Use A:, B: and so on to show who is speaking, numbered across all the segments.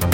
A: point.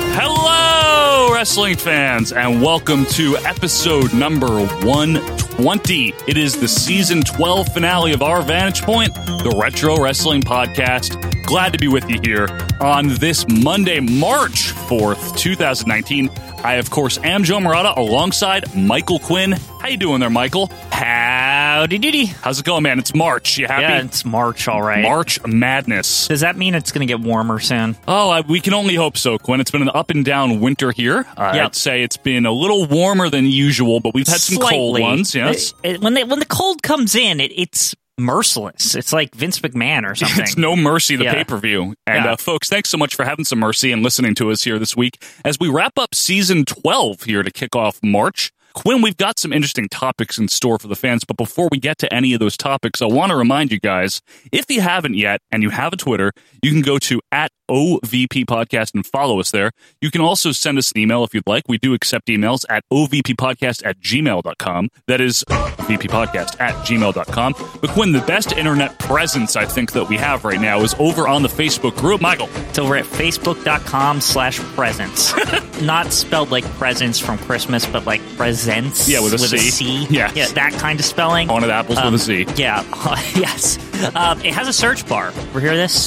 B: Hello, wrestling fans, and welcome to episode number 120. It is the season 12 finale of Our Vantage Point, the Retro Wrestling Podcast. Glad to be with you here on this Monday, March 4th, 2019. I, of course, am Joe Murata alongside Michael Quinn. How you doing there, Michael?
C: Howdy doody.
B: How's it going, man? It's March. You happy?
C: Yeah, it's March, all right.
B: March Madness.
C: Does that mean it's going to get warmer soon?
B: Oh, I, we can only hope so, Quinn. It's been an up and down winter here. Uh,
C: Yep.
B: I'd say it's been a little warmer than usual, but we've had some cold
C: Slightly.
B: ones. Yes,
C: It- it- when, they, when the cold comes in, it, it's merciless. It's like Vince McMahon or something.
B: it's no mercy the
C: Yeah.
B: pay per view. And
C: Yeah.
B: uh, folks, thanks so much for having some mercy and listening to us here this week as we wrap up season twelve here to kick off March. Quinn, we've got some interesting topics in store for the fans, but before we get to any of those topics, I want to remind you guys if you haven't yet and you have a Twitter, you can go to at OVP Podcast and follow us there. You can also send us an email if you'd like. We do accept emails at ovppodcast at gmail.com. That is vppodcast at gmail.com. But Quinn, the best internet presence I think that we have right now is over on the Facebook group. Michael,
C: So we're at facebook.com slash presents. Not spelled like presents from Christmas, but like presents
B: Yeah, with a C. Yes.
C: Yeah, that kind of spelling.
B: on at apples with a Z.
C: Yeah, yes. Um, it has a search bar. Ever hear this?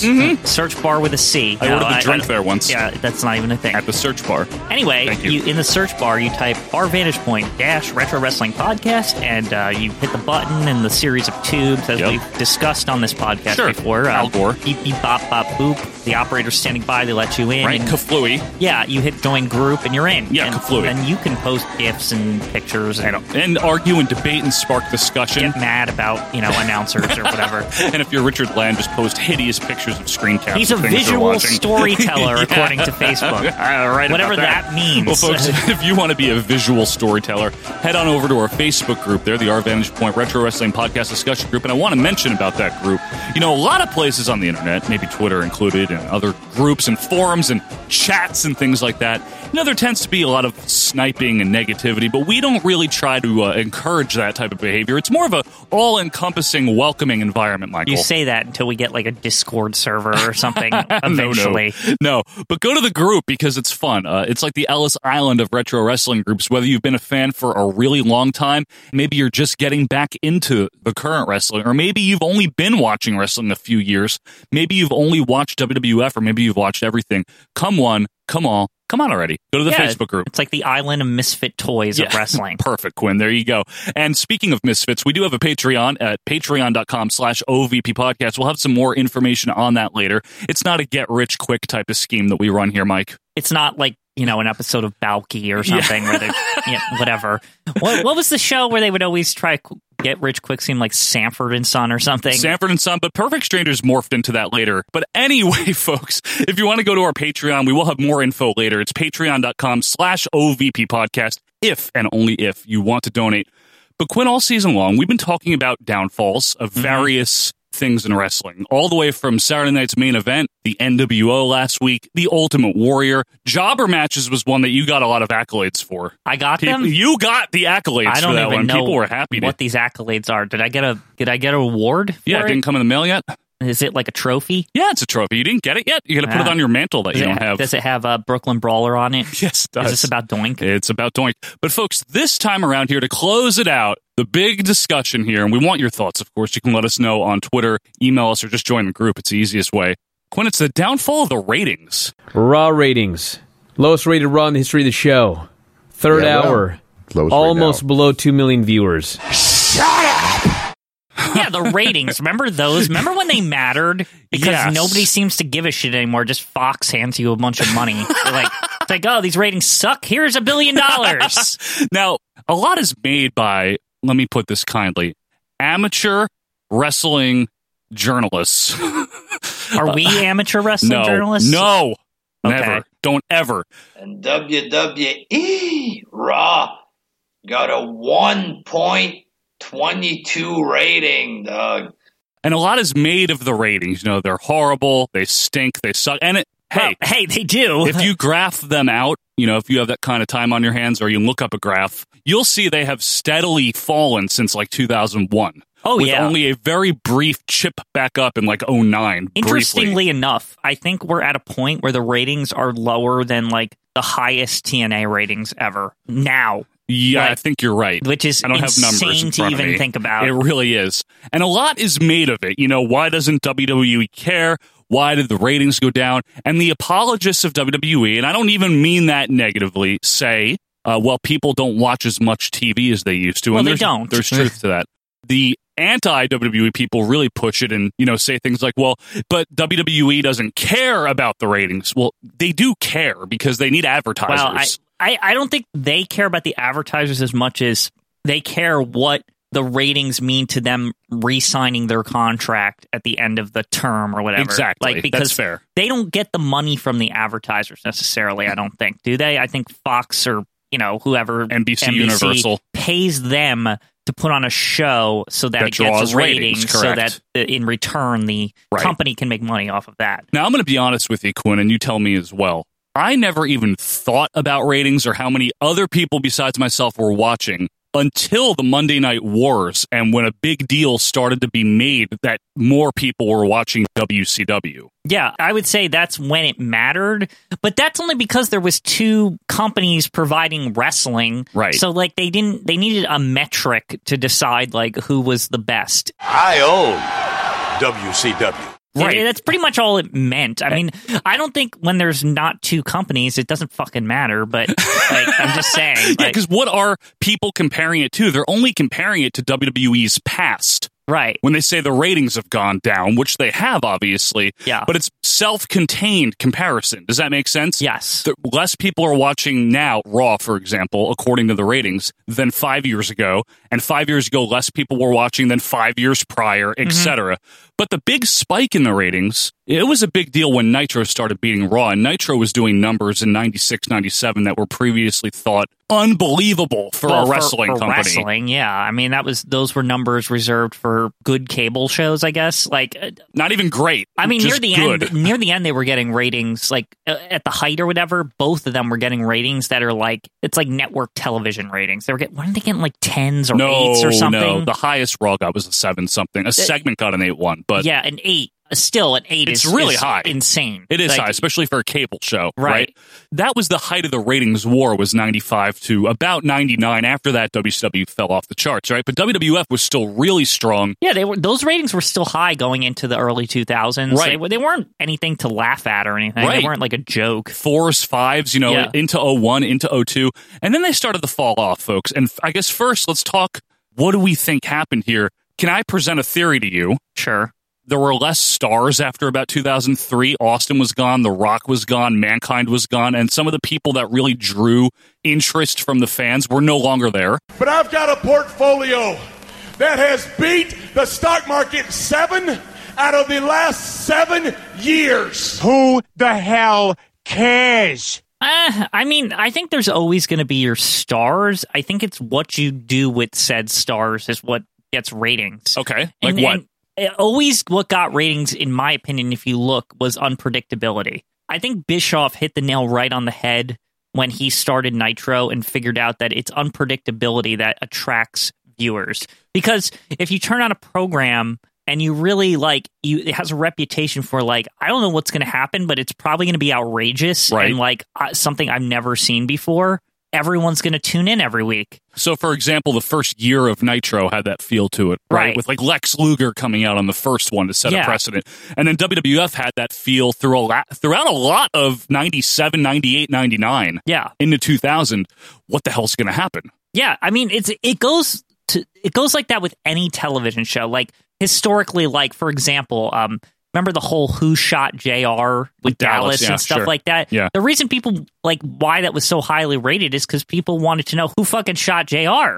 C: Search bar with a C.
B: Mm-hmm.
C: Uh,
B: I ordered a drink there once.
C: Yeah, that's not even a thing.
B: At the search bar.
C: Anyway,
B: Thank you.
C: you. in the search bar, you type our Vantage Point dash Retro Wrestling Podcast, and uh, you hit the button and the series of tubes as
B: Yep.
C: we've discussed on this podcast
B: Sure.
C: before. Uh,
B: Al Gore.
C: Beep, beep, bop, bop, boop. The operator's standing by, they let you in.
B: Right?
C: and-
B: Kaflooey.
C: yeah, you hit join group and you're in.
B: Yeah,
C: and,
B: Kaflooey.
C: And you can post GIFs and pictures and
B: And argue and debate and spark discussion.
C: get mad about, you know, announcers or whatever.
B: And if you're Richard Land, just post hideous pictures of screen caps.
C: He's a
B: of things you're
C: visual
B: watching.
C: storyteller, according to Facebook.
B: All right,
C: Whatever
B: about that.
C: that means.
B: Well, folks, if you want to be a visual storyteller, head on over to our Facebook group there, the Our Vantage Point Retro Wrestling Podcast Discussion Group. And I want to mention about that group. You know, a lot of places on the internet, maybe Twitter included, and other groups and forums and chats and things like that. You know, there tends to be a lot of sniping and negativity, but we don't really try to uh, encourage that type of behavior. It's more of a all-encompassing, welcoming environment, Michael.
C: You say that until we get like a Discord server or something
B: No,
C: eventually.
B: No, no. But go to the group because it's fun. Uh, it's like the Ellis Island of retro wrestling groups. Whether you've been a fan for a really long time, maybe you're just getting back into the current wrestling, or maybe you've only been watching wrestling a few years. Maybe you've only watched WWF, or maybe you've watched everything. Come one, come all, come on already. Go to the
C: Yeah,
B: Facebook group.
C: It's like the island of misfit toys of
B: Yeah.
C: wrestling.
B: Perfect, Quinn. There you go. And speaking of misfits, we do have a Patreon at patreon.com slash OVP podcast. We'll have some more information on that later. It's not a get rich quick type of scheme that we run here, Mike.
C: It's not like you know an episode of Balky or something where they yeah, whatever. What, what was the show where they would always try to get rich quick seem like Sanford and Son or something?
B: Sanford and Son, but Perfect Strangers morphed into that later. But anyway, folks, if you want to go to our Patreon, we will have more info later. It's patreon.com slash OVP podcast if and only if you want to donate. But Quinn, all season long, we've been talking about downfalls of
C: Mm-hmm.
B: various things in wrestling, all the way from Saturday night's main event, the NWO last week, the Ultimate Warrior. Jobber matches was one that you got a lot of accolades for.
C: I got
B: People,
C: them.
B: you got the accolades
C: I don't
B: for that
C: even
B: one.
C: know
B: People were happy to.
C: what these accolades are. Did I get a Did I get an award? For
B: yeah, it
C: it?
B: didn't come in the mail yet.
C: is it like a trophy?
B: Yeah, it's a trophy. You didn't get it yet. You got to put it
C: Ah.
B: on your mantle that
C: Does
B: you
C: it,
B: don't have.
C: Does it have a Brooklyn Brawler on it? Is
B: yes, it does.
C: this about Doink?
B: It's about doink. But folks, this time around here to close it out, the big discussion here, and we want your thoughts. Of course, you can let us know on Twitter, email us, or just join the group. It's the easiest way. Quinn, it's the downfall of the ratings.
D: Raw ratings. Lowest rated Raw in the history of the show. Third
E: Yeah, well,
D: hour.
E: lowest rated
D: almost
E: hour.
D: below 2 million viewers.
C: yeah, the ratings. Remember those? Remember when they mattered? Because
B: Yes.
C: nobody seems to give a shit anymore. Just Fox hands you a bunch of money. They're like, it's like, oh, these ratings suck. Here's a billion dollars.
B: Now, a lot is made by, let me put this kindly, amateur wrestling journalists.
C: Are we amateur wrestling
B: Uh, no,
C: journalists?
B: no,
C: Okay.
B: never. Don't ever.
E: And WWE Raw got a 1.22 rating, Doug.
B: And a lot is made of the ratings. You know, they're horrible. They stink. They suck. And it,
C: Well,
B: hey,
C: hey, they do.
B: if you graph them out, you know, if you have that kind of time on your hands or you look up a graph, you'll see they have steadily fallen since like 2001.
C: Oh,
B: with
C: yeah.
B: only a very brief chip back up in like 09.
C: Interestingly
B: briefly.
C: enough, I think we're at a point where the ratings are lower than like the highest TNA ratings ever now,
B: yeah, I
C: like-
B: think you're right.
C: which is
B: I don't have
C: insane
B: numbers in
C: to
B: front of
C: even
B: me.
C: think about.
B: It really is, and a lot is made of it. You know, why doesn't WWE care? Why did the ratings go down? And the apologists of WWE, and I don't even mean that negatively, say, uh, "Well, people don't watch as much TV as they used to."
C: Well,
B: and
C: they
B: there's,
C: don't.
B: There's truth to that. The anti WWE people really push it and you know say things like, "Well, but WWE doesn't care about the ratings." Well, they do care because they need advertisers.
C: well, I, I, I don't think they care about the advertisers as much as they care what the ratings mean to them re-signing their contract at the end of the term or whatever.
B: Exactly.
C: Like
B: That's
C: because
B: fair.
C: they don't get the money from the advertisers necessarily, I don't think. Do they? I think Fox or you know, whoever
B: NBC Universal.
C: pays them to put on a show so that,
B: That
C: it gets
B: draws ratings,
C: ratings, so that
B: correct.
C: uh, in return the
B: Right.
C: company can make money off of that.
B: Now, I'm going to be honest with you, Quinn, and you tell me as well. I never even thought about ratings or how many other people besides myself were watching until the Monday Night Wars and when a big deal started to be made that more people were watching WCW.
C: Yeah, I would say that's when it mattered, but that's only because there was two companies providing wrestling.
B: Right.
C: So like they didn't they needed a metric to decide like who was the best.
F: I own WCW.
B: Right. Eh.
C: Yeah, That's pretty much all it meant. I mean, I don't think when there's not two companies it doesn't fucking matter, but like I'm just saying
B: Yeah,
C: like,
B: because what are people comparing it to? They're only comparing it to WWE's past.
C: right.
B: When they say the ratings have gone down, which they have obviously,
C: Yeah.
B: but it's self-contained comparison. Does that make sense?
C: Yes.
B: the less people are watching now Raw, for example, according to the ratings, than five years ago, and five years ago less people were watching than five years prior,
C: Mm-hmm.
B: etc. But the big spike in the ratings, it was a big deal when Nitro started beating Raw, and Nitro was doing numbers in 96, 97 that were previously thought unbelievable for
C: Well,
B: a wrestling
C: for
B: company.
C: Wrestling, yeah. I mean, that was those were numbers reserved for good cable shows, I guess. Like uh,
B: Not even great.
C: I mean, near
B: just
C: the
B: good.
C: end, near the end, they were getting ratings like uh, at the height or whatever. Both of them were getting ratings that are like it's like network television ratings. They were getting, weren't they getting like tens or
B: No,
C: eights or something?
B: no. The highest Raw got was a seven something. A segment got an eight one, but
C: yeah, an eight. uh, Still, an eight
B: It's
C: is
B: really
C: is
B: high.
C: insane.
B: It is
C: Like,
B: high, especially for a cable show,
C: Right.
B: right. That was the height of the ratings war was 95 to about 99. After that, WCW fell off the charts, right? But WWF was still really strong.
C: Yeah, they were. Those ratings were still high going into the early two thousands.
B: Right.
C: They, were- they weren't anything to laugh at or anything.
B: Right.
C: They weren't like a joke.
B: Fours, fives, you know,
C: Yeah.
B: into 01, into 02. And then they started to fall off, folks. And f- I guess first, let's talk what do we think happened here? Can I present a theory to you?
C: Sure.
B: there were less stars after about 2003. Austin was gone, The Rock was gone, Mankind was gone, and some of the people that really drew interest from the fans were no longer there.
G: But I've got a portfolio that has beat the stock market seven out of the last seven years. Who the hell cares?
C: Uh, I mean, I think there's always going to be your stars. I think it's what you do with said stars is what gets ratings.
B: Okay, like
C: And-
B: what?
C: and it- always what got ratings, in my opinion, if you look, was unpredictability. I think Bischoff hit the nail right on the head when he started Nitro and figured out that it's unpredictability that attracts viewers. Because if you turn on a program and you really like you it has a reputation for like I don't know what's going to happen but it's probably going to be outrageous
B: Right.
C: and like uh, something I've never seen before everyone's going to tune in every week
B: So, for example, the first year of Nitro had that feel to it, right?
C: Right.
B: With like Lex Luger coming out on the first one to set
C: Yeah.
B: a precedent. And then WWF had that feel through a lot, throughout a lot of 97, 98, 99.
C: Yeah.
B: Into 2000. What the hell's going to happen?
C: Yeah, I mean it's it goes to it goes like that with any television show. Like historically, like for example, um, remember the whole Who Shot Jr. with Dallas,
B: Dallas, yeah,
C: and stuff
B: sure.
C: like that.
B: Yeah.
C: the reason people like why that was so highly rated is because people wanted to know who fucking shot Jr.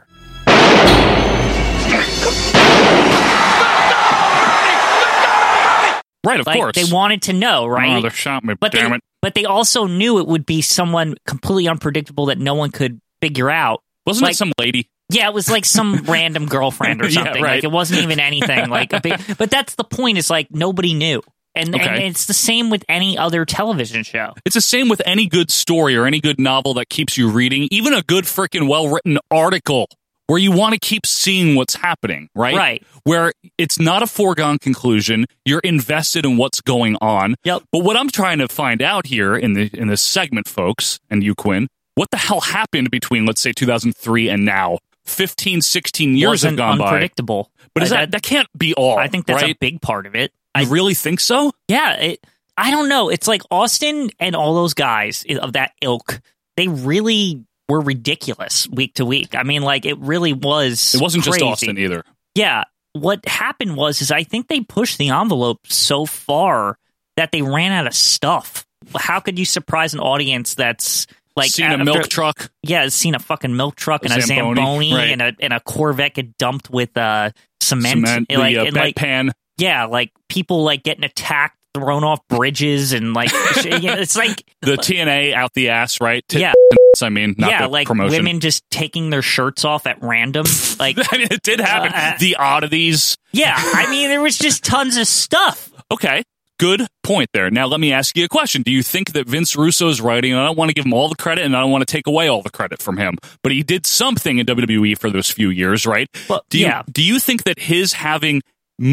B: Right, of
C: Like
B: course.
C: they wanted to know, right?
B: Oh, they shot me,
C: But
B: damn
C: they,
B: it.
C: But they also knew it would be someone completely unpredictable that no one could figure out.
B: Wasn't
C: Like-
B: it some lady?
C: Yeah, it was like some random girlfriend or
B: Yeah,
C: something.
B: right.
C: Like it wasn't even anything. Like, a big, but that's the point. Is like nobody knew, and, and
B: Okay.
C: it's the same with any other television show.
B: It's the same with any good story or any good novel that keeps you reading, even a good freaking well written article where you want to keep seeing what's happening, right?
C: Right.
B: Where it's not a foregone conclusion. You're invested in what's going on.
C: Yep.
B: But what I'm trying to find out here in the in this segment, folks, and you Quinn, what the hell happened between let's say 2003 and now? 15, 16 years
C: wasn't
B: have gone by.
C: unpredictable.
B: But is
C: I-
B: that, that can't be all.
C: I think that's a
B: right?
C: big part of it.
B: You really think so?
C: Yeah, it, I don't know. It's like Austin and all those guys i- of that ilk. They really were ridiculous week to week. I mean, like it really was.
B: It wasn't
C: crazy.
B: just Austin either.
C: Yeah, what happened was is I think they pushed the envelope so far that they ran out of stuff. How could you surprise an audience that's like
B: Seen a
C: after-
B: milk truck.
C: Yeah, it's seen a fucking milk truck
B: A
C: and a
B: Zamboni,
C: Zamboni,
B: right.
C: and a and a Corvette get dumped with uh, cement,
B: cement,
C: and, like,
B: the uh,
C: and, like
B: bedpan.
C: yeah, like people like getting attacked, thrown off bridges, and like sh- you know, it's like
B: the TNA out the ass, right? Tits
C: Yeah.
B: and ass, I mean, not
C: yeah,
B: the
C: like
B: promotion.
C: women just taking their shirts off at random. like
B: I mean, it did happen.
C: Uh, uh,
B: the oddities.
C: yeah, I mean there was just tons of stuff.
B: Okay, good point there. Now let me ask you a question. Do you think that Vince Russo's writing? And I don't want to give him all the credit, and I don't want to take away all the credit from him, but he did something in WWE for those few years, right?
C: Well,
B: do you,
C: yeah.
B: Do you think that his having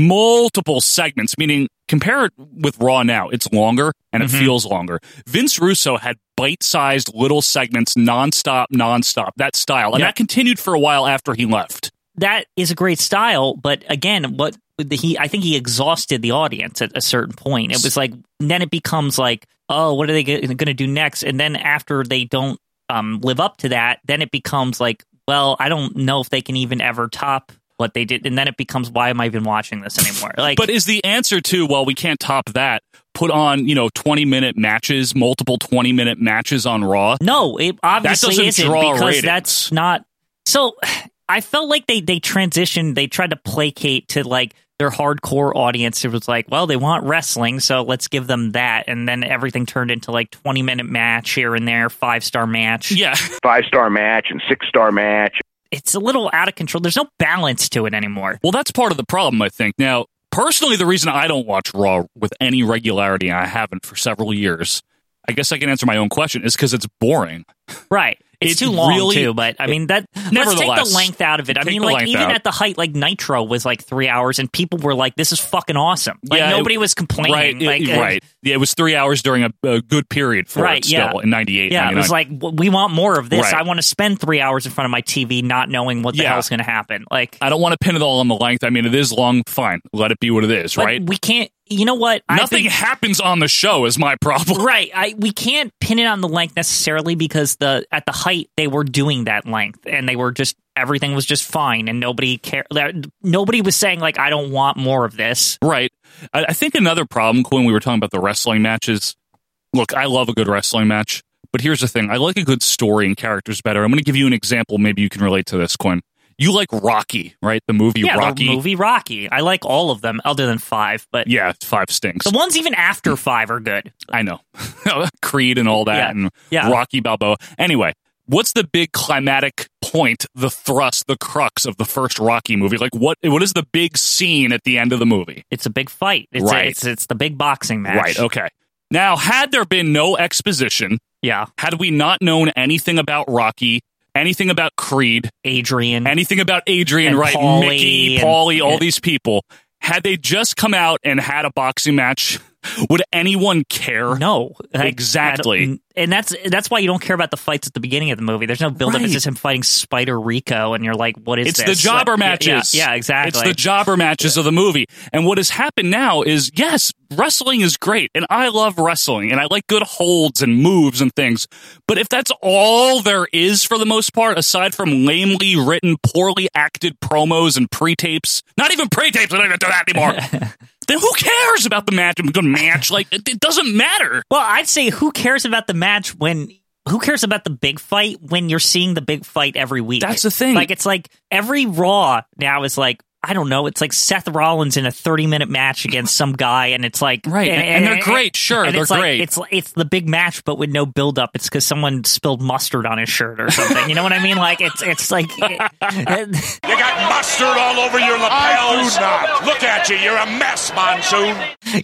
B: multiple segments, meaning compare it with Raw now, it's longer and
C: Mm-hmm.
B: it feels longer. Vince Russo had bite-sized little segments, nonstop, nonstop, that style, and
C: Yeah.
B: that continued for a while after he left.
C: that is a great style, but again, what the, he I think he exhausted the audience at a certain point. It was like then it becomes like, oh, what are they going to do next? And then after they don't um, live up to that, then it becomes like, well, I don't know if they can even ever top what they did. And then it becomes, why am I even watching this anymore? Like,
B: But is the answer to well, we can't top that? Put on you know twenty minute matches, multiple twenty minute matches on Raw.
C: No, it obviously
B: doesn't
C: isn't
B: draw
C: because
B: ratings.
C: that's not. So I felt like they they transitioned. They tried to placate to like their hardcore audience. It was like, well, they want wrestling, so let's give them that. And then everything turned into like twenty minute match here and there, five star match.
B: Yeah,
H: Five star match and six star match.
C: It's a little out of control. There's no balance to it anymore.
B: well, that's part of the problem, I think. Now, personally, the reason I don't watch Raw with any regularity, and I haven't for several years, I guess I can answer my own question, is because it's boring.
C: Right. It's
B: It
C: too long
B: really-
C: too, but I mean that. Let's take the
B: Nevertheless.
C: length out of it. I
B: Take
C: mean,
B: the
C: like
B: length
C: even
B: out.
C: at the height, like Nitro was like three hours, and people were like, "This is fucking awesome." Like
B: Yeah, it-
C: nobody was complaining.
B: Right, it-
C: like, uh,
B: right. Yeah, it was three hours during a, a good period for
C: Right,
B: it still
C: yeah.
B: in '98.
C: Yeah, it was like w- we want more of this.
B: Right.
C: I want to spend three hours in front of my TV, not knowing what the
B: Yeah.
C: hell's going to happen. Like,
B: I don't want to pin it all on the length. I mean, it is long. Fine, let it be what it is.
C: but
B: right.
C: We can't. You know what?
B: Nothing
C: I
B: happens on the show is my problem.
C: think, right. I we can't pin it on the length necessarily because the at the height they were doing that length and they were just everything was just fine and nobody cared. Nobody was saying like I don't want more of this.
B: Right. I, I think another problem, Quinn, we were talking about the wrestling matches. Look, I love a good wrestling match, but here's the thing I like a good story and characters better. I'm going to give you an example. Maybe you can relate to this, Quinn. You like Rocky, right? The movie
C: yeah,
B: Rocky.
C: the movie Rocky. I like all of them other than five, but
B: Yeah, five stinks.
C: the ones even after five are good.
B: I know. Creed and all that
C: Yeah.
B: and
C: Yeah.
B: Rocky Balboa. Anyway, what's the big climatic point, the thrust, the crux of the first Rocky movie? Like what what is the big scene at the end of the movie?
C: It's a big fight. It's,
B: Right.
C: it's it's the big boxing match.
B: Right, okay. Now, had there been no exposition,
C: Yeah.
B: had we not known anything about Rocky, anything about Creed,
C: Adrian.
B: anything about Adrian,
C: Mm. And
B: right?
C: Paulie
B: Mickey,
C: and-
B: Paulie, all
C: yeah.
B: these people, had they just come out and had a boxing match, would anyone care?
C: No, I-
B: Exactly.
C: I don't- and that's that's why you don't care about the fights at the beginning of the movie. There's no build up.
B: Right.
C: It's just him fighting Spider Rico, and you're like, "What is
B: It's
C: this?"
B: the jobber
C: Like, yeah,
B: matches.
C: Yeah, yeah, exactly.
B: It's the jobber matches of the movie. And what has happened now is yes, wrestling is great. And I love wrestling and I like good holds and moves and things. But if that's all there is for the most part, aside from lamely written, poorly acted promos and pre tapes, not even pre tapes, I don't even do that anymore. then who cares about the match? Good match. Like, it, it doesn't matter.
C: well, I'd say who cares about the match when who cares about the big fight when you're seeing the big fight every week?
B: That's the thing.
C: Like it's like every Raw now is like I don't know. It's like Seth Rollins in a 30 minute match against some guy, and it's like
B: Right, and- and they're great, sure,
C: and
B: they're
C: it's like-
B: great.
C: it's it's the big match, but with no build up. It's because someone spilled mustard on his shirt or something. You know what I mean? Like it's it's like
F: You got mustard all over your lapels. Look at you. You're a mess, Monsoon.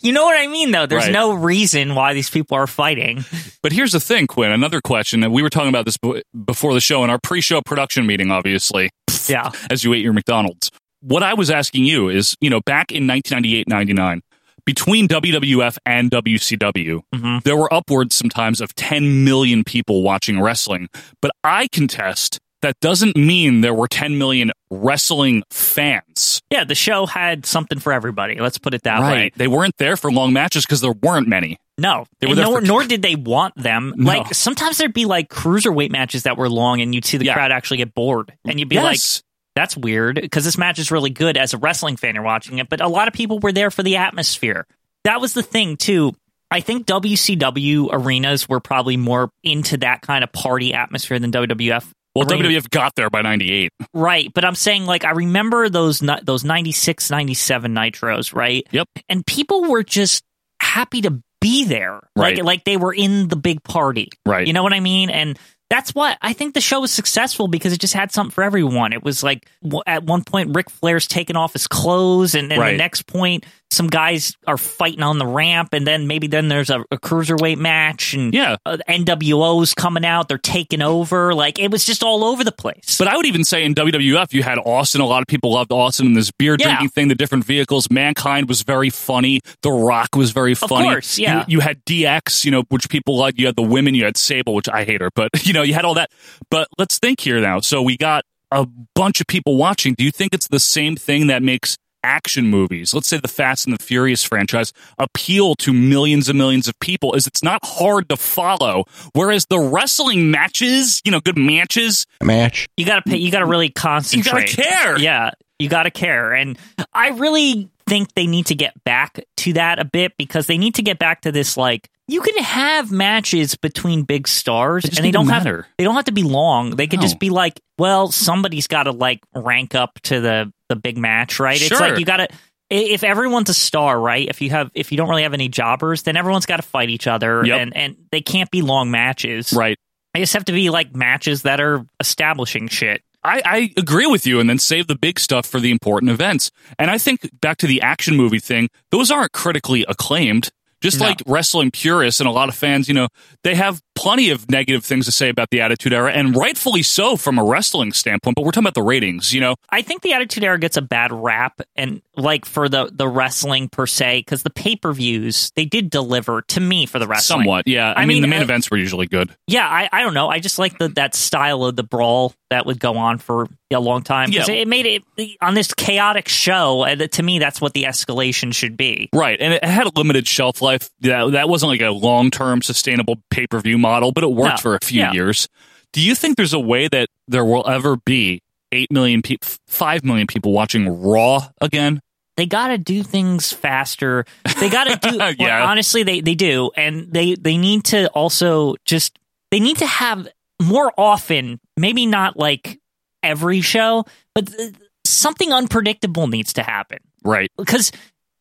C: you know what I mean though. There's
B: Right.
C: no reason why these people are fighting.
B: But here's the thing, Quinn. Another question, and we were talking about this b- before the show in our pre-show production meeting, obviously,
C: Yeah,
B: as you ate your McDonald's. What I was asking you is, you know, back in 1998-99, between WWF and WCW,
C: Mm-hmm.
B: there were upwards sometimes of 10 million people watching wrestling. But I contest that doesn't mean there were 10 million wrestling fans.
C: yeah. The show had something for everybody. Let's put it that way.
B: They weren't there for long matches because there weren't many.
C: No,
B: They were
C: And
B: there
C: nor,
B: for-
C: nor did they want them.
B: No.
C: Like sometimes there'd be like cruiserweight matches that were long, and you'd see the
B: Yeah.
C: crowd actually get bored, and you'd be
B: Yes.
C: like, "That's weird," because this match is really good as a wrestling fan. You're watching it, but a lot of people were there for the atmosphere. That was the thing too. I think WCW arenas were probably more into that kind of party atmosphere than WWF.
B: Well,
C: arenas.
B: WWF got there by 98.
C: Right, but I'm saying like I remember those ni- those 96 97 nitros, right?
B: Yep.
C: And people were just happy to be there.
B: Right.
C: Like like they were in the big party.
B: Right.
C: You know what I mean? And that's what I think the show was successful because it just had something for everyone. It was like w- at one point Ric Flair's taking off his clothes, and then
B: Right.
C: the next point some guys are fighting on the ramp, and then maybe then there's a, a cruiserweight match, and
B: Yeah.
C: uh, NWO's coming out, they're taking over. Like it was just all over the place.
B: But I would even say in WWF, you had Austin. A lot of people loved Austin and this beer
C: Yeah.
B: drinking thing, the different vehicles. Mankind was very funny. The Rock was very funny.
C: course, yeah.
B: You, you had DX, you know, which people liked. You had the women. You had Sable, which I hate her, but, you know, you had all that. But let's think here now. So we got a bunch of people watching. Do you think it's the same thing that makes action movies, let's say the Fast and the Furious franchise, appeal to millions and millions of people is it's not hard to follow. Whereas the wrestling matches, you know, good matches,
C: you gotta pay you gotta really concentrate
B: care.
C: yeah you gotta care and i really think they need to get back to that a bit because they need to get back to this like you can have matches between big stars
B: They just
C: and they
B: need to
C: don't have
B: matter.
C: they don't have to be long they could
B: No.
C: just be like well somebody's gotta like rank up to the the big match right it's
B: Sure.
C: like you gotta i- if everyone's a star right if you have if you don't really have any jobbers then everyone's got to fight each other
B: Yep.
C: and and they can't be long matches
B: right?
C: they just have to be like matches that are establishing shit
B: I, I agree with you, and then save the big stuff for the important events. And I think back to the action movie thing, those aren't critically acclaimed. Just
C: No.
B: like wrestling purists and a lot of fans, you know, they have plenty of negative things to say about the Attitude Era, and rightfully so from a wrestling standpoint, but we're talking about the ratings, you know?
C: I think the Attitude Era gets a bad rap, and like for the the wrestling per se, because the pay per views they did deliver to me for the wrestling.
B: Somewhat, yeah. I,
C: I
B: mean,
C: mean,
B: the main
C: uh,
B: events were usually good.
C: yeah. I, I don't know. I just like the, that style of the brawl that would go on for a long time. 'Cause
B: Yeah.
C: it made it on this chaotic show. uh, that- To me, that's what the escalation should be.
B: Right, and it had a limited shelf life. That, that wasn't like a long term sustainable pay per view model, but it worked
C: No,
B: for a few
C: yeah.
B: years. Do you think there's a way that there will ever be eight million people, five million people watching Raw again?
C: they got to do things faster. They got to do. well,
B: Yeah.
C: honestly, they they do, and they they need to also just they need to have more often. Maybe not like every show, but th- something unpredictable needs to happen
B: Right,
C: because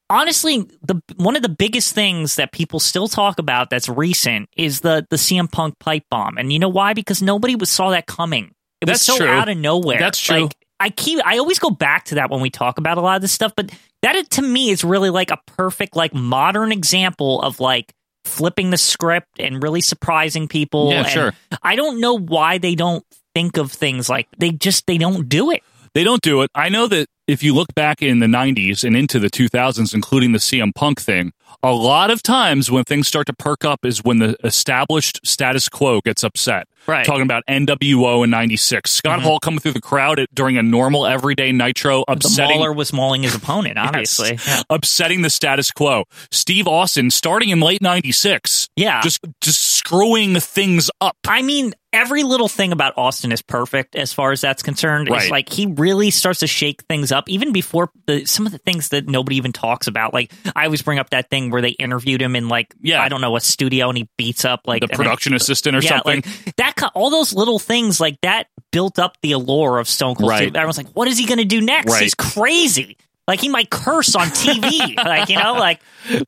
C: honestly, the one of the biggest things that people still talk about that's recent is the the CM Punk pipe bomb, and you know why? Because nobody was, saw that coming. It
B: That's
C: was so
B: true.
C: out of nowhere.
B: That's true.
C: Like, I keep I always go back to that when we talk about a lot of this stuff, but that is- to me is really like a perfect like modern example of like flipping the script and really surprising people.
B: Yeah,
C: and
B: sure.
C: I don't know why they don't think of things like they just they don't do it.
B: they don't do it. I know that if you look back in the '90s and into the 2000s, including the CM Punk thing, a lot of times when things start to perk up is when the established status quo gets upset.
C: Right. Mm-hmm.
B: talking about NWO in '96, Scott Hall coming through the crowd at, during a normal everyday Nitro,
C: The
B: upsetting
C: mauler was mauling his opponent,
B: Yes.
C: obviously. Yeah.
B: upsetting the status quo. Steve Austin, starting in late '96,
C: Yeah.
B: just just screwing things up.
C: I mean, every little thing about Austin is perfect as far as that's concerned.
B: Right.
C: It's like he really starts to shake things up even before the some of the things that nobody even talks about. Like I always bring up that thing where they interviewed him in like
B: Yeah.
C: I don't know a studio and he beats up like
B: the
C: and then-
B: production assistant or
C: yeah,
B: something.
C: Like, that co- all those little things like that built up the allure of Stone Cold
B: Right.
C: Steve. Everyone's like, what is he going to do next?
B: Right.
C: He's crazy. Like he might curse on TV. like you know, like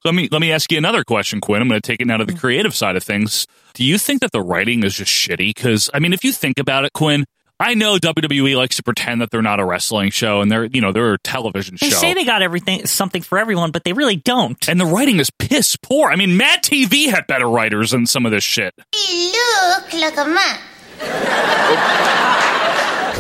B: let me let me ask you another question, Quinn. I'm going to take it now to
C: Mm.
B: the creative side of things. Do you think that the writing is just shitty? Because I mean, if you think about it, Quinn, I know WWE likes to pretend that they're not a wrestling show and they're you know they're a television
C: they
B: show.
C: say they got everything something for everyone, but they really don't.
B: and the writing is piss poor. I mean, Mad TV had better writers than some of this shit.
I: look like a man.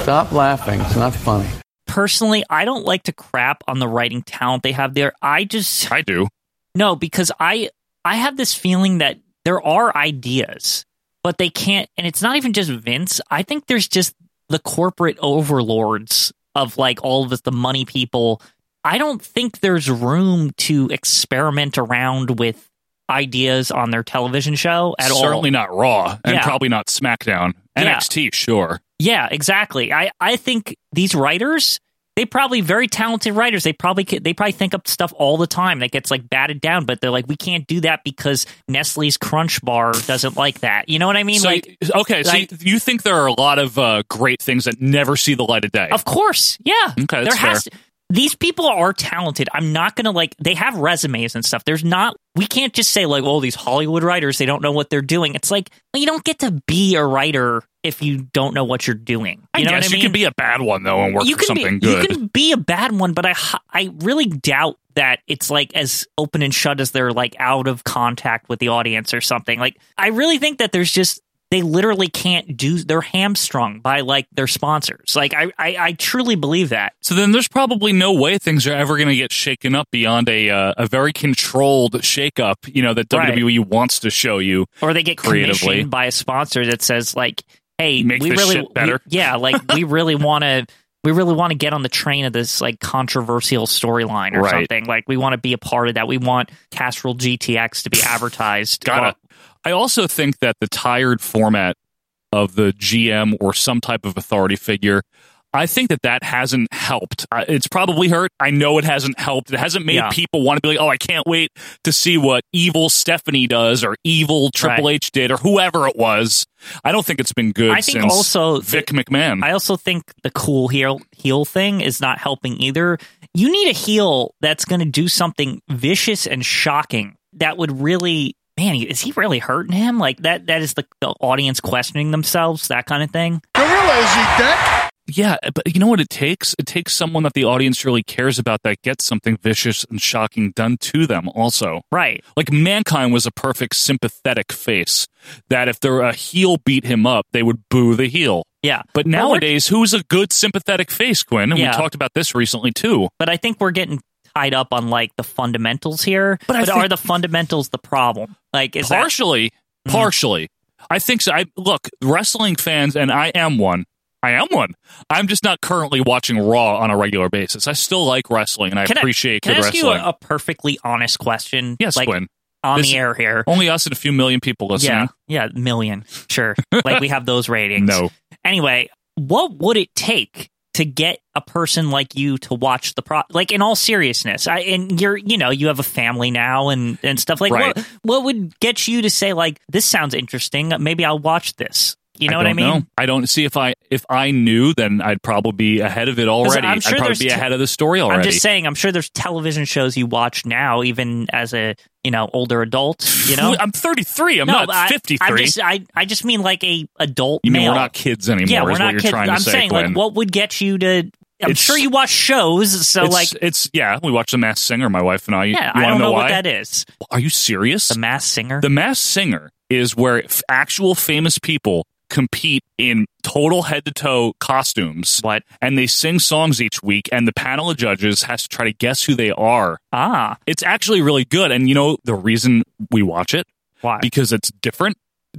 J: Stop laughing. It's not funny.
C: Personally, I don't like to crap on the writing talent they have there. I just
B: I do.
C: No, because I I have this feeling that there are ideas, but they can't and it's not even just Vince. I think there's just the corporate overlords of like all of us, the money people. I don't think there's room to experiment around with ideas on their television show at all.
B: Certainly not Raw, and
C: Yeah.
B: probably not SmackDown.
C: Yeah.
B: NXT, sure.
C: Yeah, exactly. I, I think these writers, they probably very talented writers. They probably ca- they probably think up stuff all the time that gets like batted down, but they're like, we can't do that because Nestle's Crunch Bar doesn't like that. You know what I mean?
B: So
C: like,
B: you- okay, so
C: like-
B: you, you think there are a lot of uh, great things that never see the light of day?
C: of course, yeah.
B: Okay, that's
C: to- these people are talented. I'm not gonna like. They have resumes and stuff. There's not. We can't just say like, "Oh, these Hollywood writers, they don't know what they're doing." It's like well, you don't get to be a writer if you don't know what you're doing. You
B: I
C: know
B: guess
C: what I mean?
B: you can be a bad one though and work for something
C: be,
B: good.
C: You can be a bad one, but I h- I really doubt that it's like as open and shut as they're like out of contact with the audience or something. Like I really think that there's just they literally can't do they're hamstrung by like their sponsors. Like I I, I truly believe that.
B: So then there's probably no way things are ever going to get shaken up beyond a uh, a very controlled shakeup, you know, that
C: Right.
B: WWE wants to show you.
C: Or they get
B: Creatively.
C: commissioned by a sponsor that says like, hey,
B: Make
C: we
B: this
C: really
B: shit better.
C: we- yeah, like we really want to we really want to get on the train of this like controversial storyline or
B: Right.
C: something. Like we want to be a part of that. We want Castrol GTX to be advertised.
B: Gotta. Uh, I also think that the tired format of the GM or some type of authority figure, I think that that hasn't helped. Uh, it's probably hurt. I know it hasn't helped. It hasn't made
C: Yeah.
B: people want to be like, oh, I can't wait to see what evil Stephanie does or evil Triple
C: Right.
B: H did or whoever it was. I don't think it's been good
C: I think
B: since
C: also
B: Vic
C: that-
B: McMahon.
C: I also think the cool heel heel thing is not helping either. You need a heel that's going to do something vicious and shocking that would really man is he really hurting him like that that is the, the audience questioning themselves that kind of thing
B: Yeah, uh, but you know what it takes? It takes someone that the audience really cares about that gets something vicious and shocking done to them also.
C: right
B: Like Mankind was a perfect sympathetic face that if there a heel beat him up, they would boo the heel.
C: yeah
B: But
C: we're-
B: nowadays, who's a good sympathetic face, Quinn? And
C: Yeah.
B: we talked about this recently too.
C: but i think we're getting tied up on like the fundamentals here but,
B: I think-
C: are the fundamentals the problem like is that Mm-hmm.
B: partially, partially. I think so. I look, wrestling fans, and I am one. I am one. I'm just not currently watching Raw on a regular basis. I still like wrestling, and I
C: can
B: appreciate
C: I, can
B: good
C: I ask
B: wrestling.
C: you a, a perfectly honest question
B: Yes,
C: like
B: Quinn.
C: on
B: This-
C: the air here
B: Only us and a few million people listening.
C: Yeah, yeah, million. Sure, like we have those ratings.
B: No.
C: Anyway, what would it take to get a person like you to watch the pro? Like in all seriousness, I and you're you know you have a family now and and stuff like
B: Right.
C: what what would get you to say like this sounds interesting? Maybe I'll watch this. You know what I
B: don't
C: mean?
B: Know. I don't see if I if I knew, then I'd probably be ahead of it already.
C: I'm sure
B: I'd probably
C: there's
B: be
C: t-
B: ahead of the story already.
C: I'm just saying. I'm sure there's television shows you watch now, even as a you know older adult. You know,
B: I'm 33. I'm
C: but
B: not 53.
C: I, I'm just I I just mean like a adult.
B: you mean
C: male.
B: we're not kids anymore?
C: yeah,
B: is
C: we're
B: what
C: not
B: you're
C: kids.
B: trying to
C: I'm
B: say,
C: saying
B: Glenn.
C: like what would get you to. I'm
B: It's-
C: sure you watch shows, so
B: it's,
C: like
B: it's yeah. We watch The Masked Singer. My wife and I.
C: yeah,
B: you
C: I
B: wanna
C: don't know,
B: why?
C: what that is.
B: Are you serious?
C: The Mass Singer.
B: The Masked Singer is where f- actual famous people compete in total head to toe costumes.
C: What?
B: And they sing songs each week, and the panel of judges has to try to guess who they are.
C: ah,
B: It's actually really good. And you know the reason we watch it?
C: why?
B: Because it's different.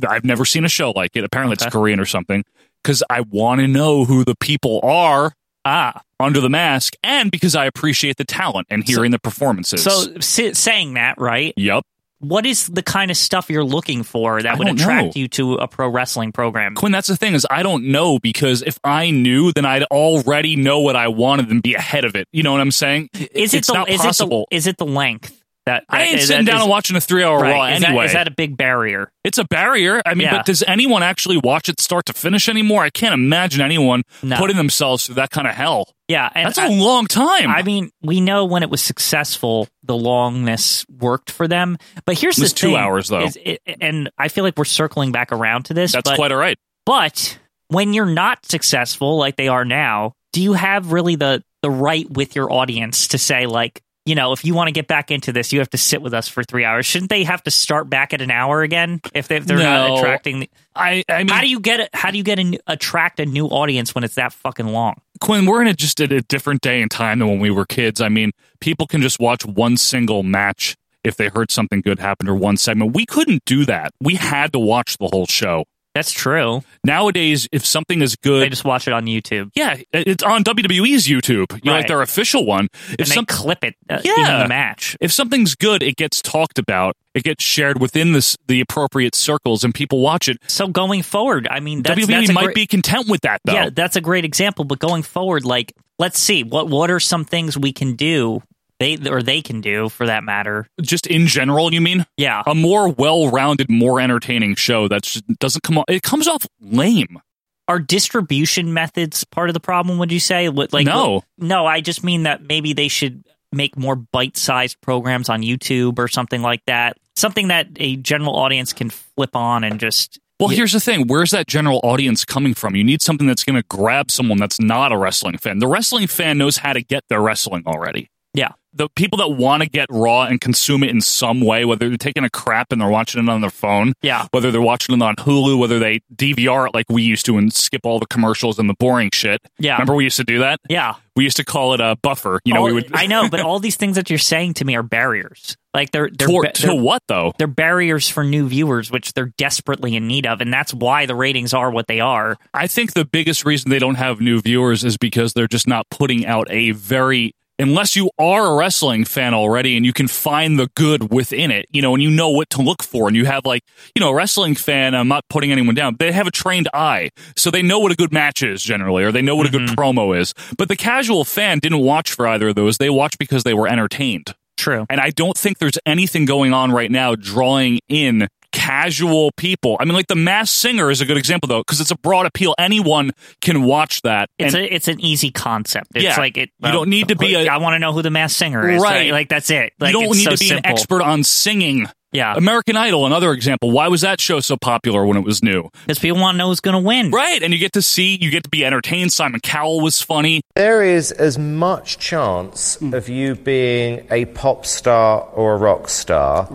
B: I've never seen a show like it. Apparently
C: Okay.
B: it's Korean or something. Because I want to know who the people are
C: ah,
B: under the mask and because I appreciate the talent and hearing the performances.
C: so si- saying that right?
B: yep.
C: what is the kind of stuff you're looking for
B: I
C: that would
B: don't
C: attract
B: know.
C: you to a pro wrestling program?
B: Quinn, that's the thing is I don't know because if I knew, then I'd already know what I wanted and be ahead of it. You know what I'm saying?
C: Is it
B: it's
C: the
B: not
C: is
B: possible.
C: it the is it the length that,
B: I ain't
C: that-
B: sitting
C: that
B: down
C: is-
B: and watching a three-hour
C: right,
B: Raw
C: is that-
B: anyway.
C: is that a big barrier?
B: it's a barrier. I mean,
C: Yeah.
B: but does anyone actually watch it start to finish anymore? I can't imagine anyone
C: No.
B: putting themselves through that kind of hell.
C: Yeah, and
B: That's
C: I-
B: a long time.
C: I mean, we know when it was successful, the longness worked for them. But here's
B: It was
C: the
B: two
C: thing,
B: hours, though.
C: is it- and I feel like we're circling back around to this.
B: That's
C: but,
B: quite all right.
C: But when you're not successful, like they are now, do you have really the the right with your audience to say like? You know, if you want to get back into this, you have to sit with us for three hours. Shouldn't they have to start back at an hour again if, they, if they're
B: No.
C: not attracting? The,
B: I, I mean,
C: how do you get it? How do you get an, attract a new audience when it's that fucking long?
B: Quinn, we're in a, just at a different day and time than when we were kids. I mean, people can just watch one single match if they heard something good happen or one segment. We couldn't do that. We had to watch the whole show.
C: That's true.
B: Nowadays, if something is
C: They
B: good,
C: just watch it on YouTube.
B: yeah, it- it's on WWE's YouTube, you know,
C: Right.
B: like their official one. If
C: and
B: some-
C: they clip it uh,
B: Yeah.
C: even the match.
B: if something's good, it gets talked about. It gets shared within this, the appropriate circles, and people watch it.
C: So going forward, I mean, that's,
B: WWE
C: that's a
B: might
C: great,
B: be content with that, though.
C: yeah, that's a great example. But going forward, like, let's see what what are some things we can do they or they can do for that matter.
B: just in general, you mean?
C: Yeah,
B: a more well-rounded, more entertaining show that just doesn't come off. It comes off lame.
C: are distribution methods part of the problem? Would you say? What, like,
B: No.
C: no, I just mean that maybe they should make more bite-sized programs on YouTube or something like that. Something that a general audience can flip on and just
B: Well, here's the thing: where's that general audience coming from? You need something that's going to grab someone that's not a wrestling fan. The wrestling fan knows how to get their wrestling already.
C: yeah.
B: The people that want to get Raw and consume it in some way, whether they're taking a crap and they're watching it on their phone,
C: Yeah.
B: whether they're watching it on Hulu, whether they DVR it like we used to and skip all the commercials and the boring shit.
C: Yeah.
B: remember we used to do that.
C: Yeah.
B: we used to call it a buffer. You know,
C: All-
B: we would.
C: I know, but all these things that you're saying to me are barriers. Like they're they're,
B: to,
C: ba-
B: to
C: they're,
B: what though?
C: they're barriers for new viewers, which they're desperately in need of, and that's why the ratings are what they are.
B: I think the biggest reason they don't have new viewers is because they're just not putting out a very unless you are a wrestling fan already and you can find the good within it, you know, and you know what to look for and you have like, you know, a wrestling fan, I'm not putting anyone down. They have a trained eye. So they know what a good match is generally or they know what a good promo is. But the casual fan didn't watch for either of those. They watched because they were entertained.
C: True.
B: And I don't think there's anything going on right now drawing in casual people. I mean, like the Mass Singer is a good example though, because it's a broad appeal. Anyone can watch that.
C: It's
B: and
C: a, it's an easy concept. It's
B: Yeah.
C: like it.
B: You don't need to be a-
C: I want to know who the mass singer is.
B: Right.
C: Like, like, that's it. Like,
B: you don't
C: it's
B: need
C: so
B: to be an
C: simple.
B: expert Um, on singing.
C: Yeah.
B: American Idol, another example. Why was that show so popular when it was new?
C: because people want to know who's going to win.
B: Right. And you get to see, you get to be entertained. Simon Cowell was funny.
K: There is as much chance of you being a pop star or a rock star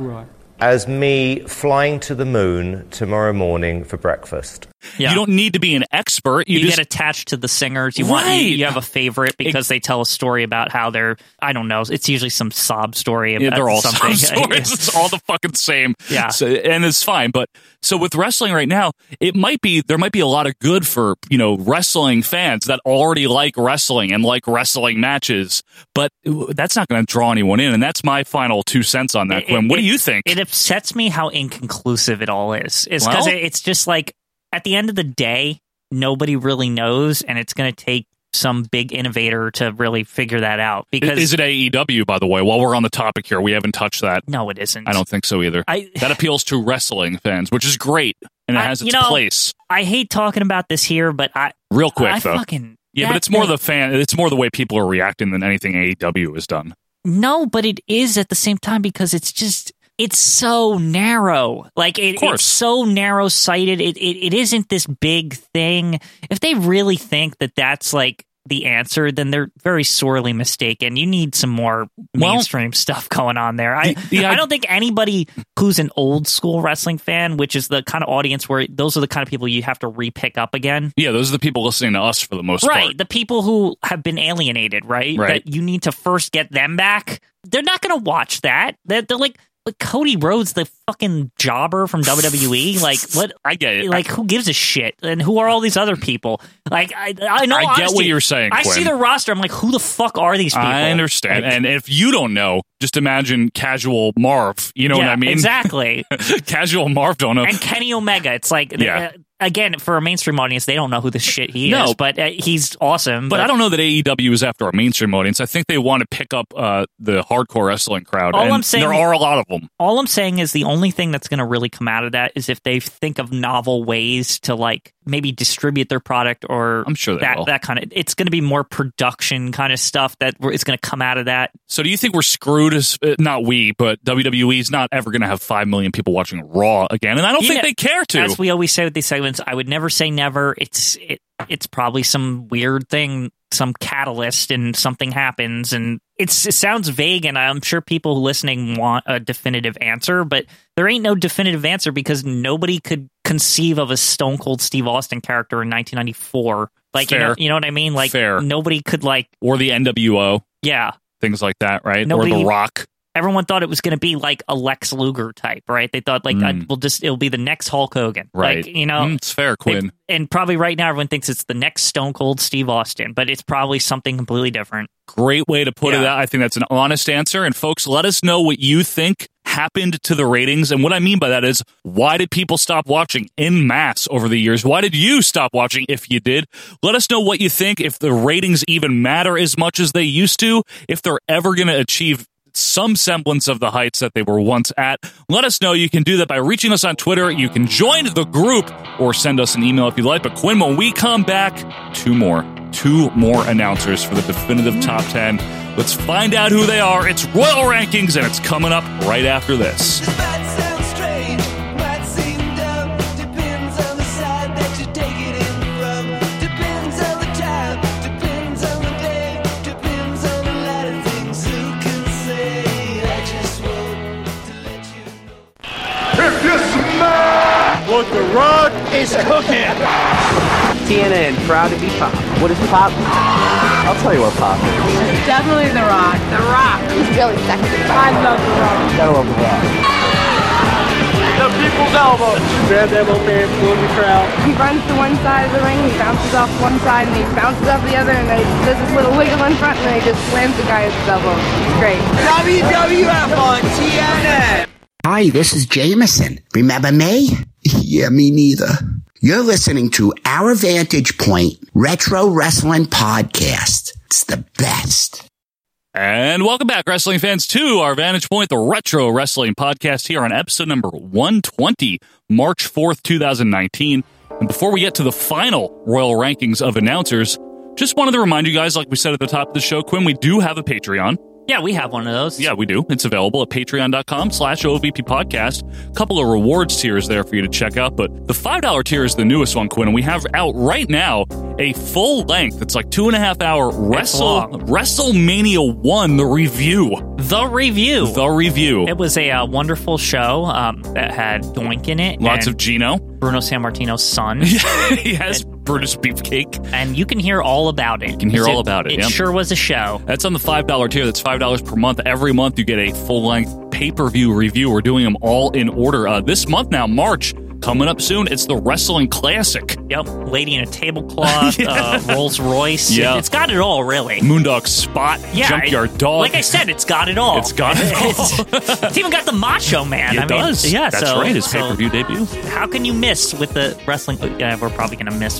K: as me flying to the moon tomorrow morning for breakfast.
C: Yeah.
B: You don't need to be an expert. You,
C: You,
B: just
C: get attached to the singers. You want you,
B: Right.
C: you have a favorite because they tell a story about how they're. I don't know. It's usually some sob story.
B: Yeah,
C: about
B: they're all
C: something.
B: some stories. It's all the fucking same.
C: Yeah.
B: So, and it's fine. But so with wrestling right now, it might be there might be a lot of good for you know wrestling fans that already like wrestling and like wrestling matches. But that's not going to draw anyone in. And that's my final two cents on that,
C: It-
B: Quinn. What
C: it-
B: do you think?
C: It upsets me how inconclusive it all is. It's because
B: Well-
C: it's just like at the end of the day, nobody really knows, and it's going to take some big innovator to really figure that out. Because
B: Is it AEW? By the way, while we're on the topic here, we haven't touched that.
C: no, it isn't.
B: I don't think so either.
C: I-
B: that appeals to wrestling fans, which is great, and it
C: I-
B: has
C: you
B: its
C: know,
B: place.
C: I hate talking about this here, but I
B: Real quick
C: I
B: though.
C: fucking
B: yeah, but
C: that
B: it's more
C: thing-
B: the fan. It's more the way people are reacting than anything AEW has done.
C: No, but it is at the same time because it's just it's so narrow. Like it,
B: course.
C: it's so narrow sighted. It, it it isn't this big thing. If they really think that that's like the answer, then they're very sorely mistaken. You need some more
B: Well-
C: mainstream stuff going on there. I
B: The- the
C: I
B: id-
C: don't think anybody who's an old school wrestling fan, which is the kind of audience where those are the kind of people you have to repick up again.
B: Yeah, those are the people listening to us for the most
C: right
B: part.
C: the people who have been alienated right
B: Right.
C: that you need to first get them back they're not going to watch that they're, they're like But Cody Rhodes, the fucking jobber from WWE, like what?
B: I get it.
C: Like who gives a shit? And who are all these other people? Like I, I know.
B: I get
C: honestly,
B: what you're saying,
C: I
B: Quinn.
C: see the roster. I'm like, who the fuck are these people?
B: I understand.
C: Like,
B: and if you don't know, just imagine casual Marv. You know what
C: Yeah,
B: I mean?
C: exactly.
B: casual Marv don't know.
C: and Kenny Omega, it's like
B: Yeah.
C: uh, again for a mainstream audience, they don't know who the shit he
B: No.
C: is, but uh, he's awesome.
B: but I don't know that AEW is after our mainstream audience. I think they want to pick up uh, the hardcore wrestling crowd.
C: All
B: and
C: I'm saying-
B: there are a lot of them.
C: all I'm saying is the only thing that's going to really come out of that is if they think of novel ways to like maybe distribute their product or I'm
B: sure they
C: that
B: will.
C: that kind of it's going to be more production kind of stuff that we're- is going to come out of that.
B: So do you think we're screwed? As uh, not we, but WWE's not ever going to have five million people watching Raw again, and I don't think
C: Yeah,
B: they care to.
C: As we always say with these segments, I would never say never. It's it, it's probably some weird thing, some catalyst, and something happens, and it's it sounds vague. And I'm sure people listening want a definitive answer, but there ain't no definitive answer because nobody could conceive of a Stone Cold Steve Austin character in 1994. Like you know,
B: Fair.
C: you know what I mean? Like
B: Fair.
C: nobody could like
B: or the NWO,
C: yeah.
B: things like that, right? or
C: Nobody-
B: The Rock.
C: Everyone thought it was going to be like a Lex Luger type, right? They thought like
B: Mm.
C: uh, we'll just it'll be the next Hulk Hogan,
B: Right.
C: Like, you know,
B: Mm, it's fair, Quinn.
C: and probably right now everyone thinks it's the next Stone Cold Steve Austin, but it's probably something completely different.
B: Great way to put it
C: Yeah.
B: out. I think that's an honest answer. And folks, let us know what you think happened to the ratings. And what I mean by that is, why did people stop watching in mass over the years? Why did you stop watching if you did? Let us know what you think, if the ratings even matter as much as they used to, if they're ever going to achieve some semblance of the heights that they were once at. Let us know. You can do that by reaching us on Twitter. You can join the group or send us an email if you like. But Quinn, when we come back, two more, two more announcers for the definitive top 10. Let's find out who they are. It's Royal Rankings, and it's coming up right after this.
G: If you smell what the rug is cooking.
L: CNN, proud to be pop. What is pop? I'll tell you what pop is.
M: Definitely The Rock. The Rock. He's really sexy. I love The Rock.
L: Gotta love the rock.
M: The people's elbow.
L: Grab that old man, pull in the crowd.
M: He runs to one side of the ring, he bounces off one side, and he bounces off the other, and then he does this little wiggle in front, and then he just slams the guy at his elbow. It's great.
L: WWF on
M: TNN.
N: Hi, this is Jameson. Remember me? Yeah, me neither. You're listening to Our Vantage Point Retro Wrestling Podcast. It's the best.
B: And welcome back, wrestling fans, to our Vantage Point, the Retro Wrestling Podcast, here on episode number 120, March 4th, 2019. And before we get to the final Royal Rankings of announcers, just wanted to remind you guys, like we said at the top of the show, Quinn, we do have a Patreon.
C: Yeah, we have one of those.
B: Yeah, we do. It's available at patreon.com slash OVP podcast. A couple of rewards tiers there for you to check out, but the $5 tier is the newest one, Quinn, and we have out right now a full length, it's like two and a half hour Wrestle,
C: long.
B: WrestleMania 1, the review.
C: The review.
B: The review.
C: It was a uh, wonderful show um, that had Doink in it.
B: Lots
C: and
B: of Gino.
C: Bruno San Martino's son.
B: yes, Brutus Beefcake.
C: And you can hear all about it. You
B: can hear all about it,
C: It
B: yeah.
C: sure was a show.
B: That's on the $5 tier. That's $5 per month. Every month you get a full length pay per view review. We're doing them all in order. Uh, this month now, March, coming up soon, it's the Wrestling Classic.
C: Yep. Lady in a tablecloth, uh, Rolls Royce.
B: Yeah.
C: It's got it all, really.
B: Moondog Spot,
C: Yeah,
B: Junkyard
C: it-
B: Dog.
C: Like I said, it's got it all.
B: It's got it all.
C: It's, it's even got the Macho Man.
B: It
C: I mean,
B: does.
C: Yeah,
B: That's
C: so-
B: right, his
C: so
B: pay-per-view debut.
C: How can you miss with the wrestling? Oh, Yeah, we're probably going to miss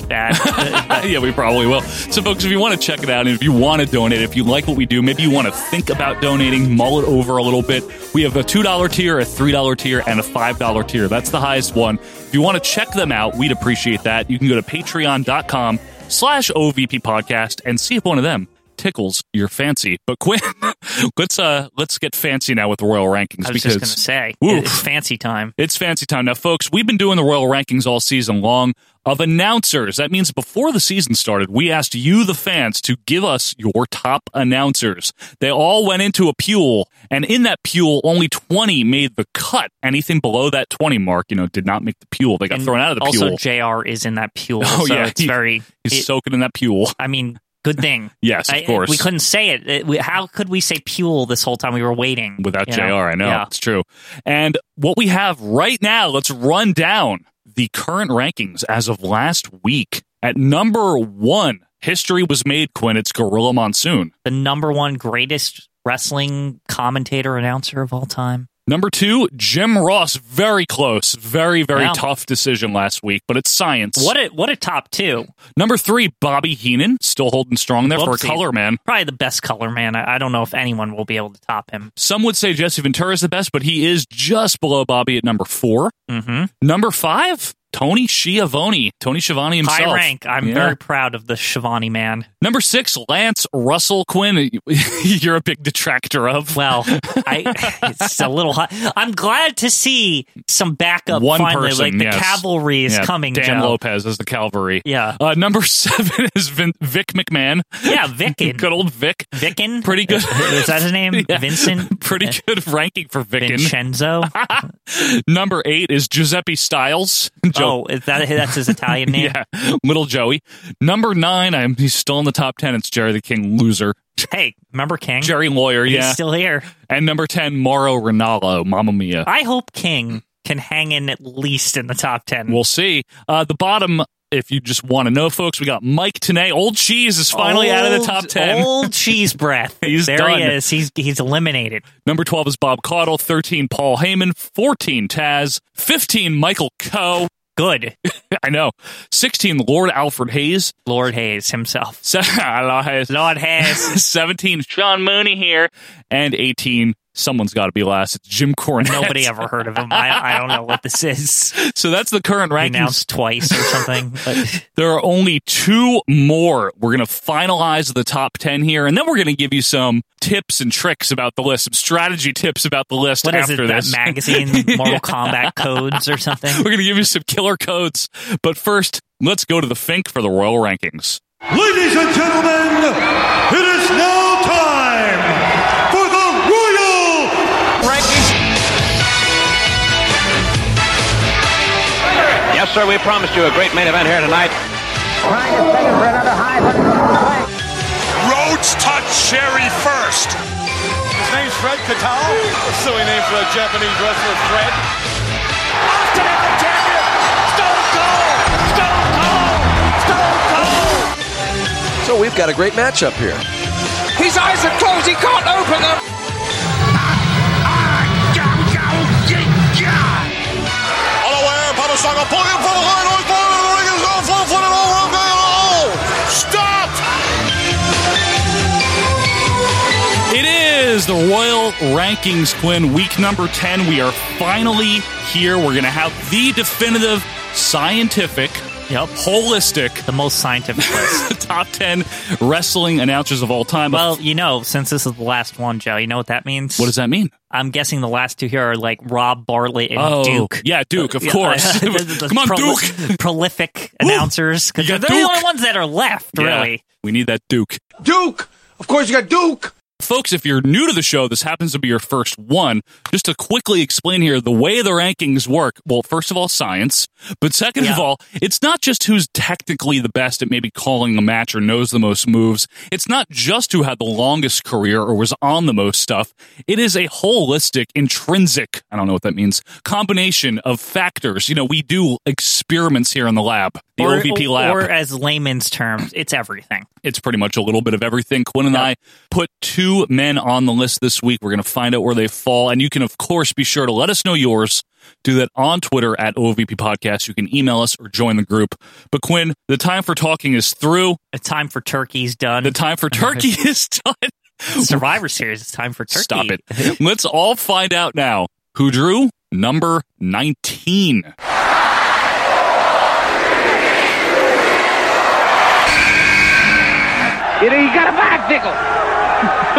C: bad.
B: yeah, we probably will. So, folks, if you want to check it out, and if you want to donate, if you like what we do, maybe you want to think about donating, mull it over a little bit. We have a $2 tier, a $3 tier, and a $5 tier. That's the highest one. If you want to check them out, we'd appreciate that. You can go to patreon.com slash OVP podcast and see if one of them tickles your fancy. But Quinn, let's uh let's get fancy now with Royal Rankings
C: I was
B: because
C: just going to say,
B: Oof.
C: it's fancy time.
B: It's fancy time. Now, folks, we've been doing the Royal Rankings all season long of announcers. That means before the season started, we asked you, the fans, to give us your top announcers. They all went into a Pule, and in that Pule, only 20 made the cut. Anything below that 20 mark, you know, did not make the Pule. They got
C: And
B: thrown out of the
C: also,
B: Pule. Oh,
C: Jr. is in that pule. so It's
B: he-
C: very.
B: He's
C: it-
B: soaking in that Pule.
C: I mean, Good thing.
B: Yes, of
C: I-
B: course.
C: We couldn't say it. it. we- How could we say Puel this whole time? We were waiting
B: without
C: you
B: JR. I know
C: Yeah.
B: it's true. And what we have right now, let's run down the current rankings as of last week. At number one, history was made. Quinn, it's Gorilla Monsoon.
C: The number one greatest wrestling commentator announcer of all time.
B: Number two, Jim Ross, very close, very very
C: Yeah.
B: tough decision last week, but it's science.
C: What a what a top two.
B: Number three, Bobby Heenan, still holding strong there for
C: Whoopsie.
B: a color man.
C: Probably the best color man. I, I don't know if anyone will be able to top him.
B: Some would say Jesse Ventura is the best, but he is just below Bobby at number four.
C: Mm-hmm.
B: Number five, Tony Schiavone, Tony Schiavone himself.
C: High rank. I'm
B: Yeah.
C: very proud of the Shivani man.
B: Number six, Lance Russell Quinn. You're a big detractor of.
C: Well, I it's a little hot. I'm glad to see some backup
B: one
C: finally.
B: person.
C: like the
B: yes.
C: cavalry is
B: Yeah,
C: coming.
B: Dan
C: Joe.
B: Lopez is the cavalry.
C: Yeah.
B: Uh, number seven is Vin- Vic McMahon.
C: Yeah, Vickin.
B: good old Vic.
C: Vickin.
B: Pretty good.
C: Is that his name?
B: Yeah.
C: Vincent? Uh,
B: Pretty good ranking for Vickin.
C: Vincenzo?
B: Number eight is Giuseppe Styles.
C: oh,
B: Joe-
C: is that that's his Italian name?
B: Yeah, little Joey. Number nine, I'm he's still in the top ten. It's Jerry the King, loser.
C: Hey, remember King?
B: Jerry Lawyer,
C: Mm-hmm. He's
B: yeah.
C: still here.
B: and number ten, Mauro Ranallo, Mamma Mia.
C: I hope King can hang in at least in the top 10.
B: We'll see. Uh, the bottom, if you just want to know, folks, we got Mike Tanay. Old Cheese is finally out of the
C: Old-
B: top 10.
C: Old cheese breath.
B: He's
C: there
B: done.
C: he is. He's he's eliminated.
B: Number 12 is Bob Caudle. 13, Paul Heyman. 14, Taz. 15, Michael Coe.
C: Good.
B: I know. 16, Lord Alfred Hayes.
C: Lord Hayes himself.
B: Se- Lord Hayes.
C: Lord Hayes.
B: 17, Sean Mooney here. And 18, someone's got to be last. It's Jim Cornette.
C: Nobody ever heard of him. I, I don't know what this is.
B: So that's the current rankings.
C: Announced twice or something. But
B: There are only two more. We're going to finalize the top 10 here, and then we're going to give you some tips and tricks about the list, some strategy tips about the list
C: what is it?
B: after
C: That
B: this.
C: magazine, Mortal Kombat codes or something.
B: we're going to give you some killer codes. But first, let's go to the Fink for the Royal Rankings.
O: Ladies and gentlemen, it is now time for the Royal Rankings.
L: Yes, sir, we promised you a great main event here tonight.
F: Rhodes touched Sherry first.
O: His name's Fred Catal. Silly name for a Japanese wrestler, Fred. Austin is the champion. Stone Cold. Stone Cold. Stone Cold.
P: So we've got a great matchup here.
L: His eyes are closed. He can't open them.
F: All aware, Papa Struggle pulling him from the line, always pulling him, the ring is all full footed, all wrong, all. Stop!
B: It is the Royal Rankings, Quinn, week number 10. We are finally here. We're going to have the definitive scientific,
C: Yep.
B: holistic
C: The most scientific list.
B: top 10 wrestling announcers of all time.
C: Well, you know, since this is the last one, Joe, you know what that means?
B: what does that mean?
C: I'm guessing the last two here are like Rob Bartlett and
B: Oh,
C: Duke. Uh,
B: yeah, Duke, of course.
C: the- the
B: Come on,
C: prol-
B: Duke.
C: Prolific announcers. Because
B: You got
C: they're the
B: Duke.
C: only ones that are left,
B: Yeah.
C: really.
B: We need that Duke.
O: Duke. Of course, you got Duke.
B: Folks, if you're new to the show, this happens to be your first one. Just to quickly explain here the way the rankings work. Well, first of all, science. But second of
C: Yeah.
B: all, it's not just who's technically the best at maybe calling a match or knows the most moves. It's not just who had the longest career or was on the most stuff. It is a holistic, intrinsic, I don't know what that means, combination of factors. You know, we do experiments here in the lab, the
C: or,
B: OVP
C: or-
B: lab.
C: Or as layman's terms, it's everything.
B: it's pretty much a little bit of everything. Quinn and I put two men on the list this week. We're going to find out where they fall. And you can, of course, be sure to let us know yours. Do that on Twitter at OVP Podcast. You can email us or join the group. But Quinn, the time for talking is through.
C: The time for turkey's done.
B: The time for turkey is done.
C: Survivor Series, it's time for turkey.
B: Stop it. Let's all find out now who drew number 19.
L: You know, he got a bicycle.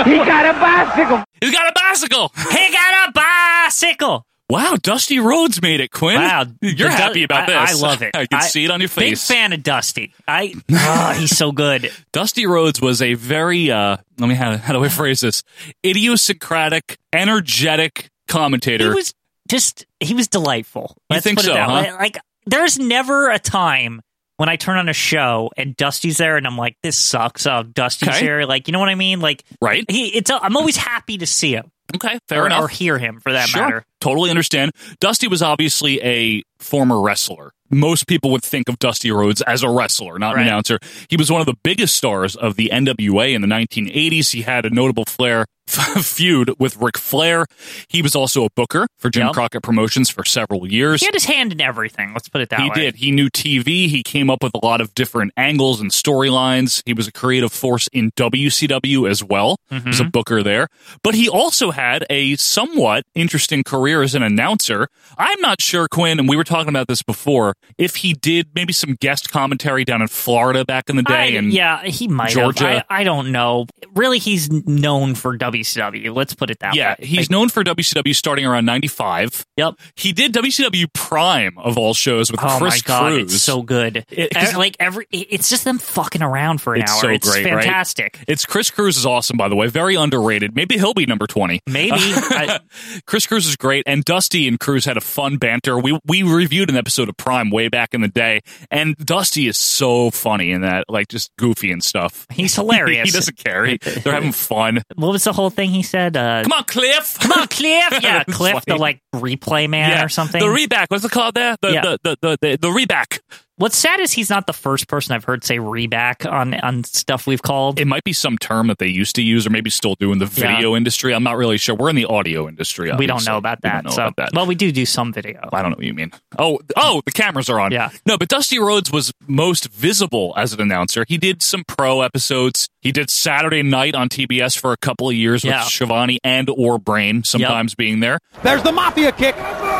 L: he got a bicycle.
B: He's got a bicycle.
C: He got a bicycle.
B: Wow, Dusty Rhodes made it, Quinn.
C: Wow,
B: You're
C: The Du-
B: happy about
C: I-
B: this.
C: I love it.
B: I can see it on your
C: Big
B: face.
C: fan of Dusty. I. Oh, he's so good.
B: Dusty Rhodes was a very uh let me how, how do I phrase this idiosyncratic, energetic
C: He
B: commentator.
C: was just he was delightful.
B: You
C: Let's
B: think
C: put it
B: so,
C: that way.
B: huh?
C: Like there's never a time when I turn on a show and Dusty's there and I'm like, this sucks. Oh, Dusty's
B: Okay.
C: here. Like, you know what I mean? Like,
B: Right.
C: He, it's. i I'm always happy to see him.
B: Okay, fair
C: or,
B: enough.
C: Or hear him for that
B: Sure.
C: matter.
B: Totally understand. Dusty was obviously a former wrestler. Most people would think of Dusty Rhodes as a wrestler, not
C: Right.
B: an announcer. He was one of the biggest stars of the NWA in the 1980s. He had a notable flair feud with Ric Flair. He was also a booker for Jim
C: Yep.
B: Crockett Promotions for several years.
C: He had his hand in everything. Let's put it that
B: He
C: way.
B: did. He knew TV. He came up with a lot of different angles and storylines. He was a creative force in WCW as well.
C: Mm-hmm.
B: He was a booker there. But he also had a somewhat interesting career as an announcer. I'm not sure, Quinn, and we were talking about this before, if he did maybe some guest commentary down in Florida back in the
C: I-
B: day. and
C: yeah, he might have.
B: Georgia.
C: I, I don't know. Really, he's known for WCW. Let's put it that
B: Yeah,
C: way.
B: he's known for WCW starting around 95.
C: Yep.
B: He did WCW Prime of all shows with
C: Oh
B: Chris
C: my god,
B: Cruz.
C: it's so good.
B: It- 'cause-
C: Ev- like every, it- it's just them fucking around for an
B: it's
C: hour.
B: so
C: it's
B: great, right?
C: fantastic.
B: It's Chris Cruz is awesome, by the way. Very underrated. Maybe he'll be number twenty.
C: Maybe I,
B: Chris Cruz is great, and Dusty and Cruz had a fun banter. We we reviewed an episode of Prime way back in the day, and Dusty is so funny in that, like just goofy and stuff.
C: he's hilarious.
B: he doesn't care. He- they're having fun.
C: what was the whole thing he said? Uh,
B: Come on, Cliff.
C: come on, Cliff. Yeah,
B: It's
C: Cliff, the
B: like-
C: like replay man
B: Yeah,
C: or something.
B: The reback. What's it called there? The
C: Yeah.
B: the, the, the, the the reback.
C: What's sad is he's not the first person I've heard say reback on on stuff we've called.
B: It might be some term that they used to use, or maybe still do in the
C: Yeah.
B: video industry. I'm not really sure. We're in the audio industry.
C: we don't
B: obviously.
C: know about
B: We
C: that.
B: don't know
C: so,
B: about that.
C: well, we do do some video.
B: I don't know what you mean. Oh, oh, the cameras are on.
C: Yeah.
B: No, but Dusty Rhodes was most visible as an announcer. He did some pro episodes. He did Saturday Night on TBS for a couple of years
C: Yeah.
B: with Shivani and or Brain sometimes being there.
Q: There's the mafia kick.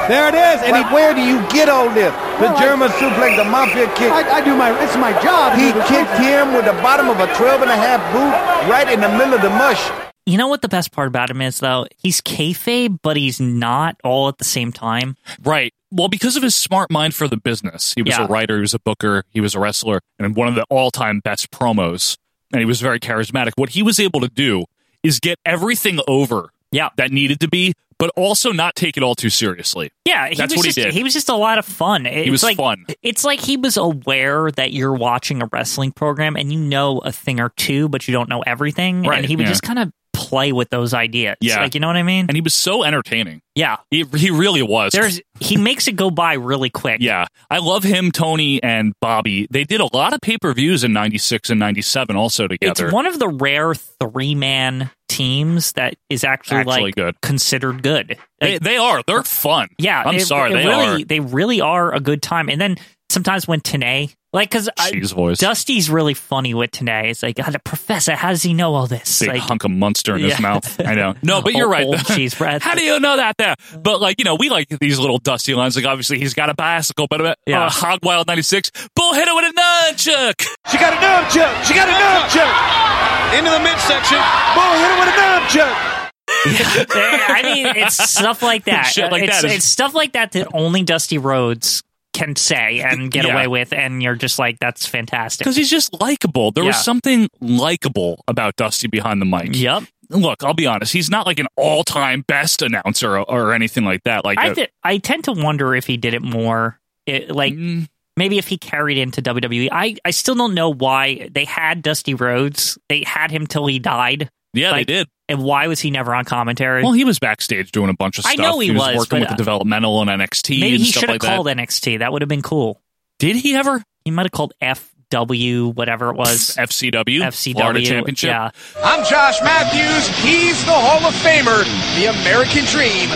Q: There it is. And he- where do you get all this? The German suplex, the mafia kick. I, I do my. It's my job. He kicked him with the bottom of a 12 and a half boot right in the middle of the mush.
C: You know what the best part about him is though? He's kayfabe, but he's not all at the same time.
B: Right. Well, because of his smart mind for the business, he was
C: Yeah.
B: a writer, he was a booker, he was a wrestler, and one of the all time best promos. And he was very charismatic. What he was able to do is get everything over
C: Yeah.
B: that needed to be, but also not take it all too seriously.
C: Yeah, he
B: That's
C: was
B: what he
C: just,
B: did.
C: was just a lot of fun. It's
B: was
C: like,
B: fun.
C: It's like he was aware that you're watching a wrestling program and you know a thing or two, but you don't know everything.
B: Right,
C: and he would
B: yeah.
C: just kind of play with those ideas.
B: Yeah.
C: like you know what I mean?
B: And he was so entertaining.
C: yeah,
B: He, he really was.
C: there's he makes it go by really quick.
B: Yeah. I love him, Tony, and Bobby. They did a lot of pay per views in 96 and 97 also
C: It's
B: together.
C: one of the rare three man teams that is actually,
B: Actually
C: like
B: good.
C: considered good.
B: they,
C: Like,
B: they are. They're fun.
C: yeah,
B: I'm
C: it-
B: sorry.
C: it
B: They
C: really,
B: are.
C: They really are a good time. And then sometimes when Tanae, like, because
B: Jeez, voice.
C: Dusty's really funny with Tanae. It's like, God, the professor, how does he know all this?
B: Big
C: like,
B: hunk of monster in his
C: Yeah.
B: mouth. I know. No, but you're
C: Old-
B: right.
C: old cheese breath.
B: How do you know that there? But like, you know, we like these little dusty lines. Like obviously he's got a bicycle, but uh,
C: Yeah.
B: Hog Wild 96, bull hit it with a nunchuck.
O: She got a nub chuck. She got a nub chuck. Into the midsection. Boy, hit her with a nub chuck.
C: I mean, it's stuff like that.
B: Shit like
C: it's,
B: that is-
C: it's stuff like that that only Dusty Rhodes can say and get
B: Yeah.
C: away with, and you're just like, that's fantastic.
B: Because he's just likable. There
C: Yeah.
B: was something likable about Dusty behind the mic.
C: Yep.
B: Look, I'll be honest. He's not like an all-time best announcer or, or anything like that. Like
C: I
B: uh,
C: th- I tend to wonder if he did it more, it, like
B: Mm.
C: maybe if he carried into WWE. I I still don't know why they had Dusty Rhodes. They had him till he died.
B: yeah,
C: Like,
B: they did.
C: And why was he never on commentary?
B: Well, he was backstage doing a bunch of
C: I
B: stuff.
C: know he was,
B: working
C: but,
B: with
C: uh,
B: the developmental and NXT
C: maybe
B: and
C: he
B: stuff
C: should have
B: like
C: called
B: that.
C: NXT. That would have been cool.
B: Did he ever?
C: He might have called FW whatever it was.
B: FCW,
C: FCW
B: Florida Championship.
C: Yeah.
O: I'm Josh Matthews. He's the Hall of Famer, the American Dream,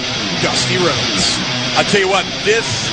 O: Dusty Rhodes. I tell you what, this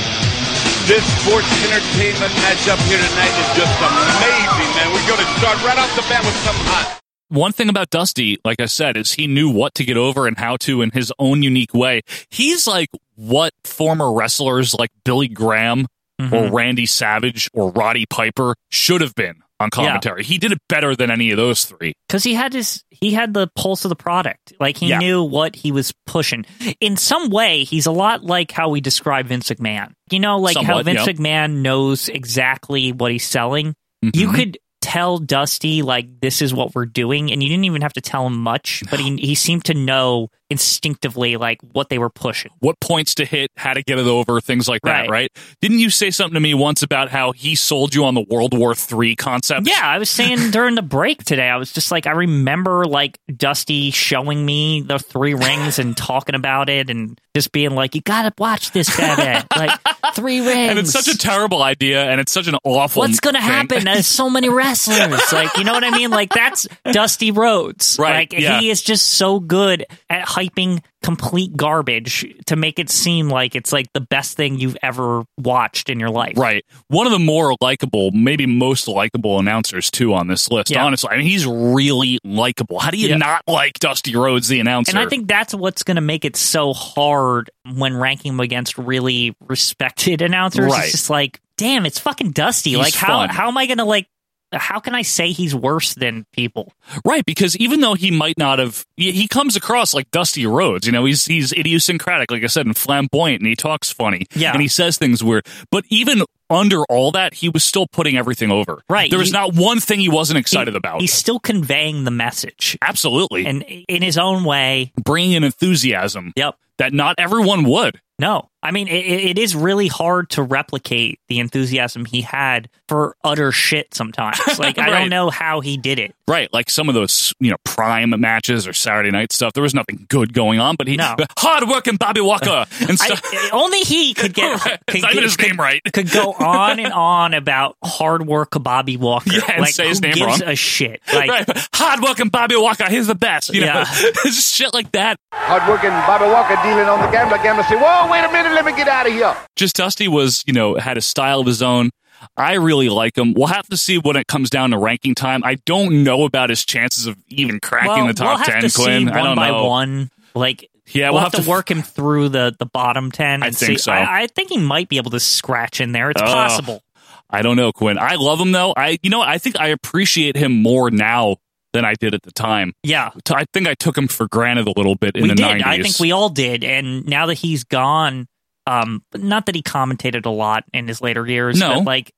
O: this sports entertainment matchup here tonight is just amazing, man. We're going to start right off the bat with something hot.
B: One thing about Dusty, like I said, is he knew what to get over and how to in his own unique way. He's like what former wrestlers like Billy Graham
C: Mm-hmm.
B: or Randy Savage or Roddy Piper should have been on commentary. He did it better than any of those three.
C: because he had his he had the pulse of the product like he
B: Yeah.
C: knew what he was pushing in some way he's a lot like how we describe vince mcmahon you know like how
B: Somewhat,
C: vince
B: yeah.
C: mcmahon knows exactly what he's selling
B: Mm-hmm.
C: you could tell dusty like this is what we're doing and you didn't even have to tell him much but he, he seemed to know instinctively like what they were pushing.
B: what points to hit, how to get it over, things like that, right?
C: Right.
B: Didn't you say something to me once about how he sold you on the World War III concept?
C: Yeah, I was saying during the break today, I was just like, I remember like Dusty showing me the three rings and talking about it and just being like, you gotta watch this, Babette. like, three rings.
B: And it's such a terrible idea, and it's such an awful.
C: What's going to
B: thing.
C: happen? There's so many wrestlers. Like, you know what I mean? Like, that's Dusty Rhodes.
B: Right,
C: Like,
B: yeah.
C: he is just so good at hyping complete garbage to make it seem like it's like the best thing you've ever watched in your life.
B: Right. One of the more likable, maybe most likable announcers too on this list.
C: Yeah.
B: Honestly, I mean, he's really likable. How do you
C: Yeah.
B: not like Dusty Rhodes, the announcer?
C: And I think that's what's going to make it so hard when ranking him against really respected announcers.
B: Right.
C: It's just like, damn, it's fucking Dusty.
B: He's
C: like, how
B: fun.
C: how am I going to like? How can I say he's worse than people?
B: Right, because even though he might not have, he he comes across like Dusty Rhodes. You know, he's he's idiosyncratic, like I said, and flamboyant, and he talks funny,
C: Yeah.
B: and he says things weird. But even under all that, he was still putting everything over.
C: Right,
B: there was
C: he-
B: not one thing he wasn't excited about.
C: He's still conveying the message,
B: Absolutely,
C: and in his own way.
B: bringing an enthusiasm
C: Yep.
B: that not everyone would.
C: No, I mean it, it it is really hard to replicate the enthusiasm he had for utter shit. Sometimes, like I
B: Right.
C: don't know how he did it.
B: Right, like some of those, you know, prime matches or Saturday night stuff. There was nothing good going on, but he
C: No.
B: hard working Bobby Walker and stuff.
C: I, eh, only he could get.
B: Right.
C: could
B: It's not even
C: get-
B: his name right.
C: could go on and on about hard work Bobby Walker.
B: Yeah, and
C: like,
B: say his
C: who
B: name
C: gives
B: wrong.
C: a shit. Like,
B: right. Hard working Bobby Walker, he's the best. You know,
C: Yeah.
B: just shit like that.
Q: Hardworking Bobby Walker dealing on the gambler. Gambler say, whoa, wait a minute, let me get out of here.
B: just Dusty was, you know, had a style of his own. I really like him. We'll have to see when it comes down to ranking time. I don't know about his chances of even cracking
C: well,
B: the top
C: we'll have
B: ten.
C: to
B: Quinn,
C: see
B: I don't
C: one by
B: know.
C: one. Like,
B: Yeah,
C: we'll, have, to,
B: f-
C: work him through the the bottom ten.
B: I
C: and
B: think
C: see.
B: so.
C: I, I think he might be able to scratch in there. It's
B: Oh.
C: possible.
B: I don't know, Quinn. I love him though. I, you know, what? I think I appreciate him more now than I did at the time.
C: Yeah,
B: T- I think I took him for granted a little bit in
C: we
B: the
C: did.
B: nineties.
C: I think we all did. And now that he's gone, um, but not that he commentated a lot in his later years.
B: No.
C: but like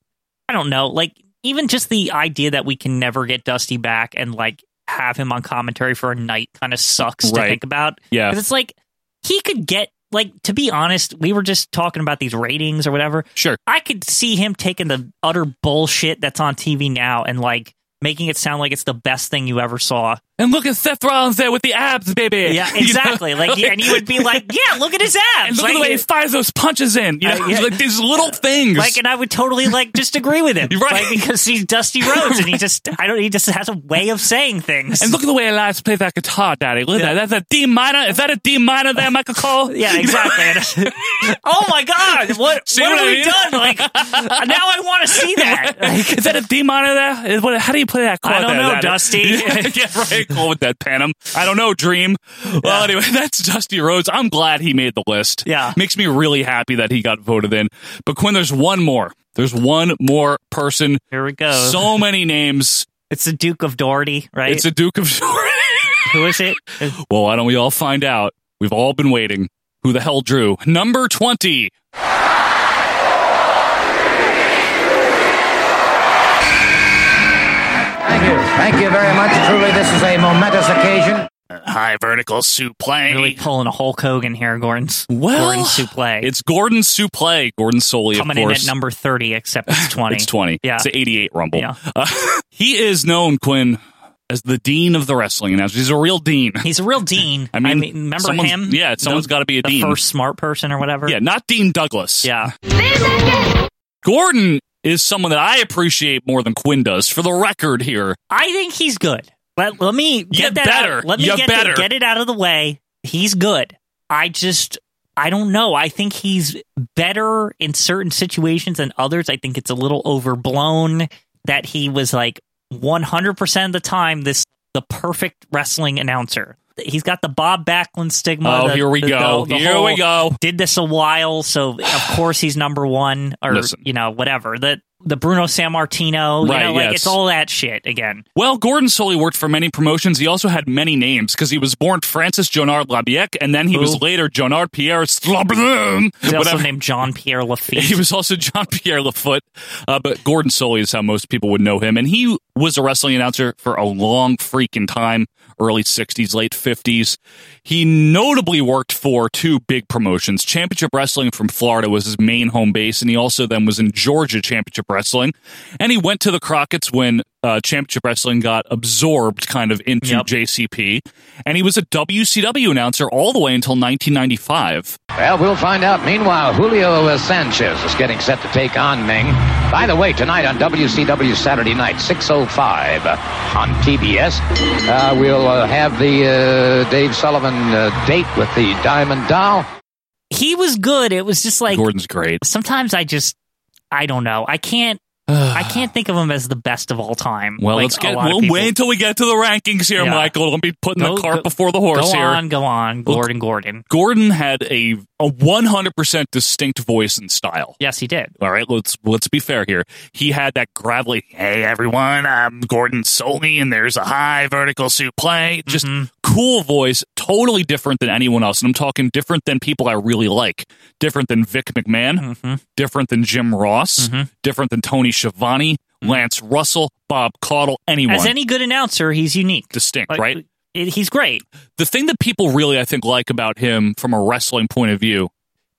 C: I don't know. Like even just the idea that we can never get Dusty back and like have him on commentary for a night kind of sucks
B: Right.
C: to think about.
B: Yeah.
C: 'Cause it's like he could get. Like to be honest, we were just talking about these ratings or whatever.
B: Sure.
C: I could see him taking the utter bullshit that's on TV now and like making it sound like it's the best thing you ever saw.
B: And look at Seth Rollins there with the abs, baby.
C: Yeah,
B: You know?
C: exactly. Like, yeah, and you would be like, yeah, look at his abs.
B: and look at
C: like,
B: the way he fires those punches in. You know,
C: Uh, yeah.
B: like these little things.
C: like, and I would totally like just agree with him,
B: Right.
C: Like, because he's Dusty Rhodes, and he just, I don't, he just has a way of saying things.
B: And look at the way Elias plays that guitar, Daddy. Look at that. That's a D minor. Is that a D minor there, Michael Cole?
C: yeah, exactly. And- oh my God, what,
B: See
C: what
B: what
C: have
B: I
C: we
B: mean?
C: done? Like, now I want to see that. Like,
B: Is that a D minor there? Is what, how do you play that chord?
C: I don't
B: there,
C: know,
B: Daddy?
C: Dusty.
B: yeah, yeah, right. Cool with that, Panem. I don't know, Dream. Well, anyway, that's Dusty Rhodes. I'm glad he made the list.
C: Yeah.
B: Makes me really happy that he got voted in. But Quinn, there's one more. There's one more person.
C: here we go.
B: So many names.
C: it's the Duke of Doherty, right?
B: It's a Duke of.
C: Who is it?
B: well, why don't we all find out? We've all been waiting. Who the hell drew number twenty?
R: Thank you very much. Truly, this is a momentous occasion.
B: high vertical suplex.
C: Really pulling a Hulk Hogan here, Gordon's.
B: Well,
C: Gordon Suplex.
B: It's Gordon Suplee, Gordon Soley,
C: coming
B: of
C: in
B: course.
C: at number 30 except it's 20
B: It's twenty.
C: yeah
B: it's an eighty-eight Rumble.
C: Yeah.
B: Uh, he is known Quinn as the dean of the wrestling announcers. He's a real dean.
C: he's a real dean
B: I mean,
C: remember
B: someone's-
C: him
B: yeah, someone's
C: The-
B: gotta be a
C: the
B: dean.
C: first smart person or whatever
B: yeah, not Dean Douglas.
C: yeah
B: Gordon is someone that I appreciate more than Quinn does. For the record, here,
C: i think he's good let, let me get
B: You
C: that
B: better.
C: out. let me
B: You
C: get,
B: better.
C: That, get it out of the way he's good i just i don't know i think he's better in certain situations than others i think it's a little overblown that he was like 100% of the time this the perfect wrestling announcer he's got the bob backlund stigma
B: oh,
C: the-
B: here we
C: the-
B: go.
C: the- the
B: here we
C: whole-
B: go.
C: did this a while, so of course he's number one, or
B: Listen.
C: you know whatever. That the Bruno San Martino, you
B: Right,
C: know, like
B: yes.
C: it's all that shit again.
B: Well, Gordon Sully worked for many promotions. He also had many names because he was born Francis Jonard Labiec, and then he
C: Who?
B: was later Jonard Pierre Slobrum.
C: He's also
B: whatever.
C: named John Pierre Lafitte.
B: He was also John Pierre Lafoot, uh, but Gordon Sully is how most people would know him. And he was a wrestling announcer for a long freaking time, early 60s, late 50s. He notably worked for two big promotions. Championship Wrestling from Florida was his main home base, and he also then was in Georgia Championship Wrestling. And he went to the Crockett's when uh, Championship Wrestling got absorbed kind of into JCP. And he was a WCW announcer all the way until 1995.
R: Well, we'll find out. Meanwhile, Julio Sanchez is getting set to take on Ming. By the way, tonight on WCW Saturday Night, 6.05 on TBS, uh, we'll uh, have the uh, Dave Sullivan uh, date with the Diamond Doll.
C: he was good. It was just like
B: Gordon's great.
C: Sometimes I just I don't know. I can't I can't think of him as the best of all time.
B: Well,
C: Like,
B: let's
C: a
B: get.
C: lot of
B: We'll
C: people-
B: wait until we get to the rankings here,
C: Yeah.
B: Michael. Don't be putting
C: Go-
B: the cart
C: go-
B: before the horse
C: go
B: here.
C: on, go on, Gordon Gordon.
B: Gordon had a a one hundred percent distinct voice and style.
C: Yes, he did.
B: All right, let's let's be fair here. He had that gravelly, "Hey everyone, I'm Gordon Solney, and there's a high vertical suplex." Just
C: Mm-hmm.
B: cool voice, totally different than anyone else. And I'm talking different than people I really like. Different than Vic McMahon,
C: Mm-hmm.
B: different than Jim Ross, different than Tony Schiavone, Lance Russell, Bob Caudle, anyone.
C: Mm-hmm. As any good announcer, he's unique,
B: distinct,
C: Like,
B: right?
C: it- he's great.
B: the thing that people really I think like about him from a wrestling point of view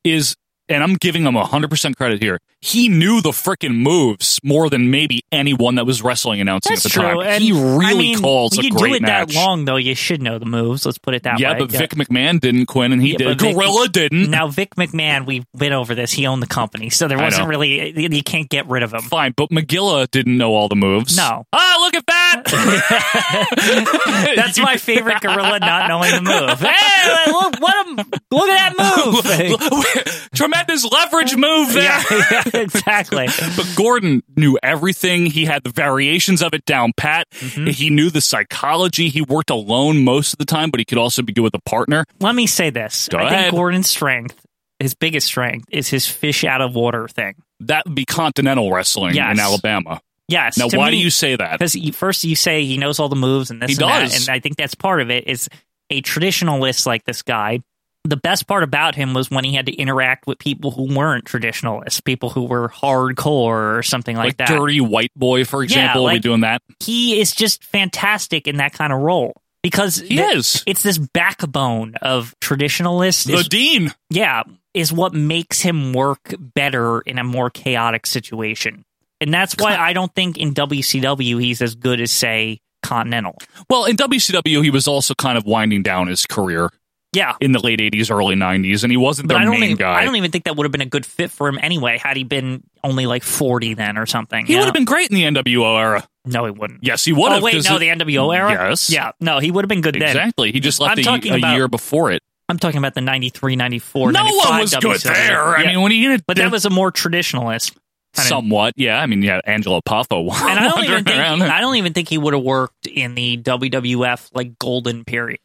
B: is and I'm giving him 100% credit here. He knew the freaking moves more than maybe anyone that was wrestling announcing
C: That's
B: at the
C: true.
B: time.
C: And
B: he really
C: I mean,
B: calls
C: when
B: a
C: you
B: great
C: do it
B: match.
C: that long though, you should know the moves. Let's put it that
B: yeah,
C: way.
B: but Vic McMahon didn't Quinn and he
C: Yeah,
B: did.
C: but Vic-
B: Gorilla didn't.
C: Now Vic McMahon, we went over this. He owned the company, so there
B: I
C: wasn't
B: know.
C: really you can't get rid of him.
B: Fine, but McGilla didn't know all the moves.
C: No,
B: Oh, look at that!
C: that's my favorite gorilla not knowing the move. Hey, look what a look at that move!
B: Tremendous leverage move there.
C: Yeah, yeah, exactly.
B: but Gordon knew everything. He had the variations of it down pat.
C: Mm-hmm.
B: He knew the psychology. He worked alone most of the time, but he could also be good with a partner.
C: Let me say this:
B: Go
C: I
B: ahead.
C: think Gordon's strength, his biggest strength, is his fish out of water thing.
B: That would be continental wrestling
C: Yes.
B: in Alabama.
C: Yes.
B: Now, why do you say that?
C: Because first you say he knows all the moves and this
B: He
C: and that,
B: does.
C: and I think that's part of it. Is a traditionalist like this guy. The best part about him was when he had to interact with people who weren't traditionalists, people who were hardcore or something like,
B: Like,
C: that.
B: Dirty White Boy, for example. Are we
C: like-
B: doing that?
C: he is just fantastic in that kind of role because he
B: is.
C: It's this backbone of traditionalist.
B: The
C: is-
B: Dean.
C: yeah, is what makes him work better in a more chaotic situation, and that's why I don't think in WCW he's as good as say Continental.
B: Well, in WCW, he was also kind of winding down his career
C: Yeah,
B: in the late 80s, early 90s, and he wasn't
C: but
B: their
C: I don't
B: main
C: even
B: guy.
C: I don't even think that would have been a good fit for him anyway had he been only like forty then or something.
B: he
C: you
B: would
C: know?
B: have been great in the NWO era.
C: No, he wouldn't.
B: Yes, he would
C: oh
B: have.
C: wait,
B: 'cause
C: no,
B: it-
C: the NWO era.
B: Yes.
C: yeah, no, he would have been good then.
B: Exactly. He just left
C: I'm
B: a,
C: talking
B: a
C: about-
B: year before it.
C: I'm talking about the 93, 94,
B: No
C: 95
B: one was good
C: WCW.
B: there. I
C: Yeah.
B: mean, when he
C: but that was a more traditionalist. kind of-
B: somewhat, yeah. I mean, yeah, Angelo Poffo.
C: and I don't even
B: wandering
C: think
B: around.
C: I don't even think he would have worked in the WWF like golden period.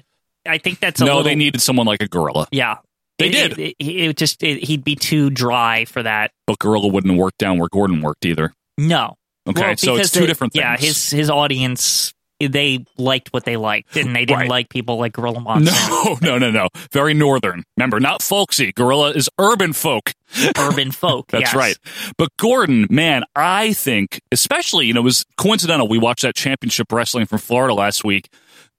C: I think that's a
B: no,
C: little,
B: they needed someone like a gorilla,
C: yeah
B: They
C: It-
B: did.
C: It, it- it just it, he'd be too dry for that.
B: but gorilla wouldn't work down where Gordon worked either.
C: No.
B: Okay,
C: Well,
B: so it's
C: because
B: two
C: the-
B: different
C: Yeah,
B: things.
C: his his audience they liked what they liked, and they didn't
B: Right.
C: like people like Gorilla Monsoon.
B: No, no, no, no. Very northern. Remember, not folksy. Gorilla is urban folk.
C: urban folk.
B: That's
C: yes.
B: right. But Gordon, man, I think, especially, you know, it was coincidental. We watched that championship wrestling from Florida last week.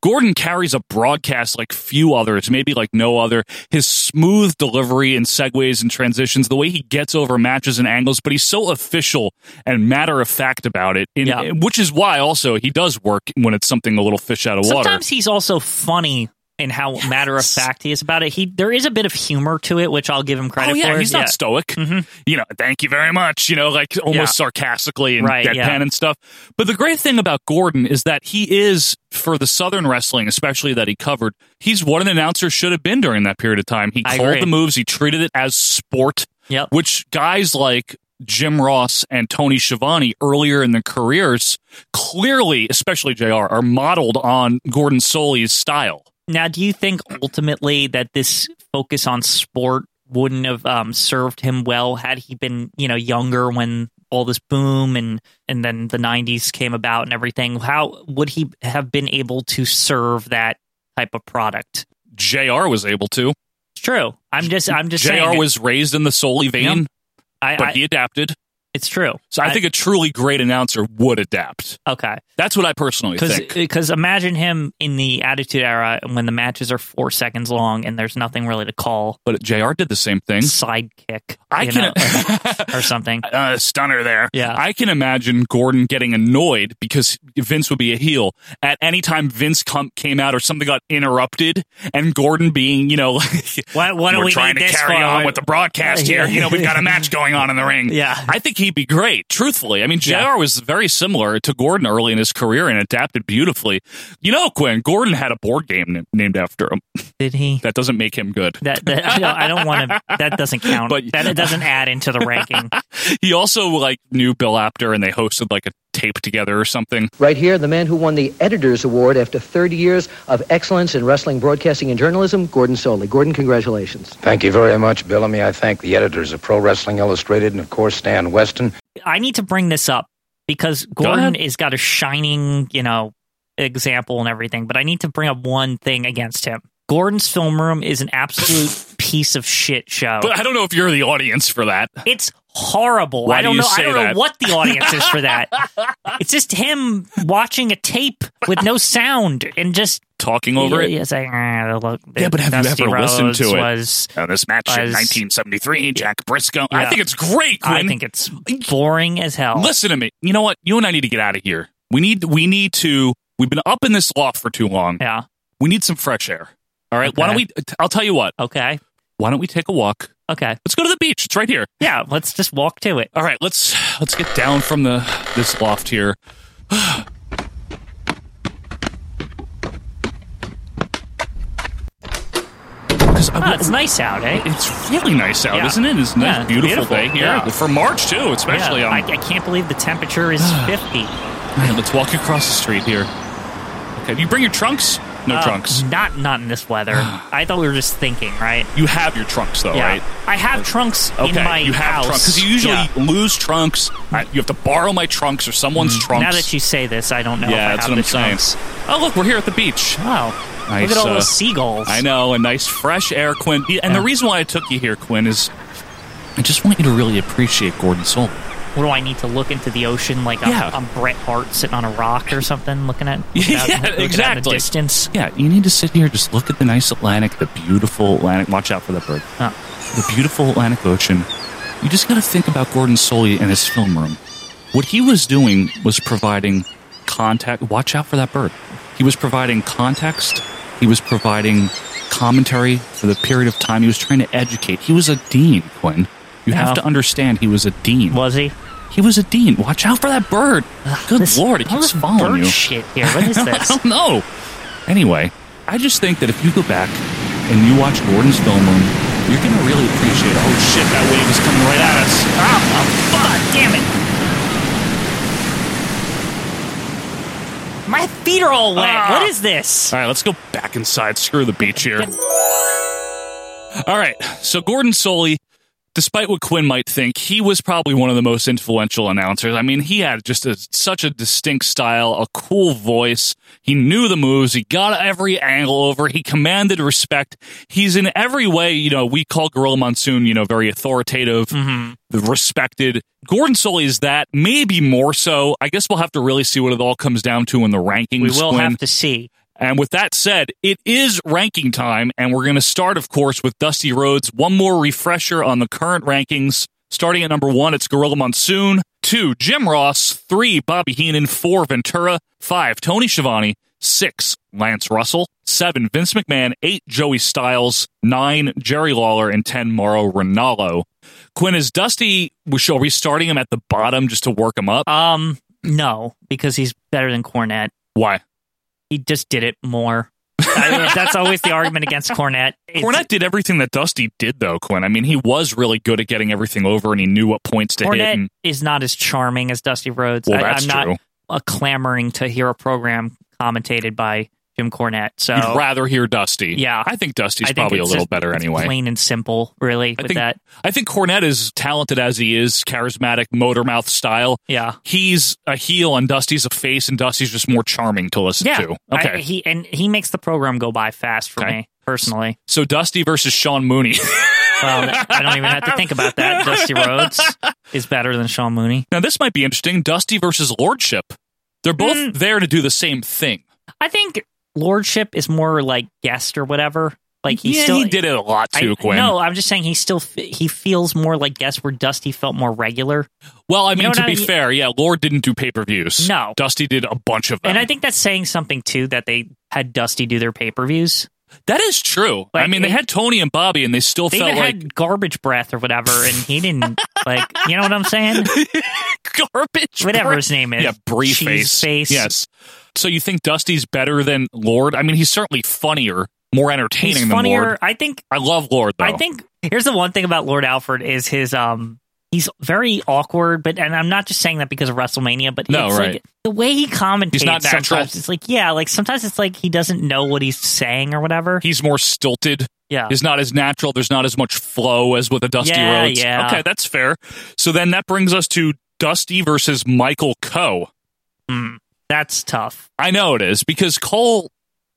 B: Gordon carries a broadcast like few others, maybe like no other. His smooth delivery and segues and transitions, the way he gets over matches and angles, but he's so official and matter of fact about it, in,
C: Yeah.
B: which is why also he does work when it's something a little fish out of water.
C: Sometimes he's also funny in how matter of fact he is about it. He there is a bit of humor to it, which I'll give him credit
B: Oh yeah,
C: for.
B: he's not stoic. You know, thank you very much. You know, like almost
C: Mm-hmm. Yeah.
B: sarcastically and
C: Right,
B: deadpan
C: yeah.
B: and stuff. But the great thing about Gordon is that he is for the Southern wrestling, especially that he covered. He's what an announcer should have been during that period of time. He
C: I
B: called
C: agree.
B: the moves. He treated it as sport.
C: Yep.
B: Which guys like Jim Ross and Tony Schiavone earlier in their careers clearly, especially Jr., are modeled on Gordon Soley's style.
C: Now, do you think ultimately that this focus on sport wouldn't have um, served him well had he been, you know, younger when all this boom and and then the 90s came about and everything how would he have been able to serve that type of product
B: JR was able to.
C: It's true. I'm just I'm just
B: JR
C: saying
B: was raised in the Soli vein,
C: Yep. I-
B: but
C: I-
B: he adapted.
C: It's true.
B: So I,
C: I-
B: think a truly great announcer would adapt.
C: okay
B: That's what I personally
C: because
B: think.
C: because imagine him in the attitude era when the matches are 4 seconds long and there's nothing really to call
B: But JR did the same thing.
C: sidekick
B: I
C: you
B: can-
C: know, or something
B: Uh, stunner there.
C: Yeah.
B: I can imagine Gordon getting annoyed because Vince would be a heel at any time Vince come, came out or something got interrupted, and Gordon being, you know, like,
C: What- what do
B: we're
C: we
B: trying
C: need
B: to
C: this
B: carry
C: for?"
B: on with the broadcast here. You know, we've got a match going on in the ring.
C: Yeah.
B: I think he'd be great, truthfully. I mean, JR
C: Yeah.
B: was very similar to Gordon early in his career and adapted beautifully. You know, Quinn, Gordon had a board game na- named after him.
C: did he
B: That doesn't make him good.
C: that, that I don't, I don't want to that doesn't count
B: But-
C: that it doesn't add into the ranking
B: He also like knew Bill Apter and they hosted like a tape together or something.
S: Right here, the man who won the Editor's Award after 30 years of excellence in wrestling, broadcasting, and journalism, Gordon Soley. Gordon, congratulations.
R: Thank you very much, Bellamy. I thank the editors of Pro Wrestling Illustrated and, of course, Stan Weston.
C: I need to bring this up because Gordon
B: ahead.
C: has got a shining, you know, example and everything, but I need to bring up one thing against him. Gordon's film room is an absolute piece of shit show.
B: But I don't know if you're the audience for that.
C: it's horrible.
B: Why
C: I
B: do
C: don't
B: you
C: know.
B: say
C: I don't
B: that?
C: know what the audience is for that. It's just him watching a tape with no sound and just
B: Talking over it.
C: Yeah, it's like, "Eh, look,
B: Yeah, but have you
C: Dusty
B: ever
C: Rhodes
B: listened to it?
C: Was,
B: Uh, this match in
C: was-
B: 1973, Jack Briscoe. I
C: Yeah.
B: think it's great, Quinn.
C: I think it's boring as hell.
B: Listen to me. You know what? You and I need to get out of here. We need we need to we've been up in this loft for too long.
C: Yeah.
B: We need some fresh air. All right. Why don't we
C: Okay.
B: I'll tell you what.
C: Okay.
B: Why don't we take a walk?
C: Okay.
B: Let's go to the beach. It's right here.
C: Yeah. Let's just walk to it.
B: All right, let's let's get down from the this loft here. Because
C: Ah, it's nice out, eh?
B: uh, it's really nice out,
C: Yeah.
B: isn't it? It's a nice,
C: Yeah, it's
B: beautiful,
C: beautiful.
B: day here
C: Yeah.
B: for March too, especially. um,
C: Yeah,
B: on.
C: I, I can't believe the temperature is 50.
B: Man, let's walk across the street here. Okay, do you bring your trunks? No
C: Uh,
B: trunks.
C: Not not in this weather. I thought we were just thinking, right?
B: You have your trunks though, right?
C: I have trunks
B: Okay,
C: in my
B: you have
C: house.
B: trunks because you usually
C: Yeah.
B: lose trunks. I, you have to borrow my trunks or someone's trunks.
C: Mm-hmm. Now that you say this, I don't know.
B: yeah,
C: if I
B: that's
C: have
B: what
C: the
B: I'm saying.
C: trunks.
B: Oh, look, we're here at the beach.
C: Wow.
B: Nice,
C: Look at all
B: uh,
C: those seagulls.
B: I know, a nice fresh air, Quinn. And the reason why I took you here, Quinn, is I just want you to really appreciate Gordon Soul.
C: What do I need to look into the ocean like I'm,
B: Yeah.
C: I'm Bret Hart sitting on a rock or something, looking at looking
B: Yeah,
C: out- looking out in
B: exactly.
C: the distance?
B: Yeah, you need to sit here, just look at the nice Atlantic, the beautiful Atlantic. Watch out for that bird.
C: Oh.
B: The beautiful Atlantic Ocean. You just got to think about Gordon Soley and his film room. What he was doing was providing contact. Watch out for that bird. He was providing context. He was providing commentary for the period of time. He was trying to educate. He was a dean, Quinn. You have
C: Yeah.
B: to understand he was a dean.
C: Was he?
B: He was a dean. Watch out for that bird. Good
C: This-
B: lord, it
C: all
B: keeps
C: this
B: following
C: bird
B: you.
C: Shit here. What is
B: I
C: this?
B: don't know. Anyway, I just think that if you go back and you watch Gordon's film room, you're gonna really appreciate. Oh shit, that wave is coming right at us.
C: Oh, fuck, damn it. My feet are all wet.
B: Ah.
C: What is this?
B: All right, let's go back inside. Screw the beach here. All right, so Gordon Soley, despite what Quinn might think, he was probably one of the most influential announcers. I mean, he had just a, such a distinct style, a cool voice. He knew the moves. He got every angle over. He commanded respect. He's in every way, you know, we call Gorilla Monsoon, you know, very authoritative,
C: Mm-hmm.
B: respected. Gordon Soley is that, maybe more so. I guess we'll have to really see what it all comes down to in the rankings.
C: We will
B: Quinn.
C: have to see.
B: And with that said, it is ranking time, and we're going to start, of course, with Dusty Rhodes. One more refresher on the current rankings. Starting at number one, it's Gorilla Monsoon. Two, Jim Ross. Three, Bobby Heenan. Four, Ventura. Five, Tony Schiavone. Six, Lance Russell. Seven, Vince McMahon. Eight, Joey Styles. Nine, Jerry Lawler. And ten, Mauro Ranallo. Quinn, is Dusty, shall we starting him at the bottom just to work him up?
C: Um, no, because he's better than Cornette.
B: Why?
C: He just did it more. I- that's always the argument against Cornette. It's-
B: Cornette did everything that Dusty did, though, Quinn. I mean, he was really good at getting everything over, and he knew what points to hit.
C: Cornette
B: And,
C: is not as charming as Dusty Rhodes.
B: Well,
C: I,
B: that's
C: I'm not
B: true.
C: uh clamoring to hear a program commentated by Jim Cornette. So
B: You'd rather hear Dusty.
C: Yeah.
B: I think Dusty's
C: I think
B: probably a
C: it's
B: little
C: just-
B: better
C: it's
B: anyway.
C: Plain and simple, really.
B: I
C: with
B: think
C: that,
B: I think Cornette is talented as he is, charismatic, motor mouth style.
C: Yeah.
B: He's a heel and Dusty's a face and Dusty's just more charming to listen
C: yeah.
B: to.
C: I-
B: Okay.
C: he and he makes the program go by fast for
B: Okay.
C: me personally.
B: so Dusty versus Sean Mooney.
C: Well, I don't even have to think about that. Dusty Rhodes is better than Sean Mooney.
B: now this might be interesting. Dusty versus Lordship. They're both
C: Mm.
B: there to do the same thing.
C: I think lordship is more like guest or whatever. Like he
B: Yeah,
C: still
B: he did it a lot too,
C: I,
B: Quinn.
C: No, I'm just saying he still f- he feels more like guest where Dusty felt more regular.
B: Well, I
C: You
B: mean,
C: know
B: to
C: what
B: be
C: I-
B: fair, yeah, Lord didn't do pay per views.
C: No.
B: Dusty did a bunch of them.
C: And I think that's saying something too that they had Dusty do their pay per views.
B: that is true. I
C: Like,
B: mean, they
C: it-
B: had Tony and Bobby, and they still
C: They
B: felt
C: even
B: like
C: had garbage breath or whatever, and he didn't like. You know what I'm saying?
B: garbage.
C: Whatever
B: breath.
C: his name is.
B: Yeah, Brie
C: Cheese
B: face.
C: face.
B: Yes. So you think Dusty's better than Lord? I mean, he's certainly funnier, more entertaining
C: He's
B: than
C: funnier.
B: Lord. Oh.
C: I think.
B: I love Lord though.
C: I think here's the one thing about Lord Alfred is his um he's very awkward, but and I'm not just saying that because of WrestleMania, but
B: No,
C: it's
B: right.
C: like the way he commentates
B: He's not natural.
C: sometimes it's like yeah, like sometimes it's like he doesn't know what he's saying or whatever.
B: he's more stilted.
C: Yeah.
B: He's not as natural. There's not as much flow as with a Dusty
C: Yeah,
B: Rhodes.
C: yeah.
B: Okay, that's fair. So then that brings us to Dusty versus Michael Coe.
C: Mm, that's tough.
B: I know it is because Cole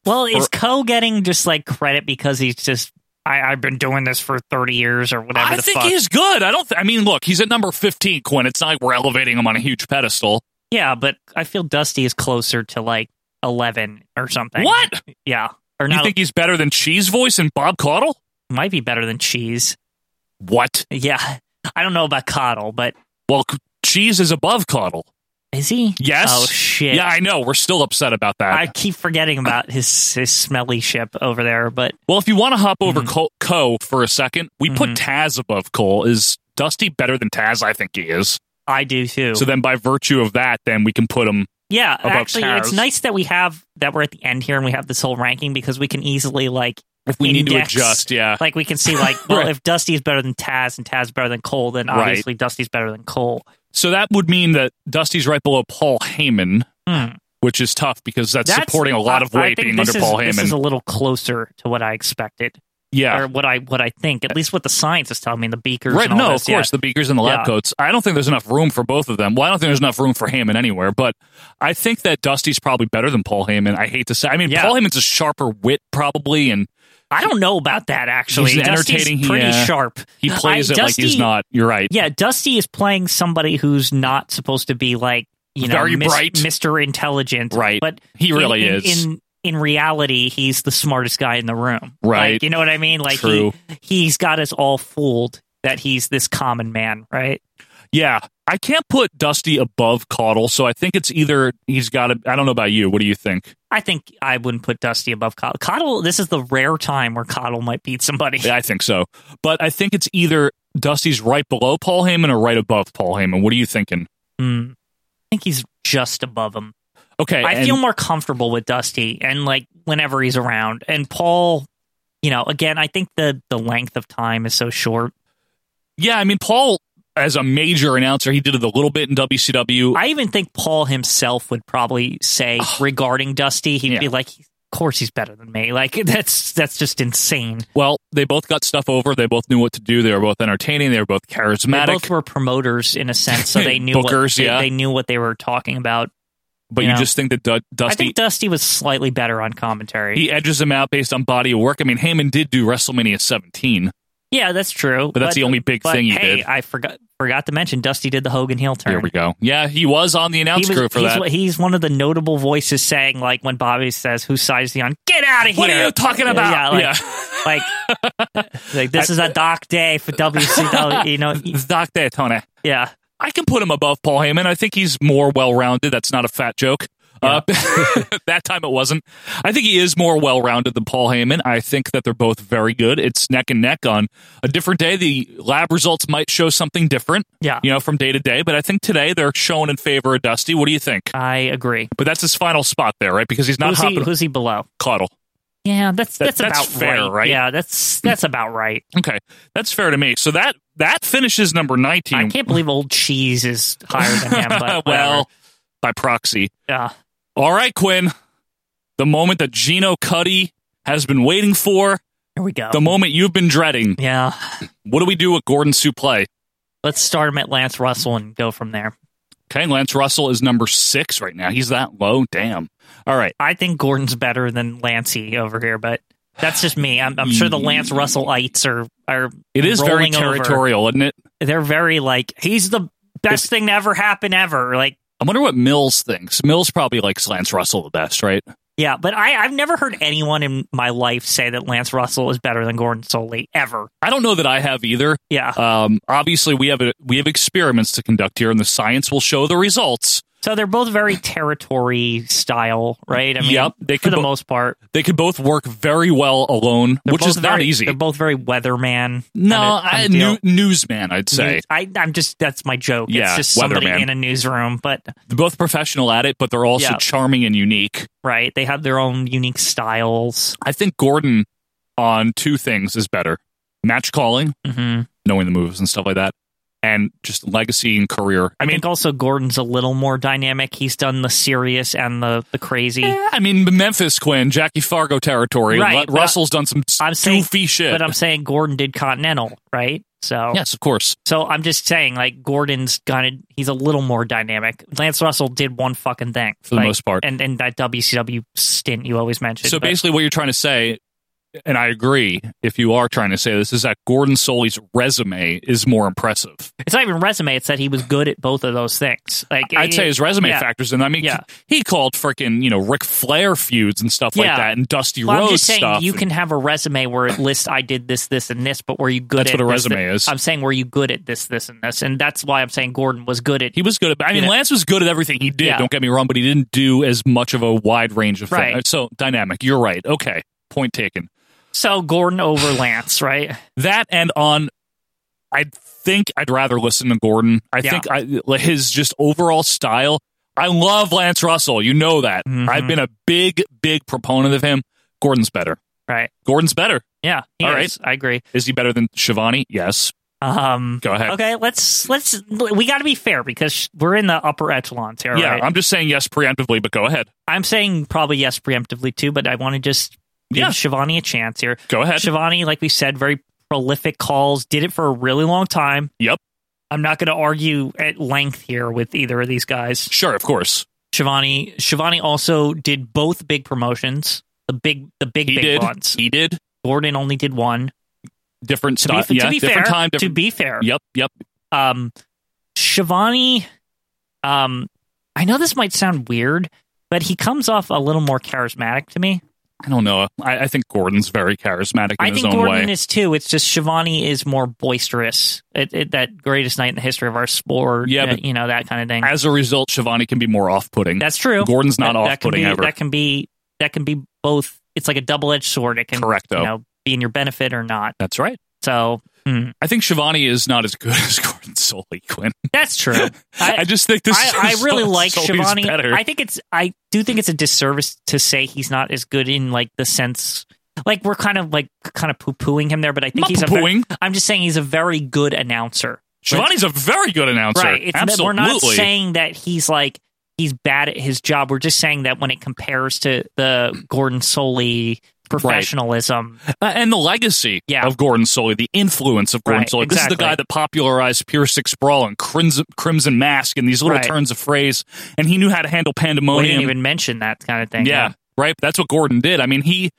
C: Well, is
B: Or-
C: Co getting just like credit because he's just I, I've been doing this for 30 years or whatever
B: I
C: the
B: think
C: fuck.
B: he's good. I don't. Th- I mean, look, he's at number fifteen, Quinn. It's not like we're elevating him on a huge pedestal.
C: yeah, but I feel Dusty is closer to like 11 or something.
B: What?
C: Yeah. Or
B: You
C: not
B: think he's better than Cheese Voice and Bob Caudle?
C: might be better than cheese.
B: What?
C: Yeah. I don't know about coddle, but
B: Well, C- Cheese is above Caudle.
C: is he?
B: Yes.
C: Oh shit.
B: Yeah, I know. We're still upset about that.
C: I keep forgetting about his his smelly ship over there, but
B: well, if you want to hop over
C: Mm-hmm.
B: Cole Co for a second, we put Taz above Cole. Is Dusty better than Taz? I think he is.
C: I do too.
B: So then, by virtue of that, then we can put him.
C: yeah,
B: above
C: actually,
B: Taz.
C: it's nice that we have that we're at the end here and we have this whole ranking because we can easily like
B: If we need to
C: index-
B: adjust, yeah.
C: like we can see like well
B: Right.
C: if Dusty is better than Taz and Taz is better than Cole, then
B: Right.
C: obviously Dusty's better than Cole.
B: So that would mean that Dusty's right below Paul Heyman,
C: Hmm.
B: which is tough because that's,
C: That's-
B: supporting a lot
C: I-
B: of weight
C: I think
B: being
C: this
B: under
C: is-
B: Paul Heyman.
C: This is a little closer to what I expected.
B: yeah,
C: or what I what I think, at least what the science is telling me, the beakers.
B: Right,
C: and all
B: no,
C: this,
B: of course,
C: yeah.
B: the beakers and the lab
C: Yeah.
B: coats. I don't think there's enough room for both of them. Well, I don't think there's enough room for Heyman anywhere, but I think that Dusty's probably better than Paul Heyman. I hate to say. I mean,
C: Yeah.
B: Paul Heyman's a sharper wit probably and
C: I don't know about that actually.
B: He's
C: Dusty's
B: entertaining, he,
C: pretty
B: uh,
C: sharp.
B: he plays
C: I-
B: it
C: Dusty-
B: like he's not. You're right.
C: Yeah, Dusty is playing somebody who's not supposed to be like you know
B: Very
C: Mis-
B: bright.
C: Mr. Intelligent,
B: Right.
C: But
B: He
C: in-
B: really
C: in,
B: is.
C: In in reality, he's the smartest guy in the room,
B: Right.
C: Like, you know what I mean? Like
B: True.
C: he he's got us all fooled that he's this common man, right?
B: Yeah. I can't put Dusty above Caudle, so I think it's either he's got to I don't know about you. What do you think?
C: I think I wouldn't put Dusty above Coddle. Coddle, this is the rare time where Coddle might beat somebody.
B: Yeah, I think so. But I think it's either Dusty's right below Paul Heyman or right above Paul Heyman. What are you thinking?
C: Hmm. I think he's just above him.
B: Okay.
C: I
B: and-
C: feel more comfortable with Dusty and like whenever he's around. And Paul, you know, again, I think the the length of time is so short.
B: Yeah, I mean Paul as a major announcer, he did it a little bit in WCW.
C: I even think Paul himself would probably say regarding Dusty, he'd
B: Yeah.
C: be like, "Of course he's better than me." Like that's that's just insane.
B: Well, they both got stuff over. They both knew what to do. They were both entertaining. They were both charismatic.
C: They both were promoters in a sense, so they knew
B: Bookers,
C: what they,
B: yeah.
C: they knew what they were talking about.
B: but
C: you
B: you
C: know.
B: just think that Du-
C: I
B: Dusty
C: think Dusty was slightly better on commentary.
B: he edges him out based on body of work. I mean, Heyman did do WrestleMania 17.
C: yeah, that's true.
B: But that's the only big
C: but
B: thing he
C: hey,
B: did.
C: I forgot forgot to mention Dusty did the Hogan heel turn.
B: Here we go. Yeah, he was on the announce
C: He was-
B: crew for
C: he's,
B: that.
C: one- He's one of the notable voices saying, like, when Bobby says, "Whose side is he on?" Get out of here!
B: What are you talking about?
C: Yeah, like, like, like, this is a dark day for WCW. You know,
B: It's Doc Day, Tony.
C: yeah.
B: I can put him above Paul Heyman. I think he's more well rounded. That's not a fat joke. Uh, that time it wasn't. I think he is more well rounded than Paul Heyman. I think that they're both very good. It's neck and neck on a different day. The lab results might show something different,
C: Yeah.
B: you know, from day to day. But I think today they're shown in favor of Dusty. What do you think?
C: I agree.
B: But that's his final spot there, right? Because he's not
C: who's, he,
B: hopping
C: who's he below?
B: Caudle.
C: Yeah, that's
B: That-
C: that's,
B: that's
C: about
B: fair, right?
C: Yeah, that's that's about right.
B: Okay, that's fair to me. So that that finishes number nineteen.
C: I can't believe old cheese is higher than him.
B: well,
C: But whatever.
B: by proxy.
C: yeah.
B: All right, Quinn. the moment that Gino Cuddy has been waiting for.
C: Here we go.
B: The moment you've been dreading.
C: Yeah.
B: What do we do with Gordon Suplee?
C: Let's start him at Lance Russell and go from there.
B: Okay, Lance Russell is number six right now. He's that low. Damn. All right.
C: I think Gordon's better than Lancey over here, but that's just me. I'm, I'm sure the Lance Russellites are are.
B: It is very
C: rolling over.
B: territorial, isn't it?
C: They're very like he's the best thing to ever happen ever. Like
B: I wonder what Mills thinks. Mills probably likes Lance Russell the best, right?
C: yeah, but I I've never heard anyone in my life say that Lance Russell is better than Gordon Soley ever.
B: I don't know that I have either.
C: Yeah.
B: Um, obviously, we have a, we have experiments to conduct here, and the science will show the results.
C: So they're both very territory style, right? I mean,
B: Yep, they
C: for
B: could
C: the
B: bo-
C: most part,
B: They could both work very well alone,
C: They're
B: which is
C: both
B: not
C: very-
B: easy.
C: They're both very weatherman.
B: No,
C: kinda-
B: I,
C: kinda deal.
B: new, newsman, I'd say.
C: News- I, I'm just that's my joke.
B: Yeah,
C: it's just somebody
B: weatherman.
C: in a newsroom, but
B: They're both professional at it, but they're also
C: Yeah.
B: charming and unique.
C: right, they have their own unique styles.
B: I think Gordon on two things is better match calling,
C: hmm
B: knowing the moves and stuff like that, and just legacy and career.
C: I, think also Gordon's a little more dynamic. He's done the serious and the the crazy.
B: Eh, I mean, Memphis Quinn, Jackie Fargo territory.
C: Eh. Right,
B: Let-
C: but I-
B: Russell's done some
C: I'm saying,
B: goofy shit.
C: but I'm saying Gordon did Continental, right? So
B: yes, of course.
C: So I'm just saying, like Gordon's kind of he's a little more dynamic. Lance Russell did one fucking thing
B: For the
C: like,
B: most part.
C: and and that WCW stint you always mentioned.
B: So
C: but-
B: basically, what you're trying to say, and I agree, if you are trying to say this, is that Gordon Soley's resume is more impressive.
C: It's not even resume. It's that he was good at both of those things. Like
B: I'd say his resume
C: yeah.
B: factors in. I mean,
C: Yeah.
B: he called freaking you know Ric Flair feuds and stuff like
C: Yeah.
B: that, and Dusty
C: Well, I'm
B: Rhodes
C: just saying
B: stuff.
C: you
B: and-
C: can have a resume where it lists I did this, this, and this, but were you good?
B: That's
C: at
B: what a
C: this,
B: resume
C: thi-
B: is.
C: I'm saying were you good at this, this, and this, and that's why I'm saying Gordon was good at.
B: He was good at. I mean,
C: Yeah.
B: Lance was good at everything he did.
C: Yeah.
B: Don't get me wrong, but he didn't do as much of a wide range of
C: Right.
B: things. So dynamic. You're right. Okay, point taken.
C: So Gordon over Lance, right?
B: That and on, I think I'd rather listen to Gordon. I
C: Yeah.
B: think I, like, his just overall style. I love Lance Russell. You know that.
C: Mm-hmm.
B: I've been a big, big proponent of him. Gordon's better.
C: Right.
B: Gordon's better.
C: Yeah. he
B: All
C: is. I agree.
B: Is he better than Shivani? Yes.
C: Um.
B: Go ahead.
C: Okay. Let's let's we got to be fair because we're in the upper echelons here.
B: yeah,
C: right?
B: I'm just saying yes preemptively, but go ahead.
C: I'm saying probably yes preemptively too, but I want to just give
B: Yeah.
C: Shivani a chance here.
B: Go ahead.
C: Shivani, like we said, very prolific calls, did it for a really long time.
B: Yep.
C: I'm not going to argue at length here with either of these guys.
B: Sure, of course.
C: Shivani, Shivani also did both big promotions, the big, the big,
B: He
C: big
B: did.
C: ones.
B: He did.
C: Gordon only did one.
B: Different
C: To be,
B: style.
C: to
B: yeah,
C: be
B: different
C: fair,
B: time.
C: to
B: Different,
C: be fair,
B: Yep, yep.
C: um Shivani um I know this might sound weird, but he comes off a little more charismatic to me.
B: I don't know. I, I think Gordon's very charismatic in
C: I
B: his
C: think
B: own
C: Gordon
B: way.
C: is too. It's just Shivani is more boisterous. It, it, that greatest night in the history of our sport.
B: Yeah,
C: uh,
B: but-
C: you know that kind of thing.
B: As a result, Shivani can be more off-putting.
C: That's true.
B: Gordon's not
C: That- that can
B: off-putting
C: be-
B: ever.
C: That can be that can be both. It's like a double edged sword. It can
B: Correcto.
C: You know, be in your benefit or not.
B: That's right.
C: So mm,
B: I think Shivani is not as good as Gordon Soley Quinn.
C: that's true.
B: I, just think this.
C: I,
B: is
C: I really
B: so-
C: like
B: so he's
C: Shivani.
B: Better.
C: I think it's I do think it's a disservice to say he's not as good in like the sense like we're kind of like kind of poo pooing him there, but I think
B: Not
C: he's a very,
B: poo-pooing.
C: I'm just saying he's a very good announcer. Like,
B: Shivani's a very good announcer.
C: right. It's,
B: Absolutely.
C: We're not saying that he's like he's bad at his job. We're just saying that when it compares to the Gordon Soley professionalism.
B: Uh, and the legacy
C: Yeah.
B: of Gordon Soley, the influence of Gordon
C: Right,
B: Soley. This is the
C: exactly.
B: guy that popularized Pier Six Brawl and Crimson, Crimson Mask and these little
C: Right.
B: turns of phrase. And he knew how to handle pandemonium.
C: We didn't even mention that kind of thing.
B: Yeah, right. That's what Gordon did. I mean, he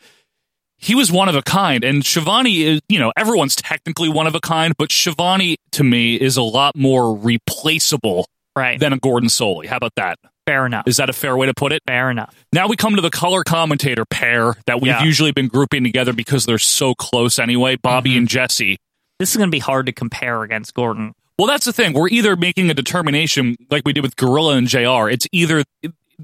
B: he was one of a kind, and Shivani is you know everyone's technically one of a kind, but Shivani to me is a lot more replaceable
C: Right.
B: than a Gordon Soley. How about that?
C: Fair enough.
B: Is that a fair way to put it?
C: Fair enough.
B: Now we come to the color commentator pair that we've
C: Yeah.
B: usually been grouping together because they're so close anyway,
C: Mm-hmm.
B: Bobby and Jesse.
C: This is going to be hard to compare against Gordon.
B: Well, that's the thing. We're either making a determination like we did with Gorilla and JR. It's either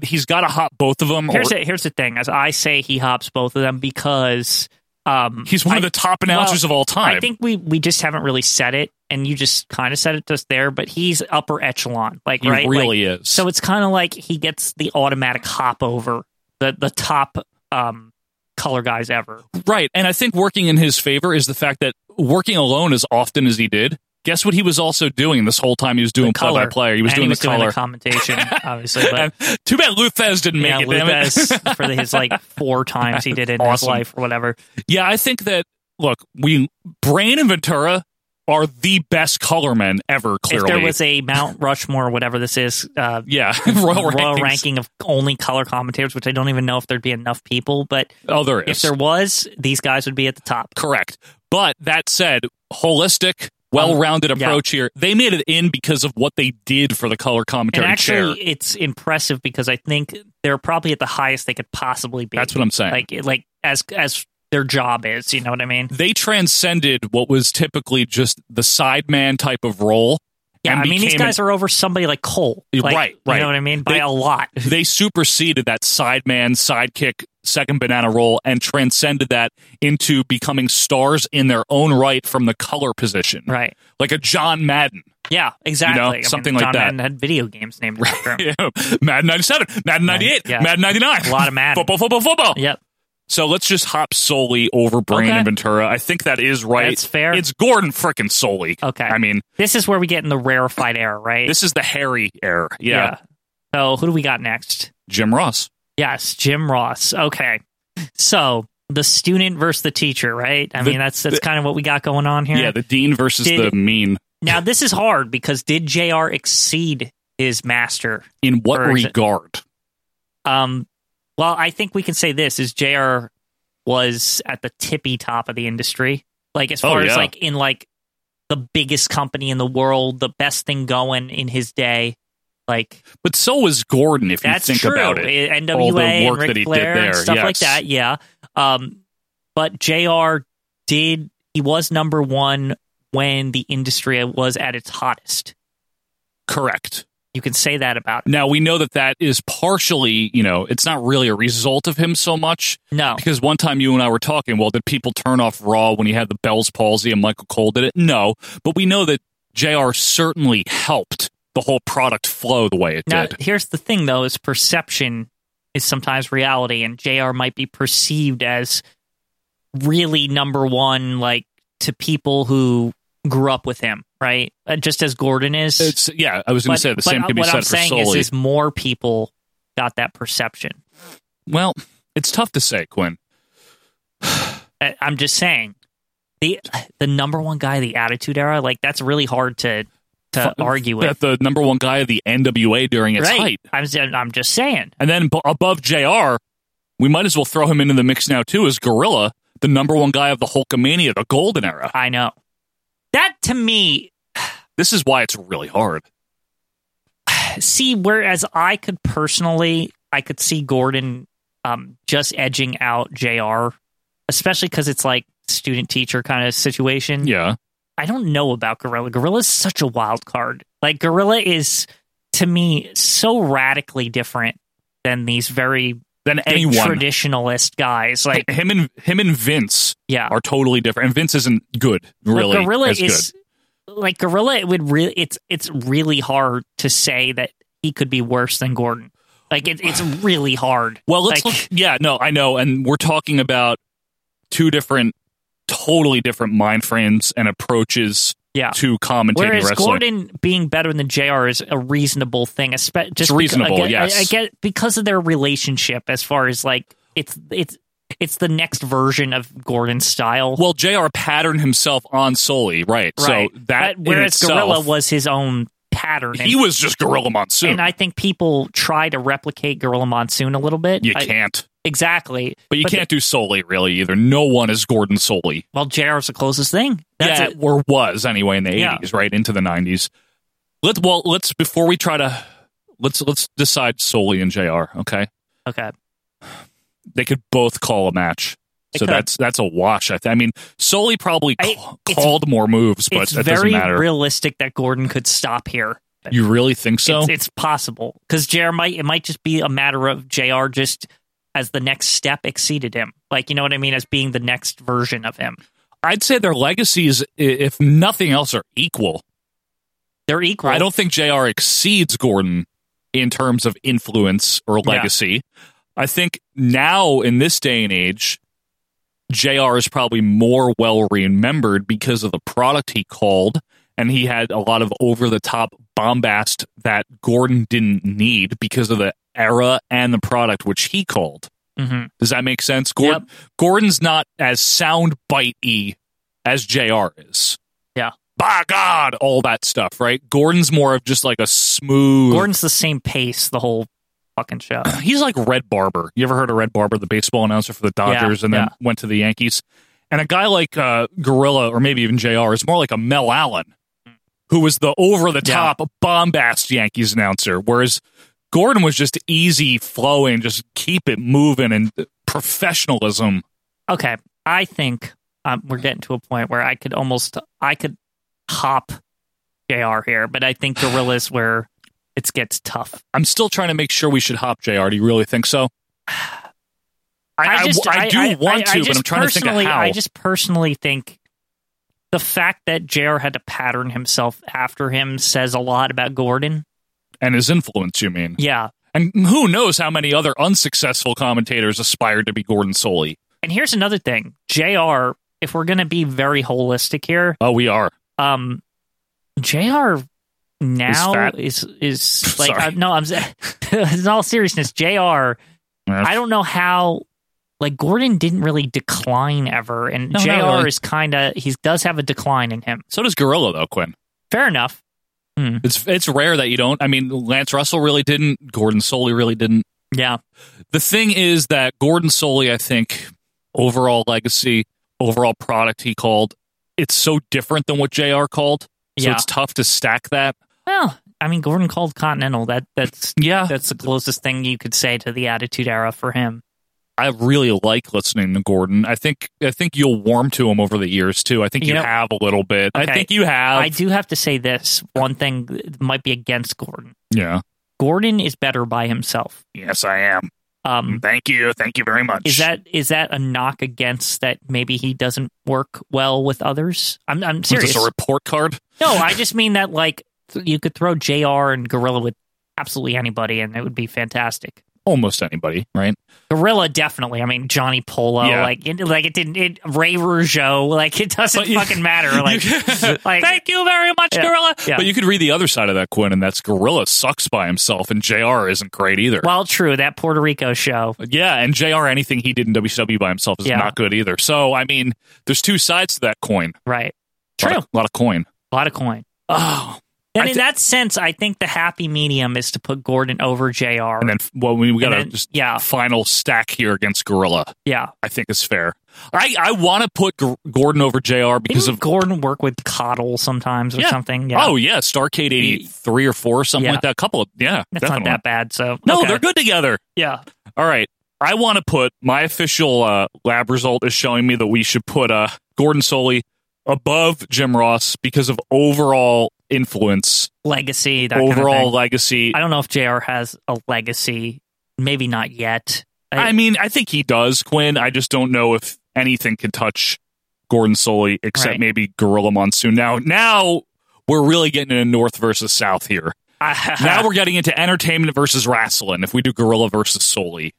B: he's got to hop both of them
C: Here's
B: or
C: the, here's the thing. As I say, he hops both of them because um,
B: he's one of the top announcers
C: well,
B: of all time.
C: I think we we just haven't really said it, and you just kind of said it just there. But he's upper echelon, like
B: He
C: right, Like,
B: really is.
C: So it's kind of like he gets the automatic hop over the the top um, color guys ever.
B: Right. And I think working in his favor is the fact that working alone as often as he did, Guess what he was also doing this whole time? He was doing play by play. He was
C: and
B: doing
C: he was
B: the
C: doing
B: color.
C: the commentation, obviously. But
B: Too bad Luthez didn't
C: yeah,
B: make it. damn it.
C: Lutez, for his like four times he did it in his
B: Awesome.
C: life or whatever.
B: Yeah, I think that look, we Brain and Ventura are the best color men ever. Clearly,
C: If there was a Mount Rushmore, whatever this is, uh,
B: yeah, royal, rankings.
C: ranking of only color commentators, which I don't even know if there'd be enough people, but
B: Oh, there is.
C: if there was, these guys would be at the top.
B: Correct. But that said, holistic, well-rounded
C: Um, yeah.
B: approach here. They made it in because of what they did for the color
C: And
B: commentary
C: actually,
B: chair.
C: it's impressive because I think they're probably at the highest they could possibly be.
B: That's what I'm saying.
C: Like, like as as their job is, you know what I mean?
B: They transcended what was typically just the sideman type of role.
C: Yeah,
B: and
C: I mean, these
B: became an-
C: guys are over somebody like Cole, Like,
B: right, right.
C: You know what I mean? By
B: They-
C: a lot.
B: They superseded that sideman, sidekick, second banana role and transcended that into becoming stars in their own right from the color position.
C: Right.
B: Like a John Madden.
C: Yeah, exactly. I mean,
B: something like
C: John
B: that.
C: Madden had video games named after him.
B: Yeah. Madden 97, Madden 98,
C: yeah.
B: Madden 99.
C: A lot of Madden.
B: Football, football, football.
C: Yep.
B: So let's just hop solely over Brain
C: Okay.
B: and Ventura. I think that is right.
C: That's fair.
B: It's Gordon frickin' Soley.
C: Okay.
B: I mean,
C: This is where we get in the rarefied air, right?
B: this is the Harry era. Yeah.
C: So who do we got next?
B: Jim Ross.
C: Yes, Jim Ross. Okay. So the student versus the teacher, right? I
B: The-
C: mean, that's that's
B: the-
C: kind of what we got going on here.
B: Yeah, the dean versus
C: Did-
B: the mean.
C: now this is hard because did Jr. exceed his master?
B: In what
C: Or is it-
B: regard?
C: Um, well, I think we can say this is Jr. was at the tippy top of the industry, like as
B: Oh,
C: far as
B: yeah.
C: like in like the biggest company in the world, the best thing going in his day, like.
B: But so was Gordon, if
C: That's
B: you think
C: true. Eh,
B: about it.
C: NWA
B: All the
C: and
B: work
C: Ric
B: that he did
C: Flair
B: there,
C: and stuff
B: yes.
C: like that. Yeah. Um, but Jr. did he was number one when the industry was at its hottest.
B: Correct.
C: You can say that about it.
B: Now we know that that is partially, you know, it's not really a result of him so much.
C: No.
B: Because one time you and I were talking, well, did people turn off Raw when he had the Bell's palsy and Michael Cole did it? No. But we know that JR certainly helped the whole product flow the way it
C: Now,
B: did.
C: here's the thing, though: is perception is sometimes reality, and Jr. might be perceived as really number one, like to people who grew up with him, right? Uh, Just as Gordon is.
B: It's yeah, I was gonna say the same can be
C: what
B: said
C: I'm
B: for
C: saying is,
B: Sully.
C: is more people got that perception.
B: well, it's tough to say, Quinn.
C: I- Uh, I'm just saying the the number one guy, of the Attitude Era, like that's really hard to to
B: Fu-
C: argue with.
B: that the number one guy of the NWA during its
C: right?
B: height.
C: I'm s- I'm just saying.
B: And then b- above JR, we might as well throw him into the mix now too as Gorilla, the number one guy of the Hulkamania, the golden era.
C: I know. That to me,
B: This is why it's really hard.
C: see, whereas I could personally, I could see Gordon um, just edging out Jr. Especially because it's like student teacher kind of situation.
B: Yeah.
C: I don't know about Gorilla. Gorilla is such a wild card. Like Gorilla is to me so radically different than these very
B: Than
C: big
B: anyone.
C: traditionalist guys. Like
B: him and him and Vince
C: Yeah.
B: are totally different. And Vince isn't good,
C: like,
B: really.
C: Gorilla
B: as
C: is like Gorilla it would really it's it's really hard to say that he could be worse than Gordon. Like it, it's really hard.
B: Well, let's
C: like,
B: look. Yeah, no, I know, and we're talking about two different, totally different mind frames and approaches.
C: Yeah.
B: to commentating
C: Ah. Whereas
B: wrestling.
C: Gordon being better than Jr. is a reasonable thing, especially just beca-
B: reasonable,
C: again,
B: yes.
C: I, I get because of their relationship, as far as like it's it's it's the next version of Gordon's style.
B: well, Jr. patterned himself on Solely, right?
C: right?
B: So that
C: But whereas
B: in itself,
C: Gorilla was his own pattern. and-
B: he was just Gorilla Monsoon.
C: and I think people try to replicate Gorilla Monsoon a little bit.
B: you
C: I-
B: can't,
C: exactly,
B: but you can't do Solely really either. No one is Gordon Solely.
C: Well, Jr. is the closest thing. That's
B: yeah,
C: it.
B: or was anyway in the
C: Yeah.
B: eighties, right into the nineties. Let's well, let's before we try to let's let's decide solely in Jr. Okay,
C: Okay.
B: they could both call a match,
C: They
B: so
C: could.
B: that's that's a wash. I, th- I mean, solely probably
C: I-
B: ca-
C: it's-
B: called more moves, but
C: it's
B: that doesn't
C: very
B: matter.
C: realistic that Gordon could stop here.
B: you really think so?
C: it's, it's possible because Jr. might it might just be a matter of Jr. just as the next step exceeded him, like you know what I mean, as being the next version of him.
B: I'd say their legacies, i- if nothing else, are equal.
C: They're equal.
B: I don't think Jr. exceeds Gordon in terms of influence or
C: Yeah.
B: legacy. I think now in this day and age, Jr. is probably more well remembered because of the product he called and he had a lot of over the top bombast that Gordon didn't need because of the era and the product which he called.
C: Mhm.
B: Does that make sense? Gord- Gordon's not as sound bitey as JR is.
C: Yeah.
B: By God, all that stuff, right? Gordon's more of just like a smooth.
C: Gordon's the same pace the whole fucking show.
B: He's like Red Barber. You ever heard of Red Barber, the baseball announcer for the Dodgers, and then
C: yeah.
B: went to the Yankees? And a guy like uh, Gorilla, or maybe even JR, is more like a Mel Allen, who was the over the top bombast Yankees announcer, whereas Gordon was just easy flowing, just keep it moving and professionalism.
C: Okay, I think um, we're getting to a point where I could almost I could hop Jr. here, but I think Gorilla's where it gets tough.
B: I'm still trying to make sure we should hop JR. Do you really think so? I- I do want to, but I'm trying to think of
C: personally-
B: how.
C: I just personally think the fact that Jr. had to pattern himself after him says a lot about Gordon.
B: And his influence, you mean?
C: Yeah,
B: And who knows how many other unsuccessful commentators aspired to be Gordon Soley?
C: And here's another thing, Jr. If we're gonna be very holistic here,
B: oh, we are.
C: Um, Jr. Now
B: fat.
C: is is like
B: Sorry.
C: uh, no, I'm s- in all seriousness, Jr. I don't know how. Like Gordon didn't really decline ever, and
B: No, not
C: Jr.
B: really.
C: is kind of he does have a decline in him.
B: So does Gorilla though, Quinn.
C: Fair enough.
B: It's it's rare that you don't. I mean, Lance Russell really didn't. Gordon Soley really didn't.
C: Yeah.
B: The thing is that Gordon Soley, I think, overall legacy, overall product he called, it's so different than what JR called. So
C: Yeah.
B: it's tough to stack that.
C: Well, I mean, Gordon called Continental. That that's
B: yeah.
C: That's the closest thing you could say to the Attitude Era for him.
B: I really like listening to Gordon. I think I think you'll warm to him over the years too. I think you,
C: You know-
B: have a little bit. I
C: Okay.
B: think you have.
C: I do have to say this one thing that might be against Gordon.
B: Yeah.
C: Gordon is better by himself.
B: Yes, I am.
C: Um,
B: thank you, thank you very much.
C: Is that is that a knock against that maybe he doesn't work well with others? I'm I'm
B: Is this
C: serious.
B: a report card?
C: no, I just mean that like th- you could throw Jr. and Gorilla with absolutely anybody, and it would be fantastic.
B: Almost anybody, right?
C: Gorilla definitely. I mean Johnny Polo,
B: Yeah.
C: like it, like it didn't. It, Ray Rougeau, like it doesn't fucking matter. Like, like thank you very much,
B: Yeah.
C: Gorilla.
B: But you could read the other side of that, Quinn, and that's Gorilla sucks by himself, and JR isn't great either.
C: well, true. That Puerto Rico show.
B: yeah, and JR, anything he did in WCW by himself is
C: Yeah.
B: not good either. So, I mean, there's two sides to that coin.
C: Right. True.
B: A lot of, lot of coin.
C: A lot of coin. Oh. And in that sense, I think the happy medium is to put Gordon over JR.
B: And then, well, we, we got to
C: then-
B: just
C: yeah.
B: final stack here against Gorilla.
C: yeah.
B: I think is fair. I, I want to put G- Gordon over JR because
C: Doesn't
B: of
C: Gordon work with Coddle sometimes or
B: Yeah.
C: something? Yeah.
B: Oh yeah, Starcade eighty three or four, something
C: Yeah.
B: like that. A couple of yeah,
C: That's
B: definitely.
C: not that bad. So
B: No,
C: okay.
B: they're good together.
C: Yeah.
B: All right. I want to put my official uh, lab result is showing me that we should put uh, Gordon Soley above Jim Ross because of overall influence,
C: Legacy. That
B: overall
C: kind of thing.
B: legacy.
C: I don't know if JR has a legacy. Maybe not yet.
B: I mean, I think he does, Quinn. I just don't know if anything can touch Gordon Soley except
C: Right.
B: maybe Gorilla Monsoon. Now, now we're really getting into North versus South here.
C: Uh-huh.
B: now we're getting into entertainment versus wrestling. If we do Gorilla versus Soley,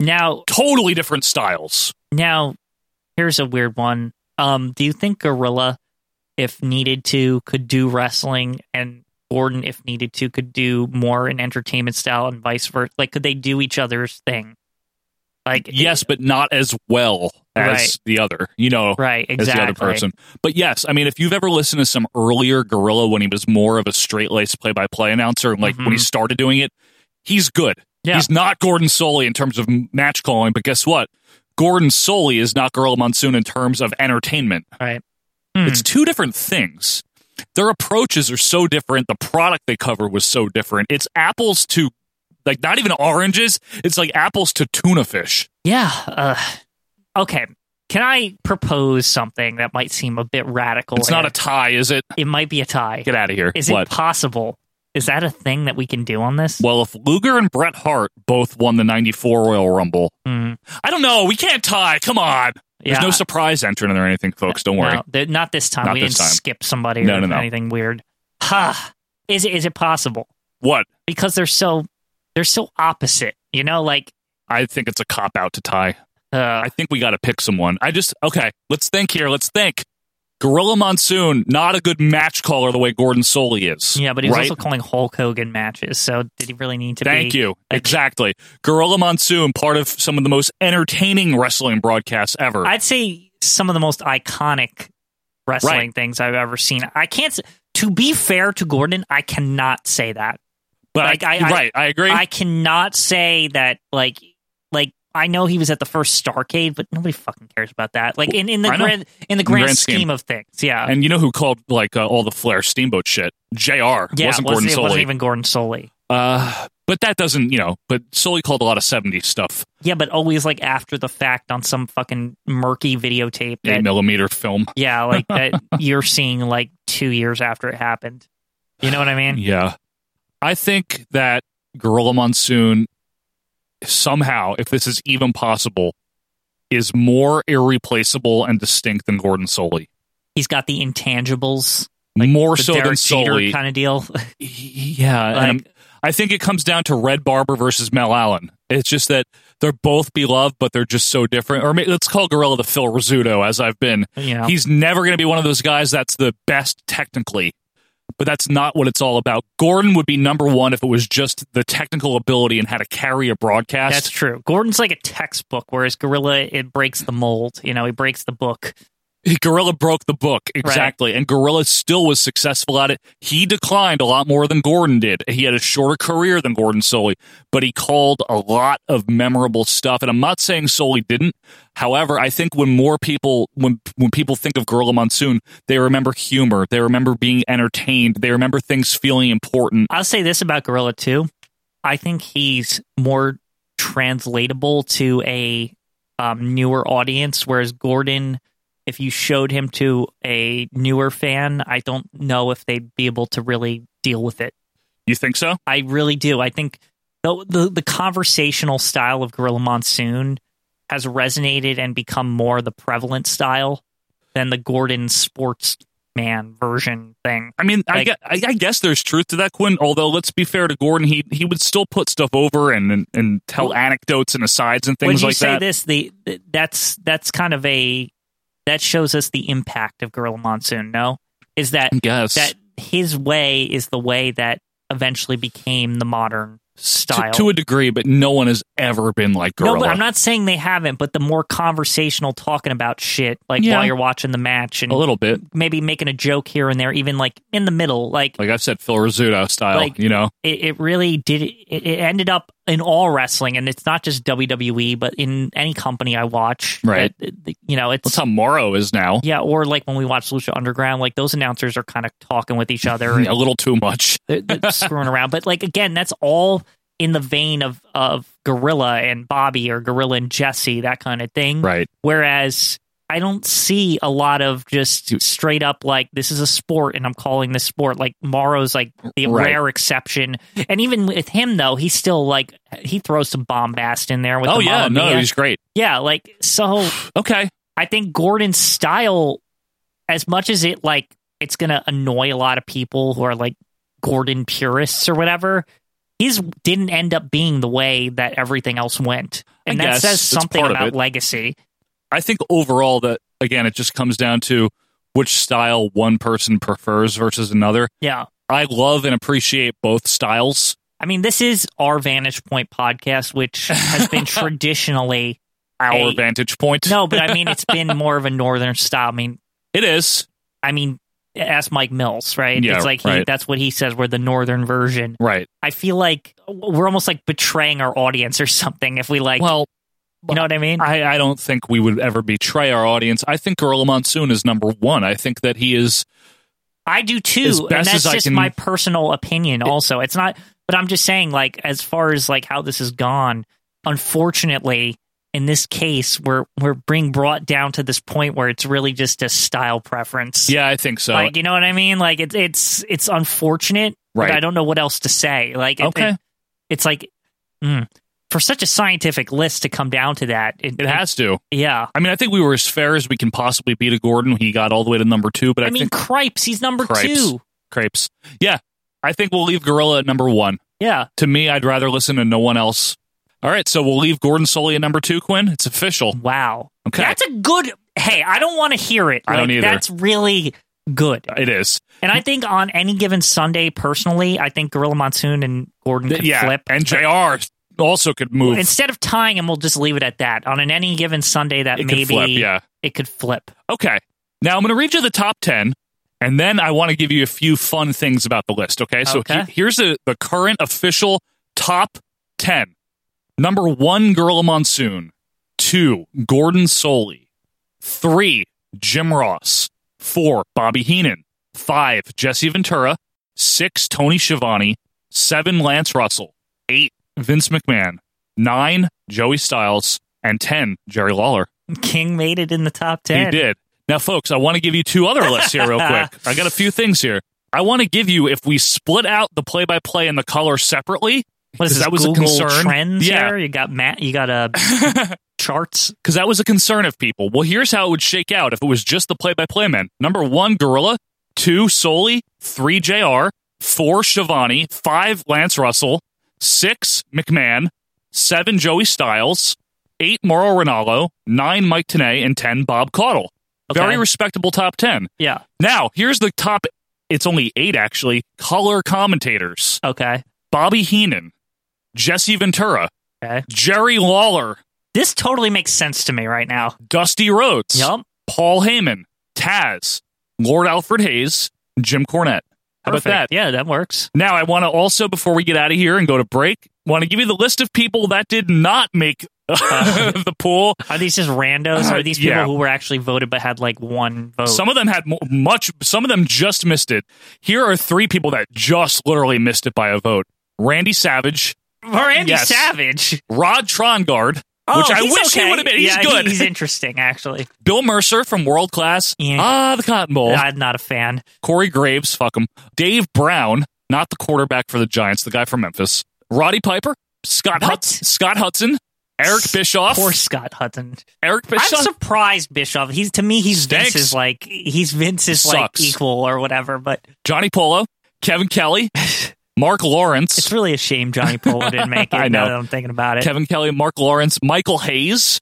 C: now
B: totally different styles.
C: Now, here's a weird one. Um, do you think Gorilla, if needed to, could do wrestling, and Gordon, if needed to, could do more in entertainment style, and vice versa? Like, could they do each other's thing? Like,
B: Yes, but not as well as
C: Right.
B: the other. You know,
C: Right,
B: As the other
C: exactly.
B: person. But yes, I mean, if you've ever listened to some earlier Gorilla when he was more of a straight laced play by play announcer, and like when he
C: Mhm.
B: started doing it, he's good.
C: Yeah.
B: He's not Gordon Soley in terms of m- match calling, but guess what? Gordon Soley is not Gorilla Monsoon in terms of entertainment.
C: Right. Hmm.
B: It's two different things. Their approaches are so different. The product they cover was so different. It's apples to, like, not even oranges. It's like apples to tuna fish.
C: yeah. Uh, okay. Can I propose something that might seem a bit radical?
B: It's not a tie, is it?
C: It might be a tie.
B: Get out of here.
C: Is
B: What?
C: it possible? Is that a thing that we can do on this?
B: Well, if Luger and Bret Hart both won the 94 Royal Rumble,
C: Hmm.
B: I don't know. We can't tie. Come on. There's
C: Yeah.
B: no surprise entrant or anything, folks. Don't worry.
C: No, th- not this time.
B: Not
C: we
B: this
C: didn't
B: time.
C: skip somebody
B: No,
C: or
B: no, no.
C: anything weird. Ha! Is it is it possible?
B: What?
C: Because they're so they're so opposite. You know, like
B: I think it's a cop out to tie.
C: uh,
B: I think we got to pick someone. I just, okay, let's think here. Let's think. Gorilla Monsoon, not a good match caller the way Gordon Soley is.
C: Yeah, but he was
B: right?
C: also calling Hulk Hogan matches. So did he really need to be?
B: Thank you. exactly. Gorilla Monsoon, part of some of the most entertaining wrestling broadcasts ever.
C: I'd say some of the most iconic wrestling
B: Right.
C: things I've ever seen. I can't. s- To be fair to Gordon, I cannot say that.
B: But I- right, I agree.
C: I cannot say that. Like, like I know he was at the first Starcade, but nobody fucking cares about that. Like in, in the
B: I know.
C: grand in the grand, scheme, of things, yeah.
B: Uh, And you know who called like uh, all the Flair Steamboat shit? Jr.
C: yeah,
B: wasn't
C: it
B: Gordon
C: wasn't, it
B: Soley.
C: wasn't even Gordon Soley.
B: uh, but that doesn't, you know. But Soley called a lot of '70s stuff,
C: Yeah, but always like after the fact on some fucking murky videotape.
B: eight
C: That,
B: millimeter film.
C: yeah, like that you're seeing like two years after it happened. You know what I mean?
B: Yeah. I think that Gorilla Monsoon somehow, if this is even possible, is more irreplaceable and distinct than Gordon Soley.
C: He's got the intangibles.
B: more
C: the
B: so than
C: Derek Jeter
B: Soley.
C: kind of deal.
B: Yeah. and I'm- I think it comes down to Red Barber versus Mel Allen. It's just that they're both beloved, but they're just so different. Or may let's call Gorilla the Phil Rizzuto, as I've been.
C: Yeah.
B: He's never going to be one of those guys that's the best technically, but that's not what it's all about. Gordon would be number one if it was just the technical ability and how to carry a broadcast.
C: That's true. Gordon's like a textbook, whereas Gorilla it breaks the mold. You know, he breaks the book.
B: Gorilla broke the book exactly, and Gorilla still was successful at it. He declined a lot more than Gordon did. He had a shorter career than Gordon Soley, but he called a lot of memorable stuff. And I'm not saying Soley didn't. However, I think when more people when when people think of Gorilla Monsoon, they remember humor, they remember being entertained, they remember things feeling important.
C: I'll say this about Gorilla too. I think he's more translatable to a um, newer audience, whereas Gordon, if you showed him to a newer fan, I don't know if they'd be able to really deal with it.
B: You think so?
C: I really do. I think the the, the conversational style of Gorilla Monsoon has resonated and become more the prevalent style than the Gordon sportsman version thing.
B: I mean, I,
C: Like-
B: gue- I, I guess there's truth to that, Quinn. Although, let's be fair to Gordon, he he would still put stuff over and and, and tell anecdotes and asides and
C: when
B: things
C: you
B: like
C: say
B: that.
C: this the th- that's that's kind of a that shows us the impact of gorilla monsoon no is that
B: guess.
C: that his way is the way that eventually became the modern
B: to,
C: style
B: to a degree, but no one has ever been like Gorilla.
C: no but i'm not saying they haven't but the more conversational talking about shit like
B: Yeah.
C: while you're watching the match and
B: a little bit.
C: maybe making a joke here and there even like in the middle like
B: Like I've said, Phil Rizzuto style.
C: Like-
B: you know,
C: it, it really did it, it ended up in all wrestling and it's not just wwe but in any company i watch
B: Right.
C: that- that- you know it's
B: that's how Morrow is now.
C: Yeah, or like when we watch Lucha Underground, like those announcers are kind of talking with each other
B: a
C: and
B: little too much.
C: they're, they're screwing around. But like again, that's all in the vein of of Gorilla and Bobby or Gorilla and Jesse, that kind of thing.
B: Right.
C: Whereas I don't see a lot of just straight up like this is a sport and I'm calling this sport like Morrow's like the
B: Right.
C: rare exception. And even with him though, he's still like he throws some bombast in there with
B: Oh
C: the
B: yeah,
C: Mamma
B: no,
C: Mia.
B: he's great.
C: Yeah, like so.
B: Okay.
C: I think Gordon's style, as much as it like it's gonna annoy a lot of people who are like Gordon purists or whatever, his didn't end up being the way that everything else went,
B: I
C: and that
B: guess
C: says
B: that's
C: something
B: part of
C: about
B: it.
C: legacy.
B: I think overall that again, it just comes down to which style one person prefers versus another.
C: Yeah,
B: I love and appreciate both styles.
C: I mean, this is our Vantage Point podcast, which has been traditionally
B: Our
C: a-
B: vantage point.
C: No, but I mean, it's been more of a northern style. I mean,
B: it is
C: I mean, ask Mike Mills, right?
B: Yeah,
C: it's like he,
B: right.
C: that's what he says. We're the northern version,
B: right.
C: I feel like we're almost like betraying our audience or something if we like.
B: Well,
C: you know what I mean?
B: I, I don't think we would ever betray our audience. I think Gorilla Monsoon is number one. I think that he is
C: I do
B: as
C: too, and
B: best as
C: that's
B: I
C: just
B: can-
C: my personal opinion. Also, it's not, but I'm just saying, like, as far as like how this has gone, unfortunately, in this case, we're we're being brought down to this point where it's really just a style preference.
B: Yeah, I think so.
C: like you know what I mean? Like it's it's it's unfortunate,
B: Right.
C: but I don't know what else to say. Like, it-
B: Okay.
C: it- it's like mm, for such a scientific list to come down to that, it,
B: it has to.
C: yeah.
B: I mean, I think we were as fair as we can possibly be to Gordon. He got all the way to number two, but I,
C: I, mean,
B: think
C: Cripes, he's number
B: cripes,
C: two.
B: cripes. Yeah, I think we'll leave Gorilla at number one.
C: Yeah.
B: To me, I'd rather listen to no one else. All right, so we'll leave Gordon Soley at number two. Quinn, it's official.
C: Wow.
B: Okay.
C: That's a good Hey, I don't want to hear it.
B: I
C: Like,
B: don't either. Mm-hmm.
C: That's really good.
B: It is.
C: And I think on any given Sunday, personally, I think Gorilla Monsoon and Gordon could
B: yeah,
C: flip.
B: and Jr. also could move.
C: Instead of tying him, we'll just leave it at that. On an any given Sunday, that
B: It could
C: maybe
B: flip, yeah.
C: it could flip.
B: Okay. Now I'm going to read you the top 10, and then I want to give you a few fun things about the list. Okay. So
C: Okay.
B: he- here's the the current official top 10. Number one, Gorilla Monsoon. Two, Gordon Soley. Three, Jim Ross. Four, Bobby Heenan. Five, Jesse Ventura. Six, Tony Schiavone. Seven, Lance Russell. Eight, Vince McMahon. Nine, Joey Styles. And ten, Jerry Lawler.
C: King made it in the top ten.
B: He did. Now, folks, I want to give you two other lists here, real quick. I got a few things here. I want to give you if we split out the play by play and the color separately.
C: What is
B: 'cause
C: this,
B: that was
C: Google
B: a concern.
C: Trends
B: yeah,
C: here? You got Matt. You got a charts.
B: because that was a concern of people. Well, here's how it would shake out if it was just the play by play men. Number one, Gorilla. Two, Soli. Three, JR. Four, Shivani. Five, Lance Russell. Six, McMahon. Seven, Joey Styles. Eight, Mauro Ronaldo. Nine, Mike Tanay. And ten, Bob Caudle.
C: Okay.
B: Very respectable top ten.
C: Yeah.
B: Now, here's the top. It's only eight, actually. Color commentators.
C: Okay.
B: Bobby Heenan. Jesse Ventura.
C: Okay.
B: Jerry Lawler.
C: This totally makes sense to me right now.
B: Dusty Rhodes,
C: Yup.
B: Paul Heyman, Taz, Lord Alfred Hayes, Jim Cornette. How
C: Perfect.
B: about that?
C: Yeah, that works.
B: Now, I want to also, before we get out of here and go to break, want to give you the list of people that did not make
C: Uh,
B: the pool.
C: Are these just randos? Are these people
B: Uh, Yeah.
C: who were actually voted but had like one vote?
B: Some of them had mo- much, some of them just missed it. Here are three people that just literally missed it by a vote Randy Savage,
C: Randy
B: Yes.
C: Savage.
B: Rod Trongard,
C: Oh,
B: which I
C: he's
B: wish
C: okay.
B: he would have been. He's
C: Yeah, he-
B: good.
C: He's interesting, actually.
B: Bill Mercer from World Class.
C: Yeah.
B: Ah, the Cotton Bowl.
C: I'm not a fan.
B: Corey Graves, fuck him. Dave Brown, not the quarterback for the Giants, the guy from Memphis. Roddy Piper, Scott Hudson, Scott Hudson, Eric Bischoff,
C: Poor Scott Hudson.
B: Eric
C: I'm
B: Bischoff.
C: surprised Bischoff. He's to me, he's
B: Stinks.
C: Vince's like he's Vince's
B: Sucks.
C: like equal or whatever. But
B: Johnny Polo, Kevin Kelly, Mark Lawrence.
C: it's really a shame Johnny Polo didn't make it.
B: I
C: Now
B: know.
C: that I'm thinking about it.
B: Kevin Kelly, Mark Lawrence, Michael Hayes.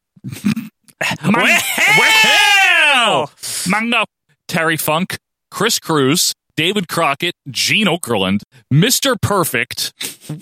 C: My- Oh,
B: Wow! Mango. Terry Funk, Chris Cruz, David Crockett, Gene Okerlund, Mr. Perfect,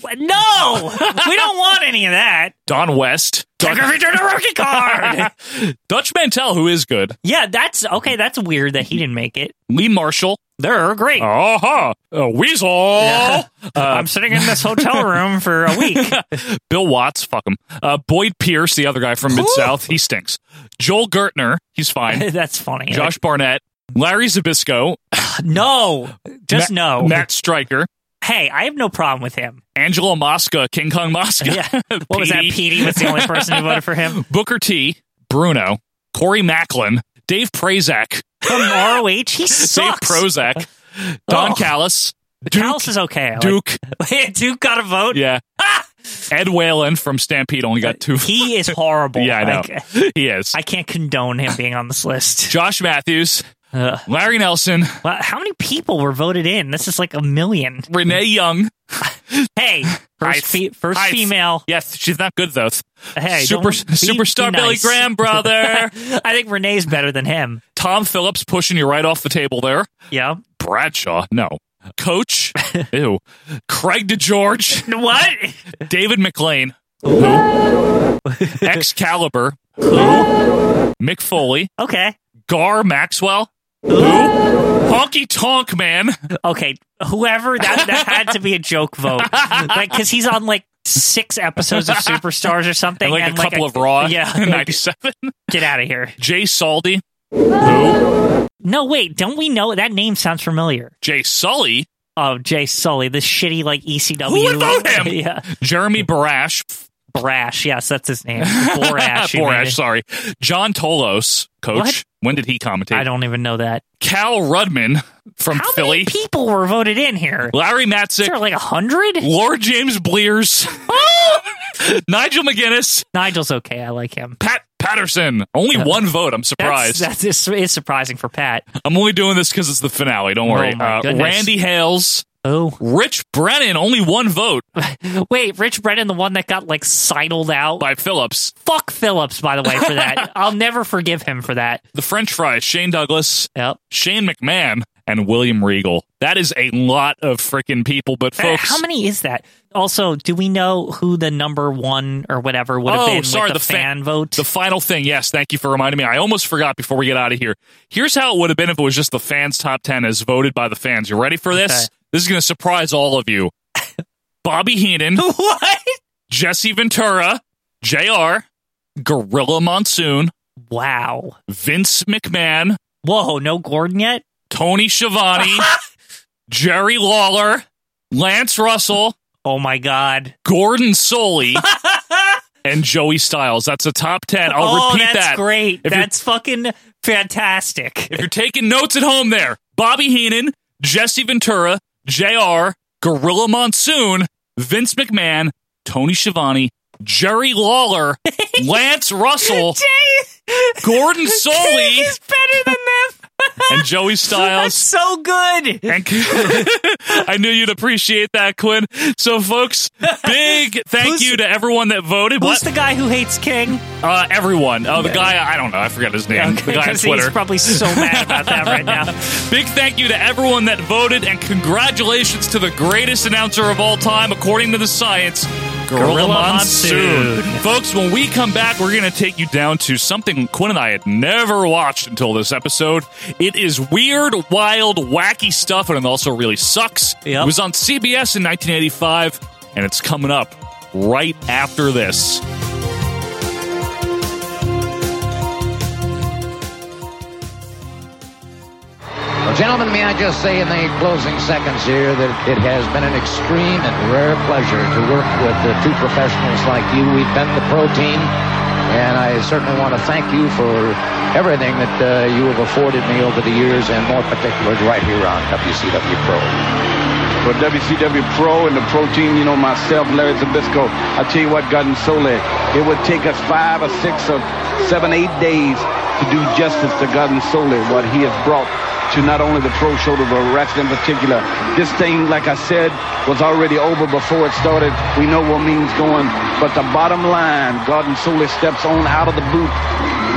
C: What? no, we don't want any of that.
B: Don West,
C: Take her return a rookie card.
B: Dutch Mantel, who is good,
C: yeah, that's okay. That's weird that he didn't make it.
B: Lee Marshall,
C: They're great.
B: Uh-huh. Uh, Weasel.
C: Yeah.
B: Uh,
C: I'm sitting in this hotel room for a week.
B: Bill Watts, fuck him. Uh, Boyd Pierce, the other guy from Mid South, he stinks. Joel Gertner, he's fine.
C: that's funny.
B: Josh Barnett, Larry Zabisco,
C: no, just
B: Ma-
C: no.
B: Matt Stryker,
C: hey, I have no problem with him.
B: Angela Mosca, King Kong Mosca.
C: Yeah. What was that? Petey was the only person who voted for him
B: Booker T, Bruno, Corey Macklin, Dave Prazak,
C: from ROH. He
B: Dave
C: sucks.
B: Prozac, Don
C: Oh.
B: Callis, Duke,
C: Dallas is okay. I
B: Duke,
C: like- Duke got a vote.
B: yeah. Ed Whalen from Stampede only got two.
C: Uh, He is horrible.
B: Yeah, I know.
C: Like,
B: he is.
C: I can't condone him being on this list.
B: Josh Matthews,
C: Ugh.
B: Larry Nelson,
C: Wow, how many people were voted in? This is like a million.
B: Renee Young.
C: Hey, first, fe- first
B: I-
C: female.
B: Yes, she's not good though.
C: Hey,
B: super
C: don't be-
B: superstar
C: be
B: Billy
C: nice.
B: Graham, brother.
C: I think Renee's better than him.
B: Tom Phillips pushing you right off the table there.
C: Yeah.
B: Bradshaw, no. Coach, ew. Craig DeGeorge,
C: What?
B: David McLean, Excalibur, Mick Foley,
C: Okay.
B: Gar Maxwell, Honky Tonk Man,
C: Okay. Whoever that that had to be a joke vote, like because he's on like six episodes of Superstars or something,
B: and like a couple of Raw,
C: Yeah.
B: in '97.
C: Get out of here.
B: Jay Saldy,
C: No, wait. Don't we know that name sounds familiar?
B: Jay Sully,
C: Oh, Jay Sully, this shitty like ECW.
B: Who would vote him?
C: yeah.
B: Jeremy Barash,
C: Brash. Yes, that's his name. Borash. you mean.
B: Borash, sorry, John Tolos, coach.
C: What?
B: When did he commentate?
C: I don't even know that.
B: Cal Rudman from
C: How
B: Philly,
C: many people were voted in here?
B: Larry
C: Is
B: Matzik,
C: there like Oh! a hundred?
B: Lord James Bleers, Nigel McGuinness,
C: Nigel's okay. I like him.
B: Pat Patterson. Only one vote. I'm surprised.
C: That's, that's is surprising for Pat.
B: I'm only doing this because it's the finale. Don't worry.
C: Oh, my
B: uh,
C: goodness.
B: Randy Hales,
C: Oh.
B: Rich Brennan, only one vote.
C: Wait, Rich Brennan, the one that got like sidled out
B: by Phillips.
C: Fuck Phillips, by the way, for that. I'll never forgive him for that.
B: The French fries, Shane Douglas,
C: Yep.
B: Shane McMahon, and William Regal. That is a lot of freaking people, but
C: Uh,
B: folks.
C: How many is that? Also, do we know who the number one or whatever would have
B: oh,
C: been? with
B: sorry,
C: the,
B: fa-
C: fan vote.
B: The final thing, yes, thank you for reminding me. I almost forgot before we get out of here. Here's how it would have been if it was just the fans' top 10 as voted by the fans. You ready for this?
C: Okay.
B: This is going to surprise all of you. Bobby Heenan,
C: what?
B: Jesse Ventura, JR, Gorilla Monsoon,
C: Wow.
B: Vince McMahon,
C: Whoa, no Gordon yet?
B: Tony Schiavone, Jerry Lawler, Lance Russell,
C: Oh my God.
B: Gordon Soley, and Joey Styles. That's the top 10. I'll
C: oh,
B: repeat
C: that's
B: that.
C: great.
B: If you're
C: that's fucking fantastic.
B: If you're taking notes at home there, Bobby Heenan, Jesse Ventura, JR, Gorilla Monsoon, Vince McMahon, Tony Schiavone, Jerry Lawler, Lance Russell,
C: Jay-
B: Gordon Soley,
C: He's better than them.
B: and Joey
C: That's
B: Styles.
C: so good.
B: And I knew you'd appreciate that, Quinn. So, folks, big thank
C: Who's-
B: you to everyone that voted.
C: Who's
B: What?
C: the guy who hates King?
B: uh, everyone. Uh, the guy, I don't know. I forgot his name. the guy on
C: Because he's
B: Twitter.
C: probably so mad about that right now.
B: Big thank you to everyone that voted, and congratulations to the greatest announcer of all time, according to the science, Gorilla,
C: Gorilla
B: Monsoon.
C: Monsoon.
B: Folks, when we come back, we're going to take you down to something Quinn and I had never watched until this episode. It is weird, wild, wacky stuff, and it also really sucks.
C: Yep.
B: It was on CBS in 1985, and it's coming up right after this.
R: Well, gentlemen, may I just say in the closing seconds here that it has been an extreme and rare pleasure to work with uh, two professionals like you. We've been the pro team, and I certainly want to thank you for everything that uh, you have afforded me over the years, and more particularly right here on WCW Pro.
T: For WCW Pro and the Pro Team, you know, myself, Larry Zabisco, I tell you what, Garden Sole, eh, it would take us five or six or seven, eight days to do justice to Garden Sole, eh, what he has brought to not only the pro show, but wrestling in particular. This thing, like I said, was already over before it started. We know where means going, but the bottom line, Garden Sole eh, steps on out of the booth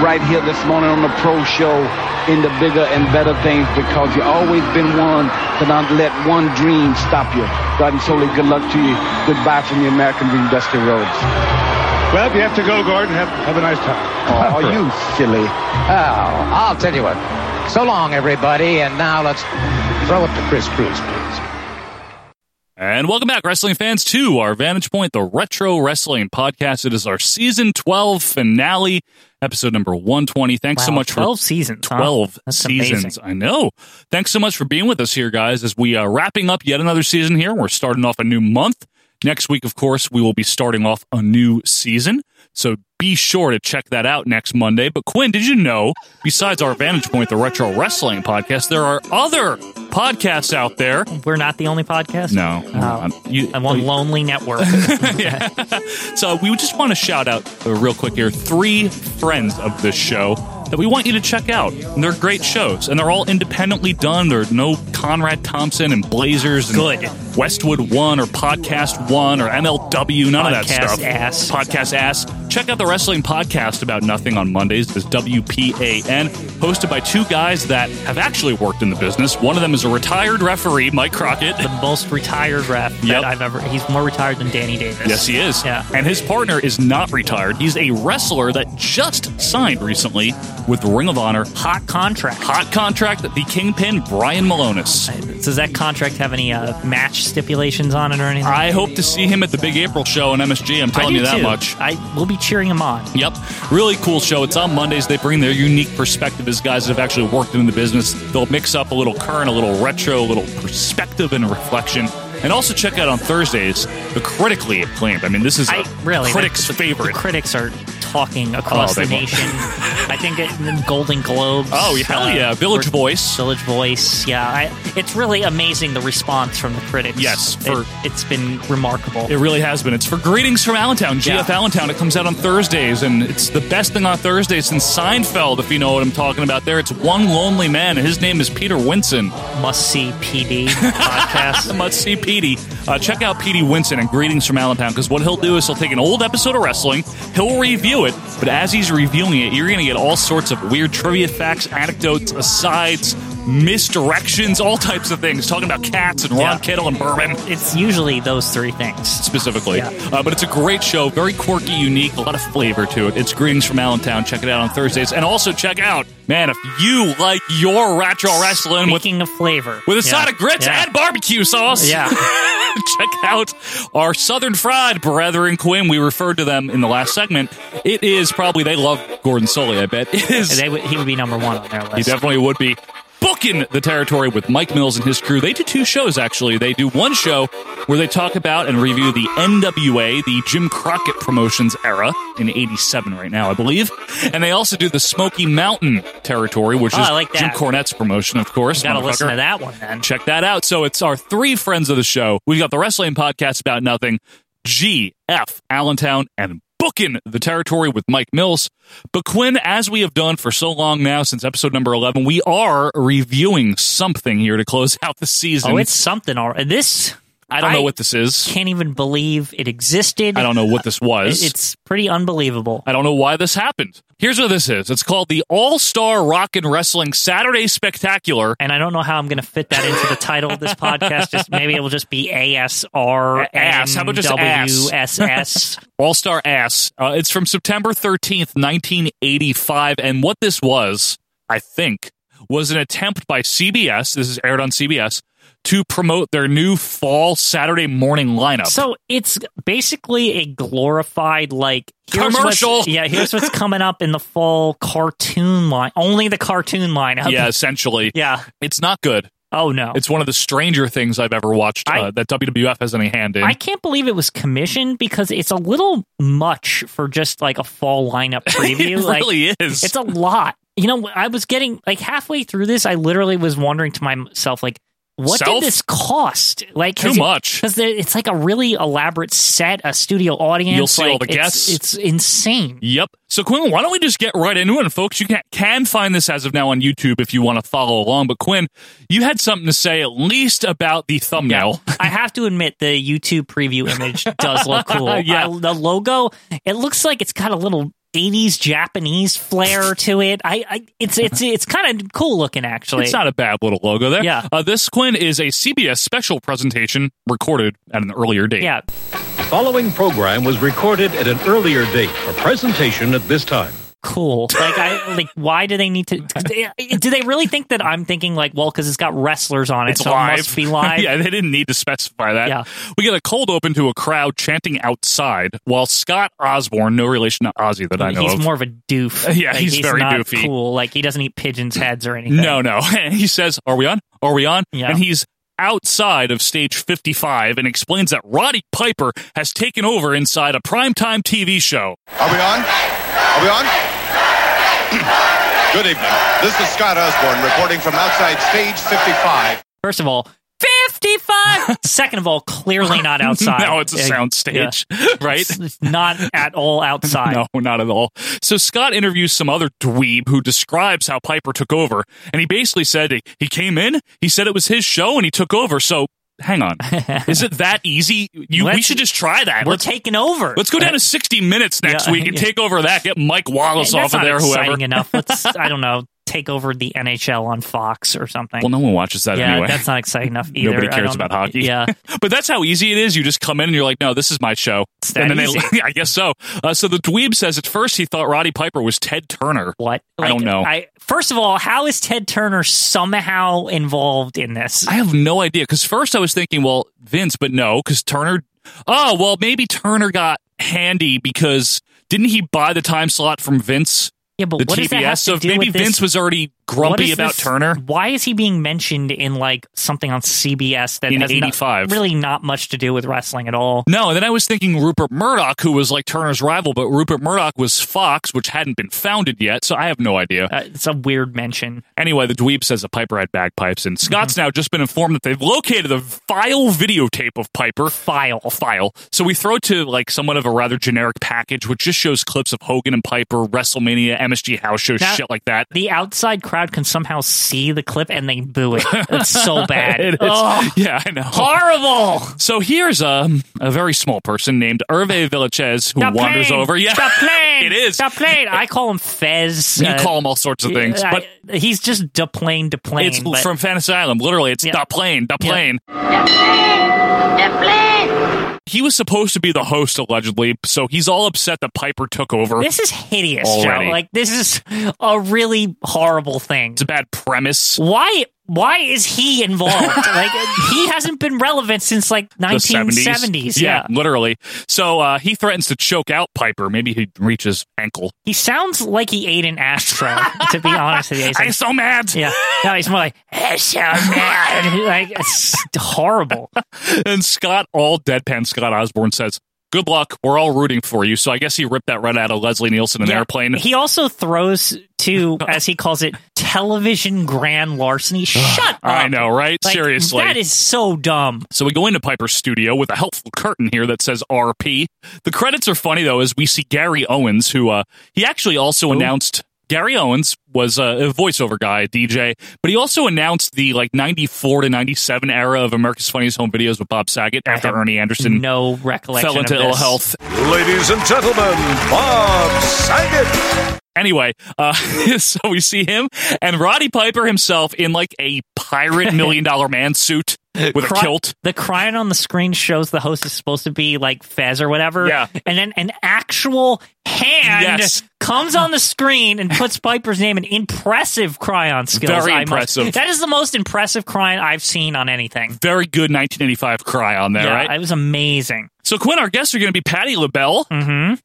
T: right here this morning on the pro show in the bigger and better things because you always been one to not let one dream stop you. God and solely good luck to you. Goodbye from the American Dream, Dusty Rhodes.
G: Well, if you have to go, Gordon, have, have a nice time.
T: Oh, you silly.
R: Oh, I'll tell you what. So long, everybody, and now let's throw it to Chris Cruz, please.
B: And welcome back, wrestling fans, to our Vantage Point, the Retro Wrestling Podcast. It is our season 12 finale, episode number 120. Thanks so
C: Wow,
B: much
C: 12
B: for
C: seasons. huh?
B: 12
C: That's
B: seasons.
C: amazing.
B: I know. Thanks so much for being with us here, guys, as we are wrapping up yet another season here. We're starting off a new month. Next week, of course, we will be starting off a new season. So be sure to check that out next Monday. But Quinn, did you know, besides our Vantage Point, the Retro Wrestling Podcast, there are other podcasts out there
C: We're not the only podcast?
B: No, we're
C: Oh.
B: not. You-
C: I'm on Lonely Network.
B: So we just want to shout out uh, real quick here three friends of this show that we want you to check out. And they're great shows, and they're all independently done. There are no Conrad Thompson and Blazers and
C: Good.
B: Westwood One or Podcast One or MLW, none of that
C: Podcast
B: stuff.
C: ass.
B: Podcast ass. Check out the wrestling podcast about nothing on Mondays. It's WPAN, hosted by two guys that have actually worked in the business. One of them is a retired referee, Mike Crockett.
C: the most retired ref
B: Yep.
C: that I've ever. He's more retired than Danny Davis.
B: Yes, he is.
C: Yeah.
B: And his partner is not retired. He's a wrestler that just signed recently with Ring of Honor.
C: Hot contract.
B: Hot contract that the kingpin, Brian Malonis.
C: Does that contract have any uh, match stipulations on it or anything?
B: I hope to see him at the Big April show on MSG. I'm telling
C: do
B: you that
C: too.
B: much.
C: I will be cheering him on.
B: Yep. Really cool show. It's on Mondays. They bring their unique perspective as guys that have actually worked in the business. They'll mix up a little current, a little retro, a little perspective and reflection. And also check out on Thursdays the critically acclaimed. I mean, this is a
C: I really
B: critic's
C: the- the
B: favorite.
C: critics are talking across
B: Oh, they
C: the
B: will.
C: nation. I think it, the Golden Globes. uh,
B: Oh, hell yeah. Village Voice.
C: Village Voice. Yeah, I, it's really amazing the response from the critics.
B: Yes,
C: It-
B: for-
C: it's been remarkable.
B: It really has been. It's for Greetings from Allentown, GF Allentown. It comes out on Thursdays, and it's the best thing on Thursdays since Seinfeld, if you know what I'm talking about. There, it's one lonely man. and His name is Peter Winson.
C: Must see PD podcast.
B: Must see PD. Uh, check out PD Winson and Greetings from Allentown because what he'll do is he'll take an old episode of wrestling, he'll review it, but as he's reviewing it, you're going to get all sorts of weird trivia facts, anecdotes, asides, misdirections, all types of things. Talking about cats and Ron
C: Yeah.
B: Kittle and Bourbon.
C: It's usually those three things.
B: specifically. Uh, but it's a great show, very quirky, unique, a lot of flavor to it. It's Greetings from Allentown. Check it out on Thursdays. And also check out, man, if you like your Ratchel Wrestling with,
C: Speaking of flavor.
B: with a
C: Yeah.
B: side of grits
C: Yeah.
B: and barbecue sauce.
C: Yeah.
B: check out our Southern Fried Brethren Quinn. We referred to them in the last segment. It is probably, they love Gordon Sully, I bet. It is.
C: They would, he would be number one on their list.
B: He definitely would be booking the territory with Mike Mills and his crew. They do two shows, actually. They do one show where they talk about and review the NWA, the Jim Crockett Promotions era in 87 right now, I believe. And they also do the Smoky Mountain territory, which
C: Oh,
B: is
C: I like that.
B: Jim Cornette's promotion, of course.
C: Gotta listen
B: motherfucker.
C: to that one then.
B: Check that out. So it's our three friends of the show. We've got the Wrestling Podcast About Nothing, GF Allentown, and Booking the Territory with Mike Mills. But Quinn, as we have done for so long now since episode number 11, we are reviewing something here to close out the season.
C: Oh, it's something. All right. This.
B: I don't know what this is.
C: Can't even believe it existed.
B: I don't know what this was.
C: It's pretty unbelievable.
B: I don't know why this happened. Here's what this is. It's called the All Star Rock and Wrestling Saturday Spectacular.
C: And I don't know how I'm going to fit that into the title of this podcast. Just maybe it will just be ASR
B: Ass. How about just ass?
C: WSS.
B: All Star Ass. Uh, it's from September 13th, 1985. And what this was, I think, was an attempt by CBS, this is aired on CBS, to promote their new fall Saturday morning lineup.
C: So it's basically a glorified like here's what's-
B: Commercial.
C: Yeah, here's what's coming up in the fall cartoon line. Only the cartoon lineup.
B: yeah, essentially.
C: Yeah.
B: It's not good.
C: Oh no.
B: It's one of the stranger things I've ever watched uh, that WWF has any hand in.
C: I can't believe it was commissioned because it's a little much for just like a fall lineup preview.
B: It
C: like,
B: really is.
C: It's a lot. You know, I was getting like halfway through this, I literally was wondering to myself, like, what
B: Self?
C: did this cost? Like
B: Too much.
C: because it's like a really elaborate set, a studio audience.
B: You'll see all
C: like,
B: the
C: it's-
B: guests.
C: It's, insane.
B: Yep. So Quinn, why don't we just get right into it, and folks? You can, can find this as of now on YouTube if you want to follow along. But Quinn, you had something to say at least about the thumbnail.
C: I have to admit, the YouTube preview image does look cool.
B: Yeah.
C: I- the logo, it looks like it's got a little. 80s Japanese flair to it. I, I it's it's it's kind of cool looking actually.
B: It's not a bad little logo there.
C: Yeah.
B: Uh, this Quinn is a CBS special presentation recorded at an earlier date.
C: yeah.
U: Following program was recorded at an earlier date for presentation at this time.
C: cool. Like I like why do they need to do they really think that I'm thinking like well cuz it's got wrestlers on it
B: It's
C: so
B: live.
C: it must be live.
B: yeah, they didn't need to specify that.
C: Yeah.
B: We get a cold open to a crowd chanting outside while Scott Osborne, no relation to Ozzy that I know
C: he's
B: of.
C: more of a doof.
B: Yeah,
C: Like,
B: he's very
C: not
B: doofy.
C: Cool. Like he doesn't eat pigeons heads or anything.
B: no, no. And he says, Are we on? Are we on?
C: Yeah.
B: And he's outside of stage 55 and explains that Roddy Piper has taken over inside a primetime TV show.
V: Are we on? Are we on? Good evening. This is Scott Osborne reporting from outside stage 55.
C: First of all, 55. Second of all, clearly not outside.
B: No, it's a
C: Yeah,
B: soundstage, right?
C: It's, it's not at all outside.
B: No, not at all. So Scott interviews some other dweeb who describes how Piper took over, and he basically said he- he came in, he said it was his show, and he took over. So hang on, is it that easy? You, we
C: Let's-
B: should just try that.
C: We're
B: Let's,
C: taking over.
B: let's go down to sixty minutes next
C: Yeah.
B: week and take over that. Get Mike Wallace
C: That's
B: off of
C: not
B: there,
C: exciting
B: whoever.
C: enough. Let's I don't know, take over the NHL on Fox or something.
B: Well, no one watches that
C: yeah,
B: anyway.
C: that's not exciting enough either.
B: Nobody
C: I
B: cares
C: don't-
B: about hockey.
C: Yeah.
B: but that's how easy it is. You just come in and you're like, no, this is my show.
C: that
B: and then
C: easy.
B: they, I guess so. Uh, so the dweeb says at first he thought Roddy Piper was Ted Turner.
C: What?
B: I don't
C: Like,
B: know.
C: I first of all, how is Ted Turner somehow involved in this?
B: I have no idea. Because first I was thinking, well, Vince, but no, because Turner. Oh, well, maybe Turner got handy because didn't he buy the time slot from Vince
C: Yeah, but
B: the
C: what
B: TBS
C: does that have to
B: of
C: do
B: maybe
C: with this-
B: Vince was already
C: What
B: grumpy
C: is
B: about
C: this-
B: Turner.
C: Why is he being mentioned in like something on CBS that
B: In
C: has no-
B: 85.
C: really not much to do with wrestling at all?
B: No, and then I was thinking Rupert Murdoch, who was like Turner's rival, but Rupert Murdoch was Fox, which hadn't been founded yet, so I have no idea.
C: Uh, it's a weird mention.
B: Anyway, the dweeb says that Piper had bagpipes, and Scott's now just been informed that they've located a file videotape of Piper.
C: File.
B: File. So we throw to like somewhat of a rather generic package, which just shows clips of Hogan and Piper, WrestleMania, MSG house shows,
C: That-
B: shit like that.
C: The outside crowd can somehow see the clip and they boo it. It's so bad.
B: It is.
C: Ugh.
B: Yeah, I know.
C: Horrible.
B: So here's um, a very small person named Hervé Villachez who
C: The
B: wanders
C: plane!
B: over. Yeah,
C: The plane.
B: it is.
C: The plane. I call him Fez. Uh,
B: You call him all sorts of things,
C: I-
B: but-
C: he's just de plane de plane.
B: it's
C: but-
B: from Fantasy Island. Literally, it's the plane, the plane. He was supposed to be the host allegedly, so he's all upset that Piper took over.
C: This is hideous,
B: Already.
C: Joe. Like this is a really horrible thing. It's
B: a bad premise.
C: Why? Why is he involved? like he hasn't been relevant since like
B: the
C: 1970s. Yeah.
B: literally. So uh, he threatens to choke out Piper. Maybe he reaches ankle.
C: He sounds like he ate an ashtray. to be honest with you, He's like-
B: I'm so mad.
C: Yeah, no, he's more like "I'm so mad. like it's horrible.
B: and Scott, all deadpan Scott Osborne says, "Good luck. We're all rooting for you." So I guess he ripped that right out of Leslie Nielsen in
C: Yeah.
B: airplane.
C: He also throws to, as he calls it, television grand larceny. Shut up!
B: I know, right?
C: uh, Like,
B: Seriously.
C: that is so dumb.
B: So we go into Piper's studio with a helpful curtain here that says RP. The credits are funny though, as we see Gary Owens, who uh, he actually also announced. Gary Owens was uh, a voiceover guy, a DJ, but he also announced the like '94 to '97 era of America's Funniest Home Videos with Bob Saget after Ernie Anderson
C: no recollection
B: fell into
C: of
B: ill
C: this.
B: health.
A: Ladies and gentlemen, Bob Saget.
B: Anyway, uh, so we see him and Roddy Piper himself in like a pirate million dollar man suit with a
C: Cry-
B: kilt.
C: The crying on the screen shows the host is supposed to be like Fez or whatever.
B: Yeah.
C: And then an actual hand
B: Yes.
C: comes on the screen and puts Piper's name in impressive cryon skills.
B: Very
C: I must-
B: impressive.
C: That is the most impressive crying I've seen on anything.
B: Very good 1985 cry on there,
C: yeah,
B: right?
C: It was amazing.
B: so Quinn, our guests are going to be Patty LaBelle,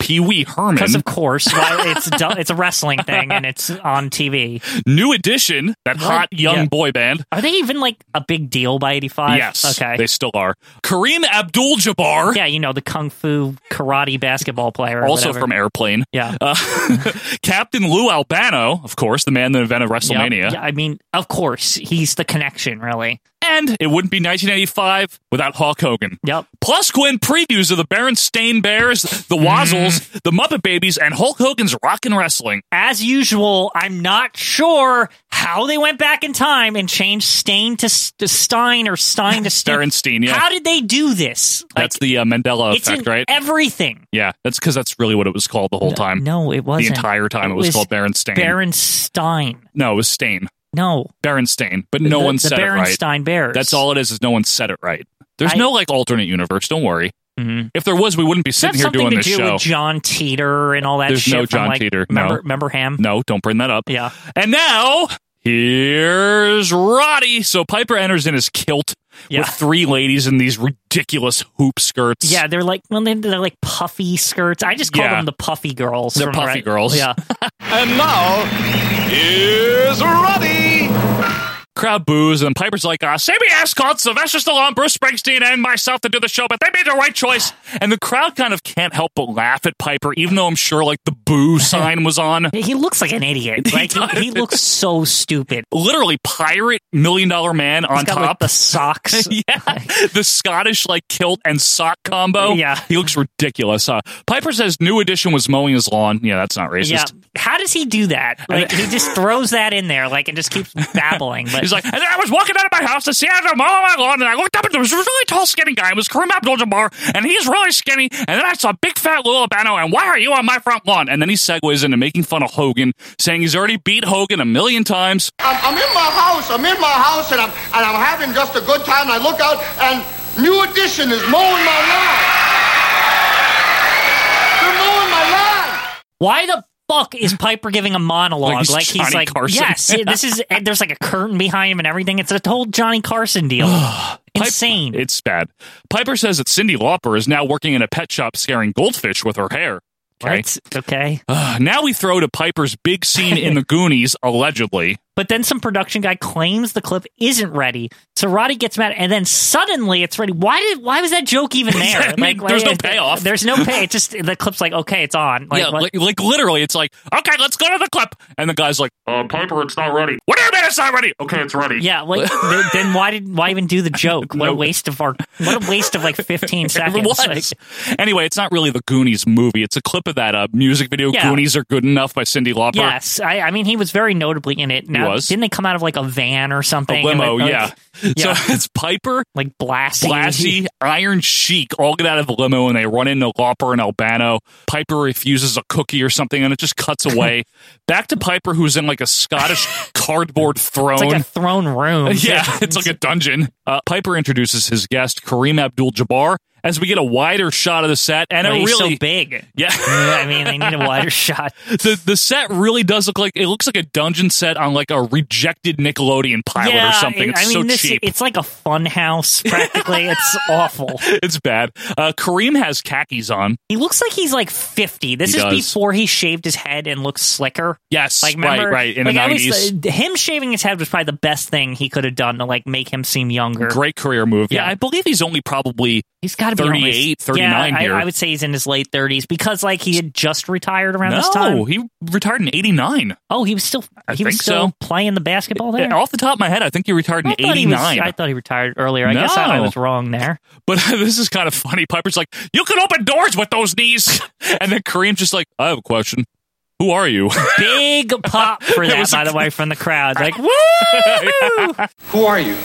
B: Pee Wee Herman,
C: Because Mm-hmm. of course, well, it's du- it's a wrestling thing and it's on TV.
B: New Edition, that
C: What?
B: hot young
C: Yeah.
B: boy band.
C: Are they even like a big deal by eighty five?
B: yes,
C: Okay.
B: they still are. Kareem Abdul-Jabbar,
C: yeah, you know the kung fu karate basketball player, or
B: also
C: whatever.
B: from Airplane.
C: yeah.
B: Uh, Captain Lou Albano, of course, the man that invented
C: Yep.
B: WrestleMania.
C: Yeah, I mean, of course, he's the connection, really.
B: And it wouldn't be 1985 without Hulk Hogan.
C: Yep.
B: Plus Quinn previews of the Berenstain Bears, the
C: Mm-hmm.
B: Wazzles, the Muppet Babies, and Hulk Hogan's Rockin' Wrestling.
C: As usual, I'm not sure how they went back in time and changed Stain to, S- to Stein or Stein to Stain.
B: Berenstein, yeah.
C: How did they do this?
B: that's the uh, Mandela
C: It's
B: effect,
C: in
B: right?
C: everything.
B: yeah, that's because that's really what it was called the whole time.
C: No, it
B: the
C: wasn't.
B: entire time it, was, called Berenstain.
C: Berenstein.
B: no, it was Stain.
C: No.
B: Berenstain, but no
C: The-
B: one
C: the
B: said it right.
C: Berenstain Bears.
B: That's all it is. Is no one said it right. There's
C: I-
B: no like alternate universe. Don't worry.
C: Mhm.
B: If there was, we wouldn't be
C: Does that
B: sitting
C: have
B: here doing
C: something to
B: this
C: do
B: show.
C: with John Teeter and all that
B: There's
C: shit?
B: no
C: from,
B: John
C: like,
B: Teeter.
C: Remember,
B: no.
C: remember him?
B: No, don't bring that up.
C: Yeah.
B: And now here's Roddy. So Piper enters in his kilt
C: Yeah.
B: with three ladies in these ridiculous hoop skirts.
C: Yeah, they're like well, they're, they're like puffy skirts. I just call
B: Yeah.
C: them the puffy girls.
B: They're
C: from
B: puffy
C: Red-
B: girls.
C: Yeah,
A: And now, here's Roddy.
B: Crowd boos, and Piper's like, uh, CBS called Sylvester Stallone, Bruce Springsteen, and myself to do the show, but they made the right choice. And the crowd kind of can't help but laugh at Piper, even though I'm sure like the boo sign was on.
C: he looks like an idiot. Like he, he looks so stupid.
B: Literally pirate million dollar man on
C: He's got,
B: top.
C: like, the socks.
B: yeah, the Scottish like kilt and sock combo.
C: Yeah.
B: he looks ridiculous. Huh? Piper says new edition was mowing his lawn. Yeah, that's not racist.
C: yeah, how does he do that? Like he just throws that in there, like and just keeps babbling. But
B: He's like, and then I was walking out of my house to see Adam mow my lawn, and I looked up and there was a really tall, skinny guy. It was Kareem Abdul-Jabbar, and he's really skinny. And then I saw big, fat Lou Albano, and why are you on my front lawn? And then he segues into making fun of Hogan, saying he's already beat Hogan a million times.
D: I'm, I'm in my house. I'm in my house, and I'm and I'm having just a good time. And I look out, and New Edition is mowing my lawn. They're mowing my lawn.
C: why the fuck is Piper giving a monologue?
B: Like
C: Like
B: he's
C: he's,
B: Johnny
C: like,
B: Carson.
C: yes, this is. And there's like a curtain behind him and everything. It's a whole Johnny Carson deal. Insane.
B: It's bad. Piper says that Cindy Lauper is now working in a pet shop scaring goldfish with her hair. Okay.
C: Right? Okay.
B: Uh, now we throw to Piper's big scene in the Goonies, allegedly.
C: But then some production guy claims the clip isn't ready. So Roddy gets mad, and then suddenly it's ready. Why did? Why was that joke even there?
B: I mean, there's no
C: it-
B: payoff.
C: There's no pay. It's just the clip's like, okay, it's on. Like,
B: yeah,
C: what-
B: like, like literally, it's like, okay, let's go to the clip. And the guy's like, uh, Piper, it's not ready. What do you mean it's not ready? Okay, it's ready.
C: yeah. Like then- then why did? Why even do the joke? What a waste of our. What a waste of like 15 seconds.
B: It was.
C: Like,
B: anyway, it's not really the Goonies movie. It's a clip of that uh, music video,
C: Yeah.
B: Goonies Are Good Enough by Cindy Lauper.
C: Yes, I, I mean he was very notably in it. Now,
B: was.
C: didn't they come out of like a van or something?
B: A
C: And,
B: limo,
C: like,
B: yeah.
C: yeah.
B: So it's Piper,
C: like Blassie,
B: Blassie, Iron Sheik all get out of the limo and they run into Lauper and Albano. Piper refuses a cookie or something and it just cuts away. Back to Piper, who's in like a Scottish cardboard throne.
C: It's like a throne room.
B: Yeah, it's like a dungeon. Uh, Piper introduces his guest Kareem Abdul-Jabbar as we get a wider shot of the set, and
C: Well,
B: it
C: he's so
B: really
C: big.
B: Yeah,
C: I mean they need a wider shot.
B: the the set really does look like it looks like a dungeon set on like a rejected Nickelodeon pilot or something.
C: it-
B: It's
C: I mean,
B: so
C: this,
B: cheap.
C: It's like a fun house, practically. it's awful.
B: it's bad. Uh, Kareem has khakis on.
C: He looks like he's like 50. This
B: He
C: is
B: does.
C: before he shaved his head and looked slicker.
B: Yes,
C: Like, remember?
B: right, right. In
C: like,
B: the
C: I always-
B: nineties,
C: uh, him shaving his head was probably the best thing he could have done to like make him seem younger.
B: great career move. Yeah.
C: Yeah.
B: I believe he's only probably
C: He's got to be almost-
B: 38, 39
C: yeah, I-
B: here.
C: I, would say he's in his late 30s because like he had just retired around this
B: no,
C: time.
B: he retired in eighty nine.
C: Oh, he was still
B: I
C: he was
B: think
C: still
B: so.
C: playing the basketball there.
B: Off the top of my head, I think he retired in
C: I thought
B: eighty
C: he was-
B: nine.
C: I thought he retired earlier. I guess I, I
B: No.
C: was wrong there.
B: But this is kind of funny. Piper's like, "You can open doors with those knees," and then Kareem's just like, "I have a question. Who are you?"
C: Big pop for
B: It
C: that,
B: was
C: by
B: a-
C: the way, from the crowd. Like, woo!
P: Who are you?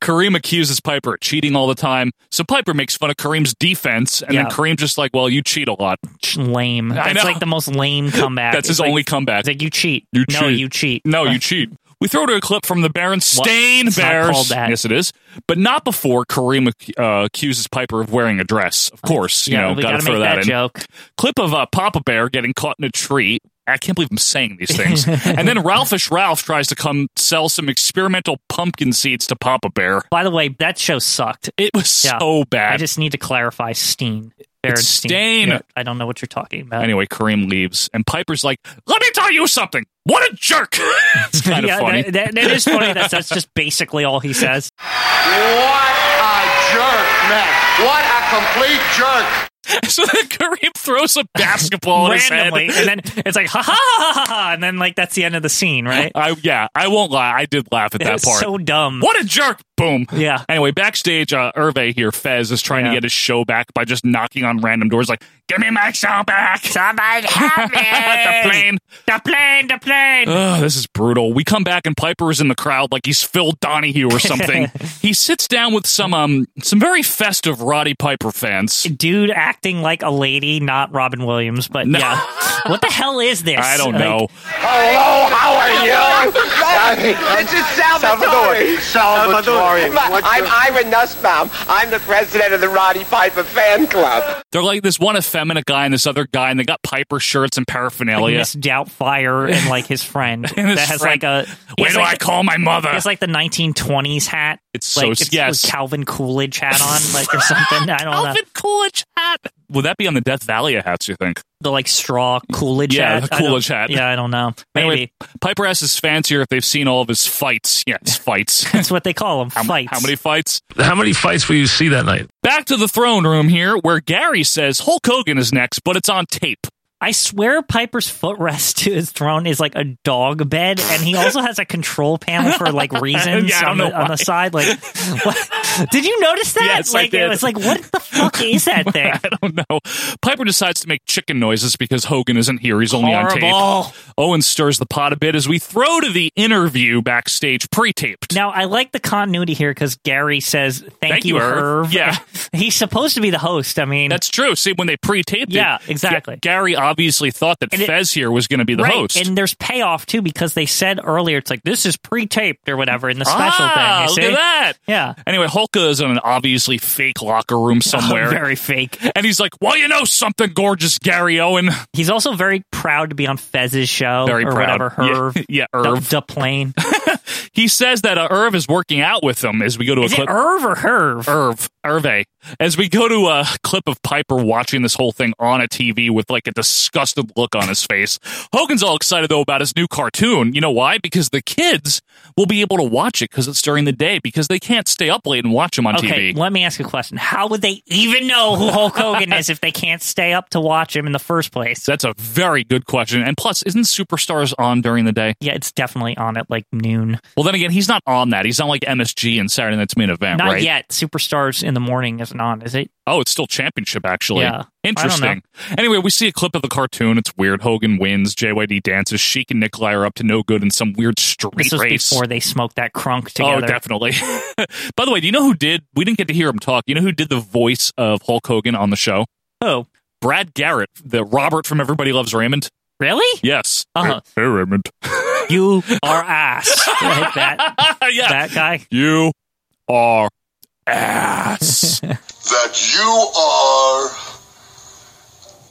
B: Kareem accuses Piper of cheating all the time, so Piper makes fun of Kareem's defense, and
C: Yeah.
B: then Kareem's just like, "Well, you cheat a lot."
C: Lame.
B: I
C: That's
B: know.
C: like the most lame comeback.
B: That's
C: It's
B: his
C: like-
B: only comeback.
C: It's like you cheat.
B: You
C: no,
B: cheat.
C: you cheat.
B: No, you cheat. We throw to a clip from the Berenstain
C: It's not
B: Bears.
C: called that.
B: Yes, it is, but not before Kareem ac- uh, accuses Piper of wearing a dress. Of course, you
C: Yeah,
B: know,
C: we
B: gotta,
C: gotta
B: throw
C: make that
B: in.
C: joke.
B: Clip of uh, Papa Bear getting caught in a tree. I can't believe I'm saying these things. and then Ralphish Ralph tries to come sell some experimental pumpkin seeds to Papa Bear.
C: By the way, that show sucked.
B: It was
C: Yeah.
B: so bad.
C: I just need to clarify Steen. Baron
B: It's Stain.
C: Yeah, I don't know what you're talking about.
B: Anyway, Kareem leaves, and Piper's like, "Let me tell you something. What a jerk!" it's kind
C: yeah,
B: of funny.
C: That, that- that is funny. That's, that's just basically all he says.
D: What a jerk, man. What a complete jerk.
B: so then Kareem throws a basketball at his head.
C: Randomly. And then it's like, ha ha ha ha ha. And then, like, that's the end of the scene, right?
B: I yeah, I won't lie. I did laugh at that
C: It's
B: part.
C: so dumb.
B: what a jerk! Boom.
C: Yeah.
B: Anyway, backstage, uh, Irve here, Fez is trying
C: Yeah.
B: to get his show back by just knocking on random doors, like, "Give me my show back!"
C: Somebody help me!
B: the plane.
C: The plane! The plane!
B: Ugh, this is brutal. We come back and Piper is in the crowd like he's Phil Donahue or something. he sits down with some um some very festive Roddy Piper fans.
C: dude acting like a lady, not Robin Williams, but
B: No.
C: yeah. what the hell is this?
B: I don't
C: Like,
B: know.
D: Hello, how are you?
L: This is Salvatore.
D: Salvatore.
L: I'm, I'm Ira Nussbaum. I'm the president of the Roddy Piper fan club.
B: They're like this one effeminate guy and this other guy, and they got Piper shirts and
C: Like
B: paraphernalia.
C: Miss Doubtfire and like his friend
B: his
C: that has
B: friend.
C: like a. he
B: Where
C: has,
B: do
C: like,
B: I call my mother?
C: It's like the 1920s hat.
B: It's
C: like,
B: so-
C: it's
B: yes.
C: with Calvin Coolidge hat on, like or something. I don't know.
B: Alvin Coolidge hat. Will that be on the Death Valley hats? You think?
C: The like straw Coolidge
B: Yeah,
C: hat.
B: the
C: I don't-
B: Coolidge hat.
C: Yeah, I don't know. Maybe
B: Anyway, Piper asks his fans here if they've seen all of his fights. Yes, fights.
C: that's what they call them.
B: How-
C: fights.
B: How many fights?
E: How many fights will you see that night?
B: Back to the throne room here, where Gary says Hulk Hogan is next, but it's on tape.
C: I swear Piper's footrest to his throne is like a dog bed, and he also has a control panel for like reasons
B: Yeah, I don't
C: on, the,
B: know
C: on the side. Like, what? did you notice that?
B: Yes, I
C: like,
B: did.
C: it was like, what the fuck is that thing?
B: I don't know. Piper decides to make chicken noises because Hogan isn't here. He's only on
C: Horrible.
B: tape. Owen stirs the pot a bit as we throw to the interview backstage, pre-taped.
C: Now I like the continuity here because Gary says, "Thank,
B: Thank
C: you,
B: you, Irv."
C: Irv."
B: Yeah.
C: he's supposed to be the host. I mean,
B: That's true. See, when they pre-taped
C: Yeah,
B: it,
C: exactly.
B: Ga- Gary obviously thought that
C: And it-
B: Fez here was going to be the
C: right.
B: host.
C: And there's payoff too because they said earlier it's like this is pre-taped or whatever in the special
B: ah,
C: thing. You
B: look
C: see?
B: at that.
C: Yeah.
B: Anyway, Hulk is in an obviously fake locker room somewhere.
C: Very fake.
B: and he's like, well, you know something, gorgeous Gary Owen.
C: He's also very proud to be on Fez's show
B: Very
C: or
B: proud.
C: whatever. Herv.
B: Yeah, yeah,
C: Da-
B: Irv.
C: Da Plane.
B: He says that uh, Irv is working out with them as we go to
C: Is
B: a
C: it
B: clip.
C: Irv or Herv?
B: Irv, Irve. As we go to a clip of Piper watching this whole thing on a TV with like a disgusted look on his face. Hogan's all excited though about his new cartoon. You know why? Because the kids will be able to watch it because it's during the day because they can't stay up late and watch him on
C: Okay,
B: TV.
C: let me ask you a question. How would they even know who Hulk Hogan is if they can't stay up to watch him in the first place?
B: That's a very good question. And plus, isn't Superstars on during the day?
C: Yeah, it's definitely on at like noon.
B: Well, then again, he's not on that. He's not like MSG and Saturday Night's Main Event,
C: Not
B: right?
C: yet. Superstars in the morning isn't on, is it?
B: Oh, it's still championship, actually.
C: Yeah. I don't
B: Interesting. Anyway, we see a clip of the cartoon. It's weird. Hogan wins. JYD dances. Sheik and Nikolai are up to no good in some weird street
C: This was
B: race.
C: before they smoked that crunk together.
B: Oh, definitely. By the way, do you know who did? We didn't get to hear him talk. You know who did the voice of Hulk Hogan on the show?
C: Oh,
B: Brad Garrett, the Robert from Everybody Loves Raymond.
C: Really?
B: Yes.
C: Uh-huh.
B: Hey, hey, Raymond.
C: You are ass. Like that,
B: yeah.
C: that guy.
B: You are ass.
H: that you are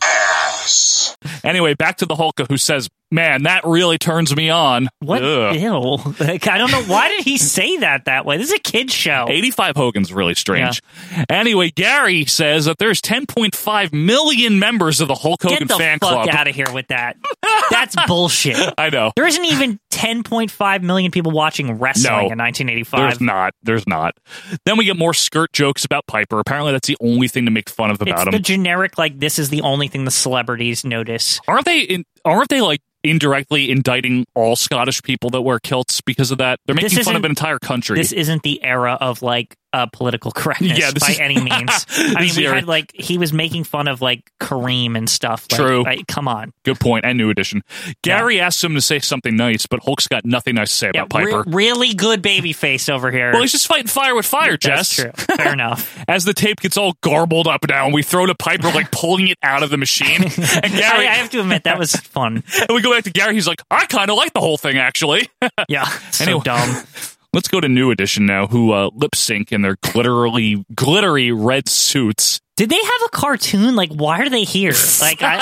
H: ass.
B: anyway, back to the Hulk who says, "Man, that really turns me on."
C: What? Ew. Like, I don't know. Why did he say that that way? This is a kid's show.
B: 85 Hogan's really strange. Anyway, Gary says that there's 10.5 million members of the Hulk Hogan
C: Get the
B: fan
C: fuck
B: club.
C: out of here with that. That's bullshit.
B: I know.
C: There isn't even 10.5 million people watching wrestling
B: No.
C: in 1985.
B: There's not. There's not. Then we get more skirt jokes about Piper. Apparently, that's the only thing to make fun of
C: it's
B: about
C: the
B: him.
C: generic, like, this is the only thing the celebrities notice.
B: aren't they? In, aren't they like indirectly indicting all Scottish people that wear kilts because of that? They're
C: This
B: making fun of
C: isn't-
B: an entire country.
C: This isn't the era of, like, uh, political correctness
B: Yeah, this
C: by
B: is-
C: any means. I mean,
B: This
C: we
B: era.
C: had, like, he was making fun of, like, Kareem and stuff. Like,
B: True.
C: like, come on.
B: Good point. And new edition. Gary asks him to say something nice, but Hulk's got nothing nice to say about
C: Re-
B: Piper.
C: really good baby face over here.
B: well, he's just fighting fire with fire, Jess.
C: That's true. Fair enough.
B: As the tape gets all garbled up now, and we throw to Piper like pulling it out of the machine. And Gary,
C: I, I have to admit that was fun.
B: and we go back to Gary. He's like, I kind of like the whole thing actually.
C: Yeah, so
B: Anyway.
C: dumb.
B: Let's go to New Edition now, who uh, lip sync in their glittery, glittery red suits.
C: Did they have a cartoon? Like, why are they here? Like, I,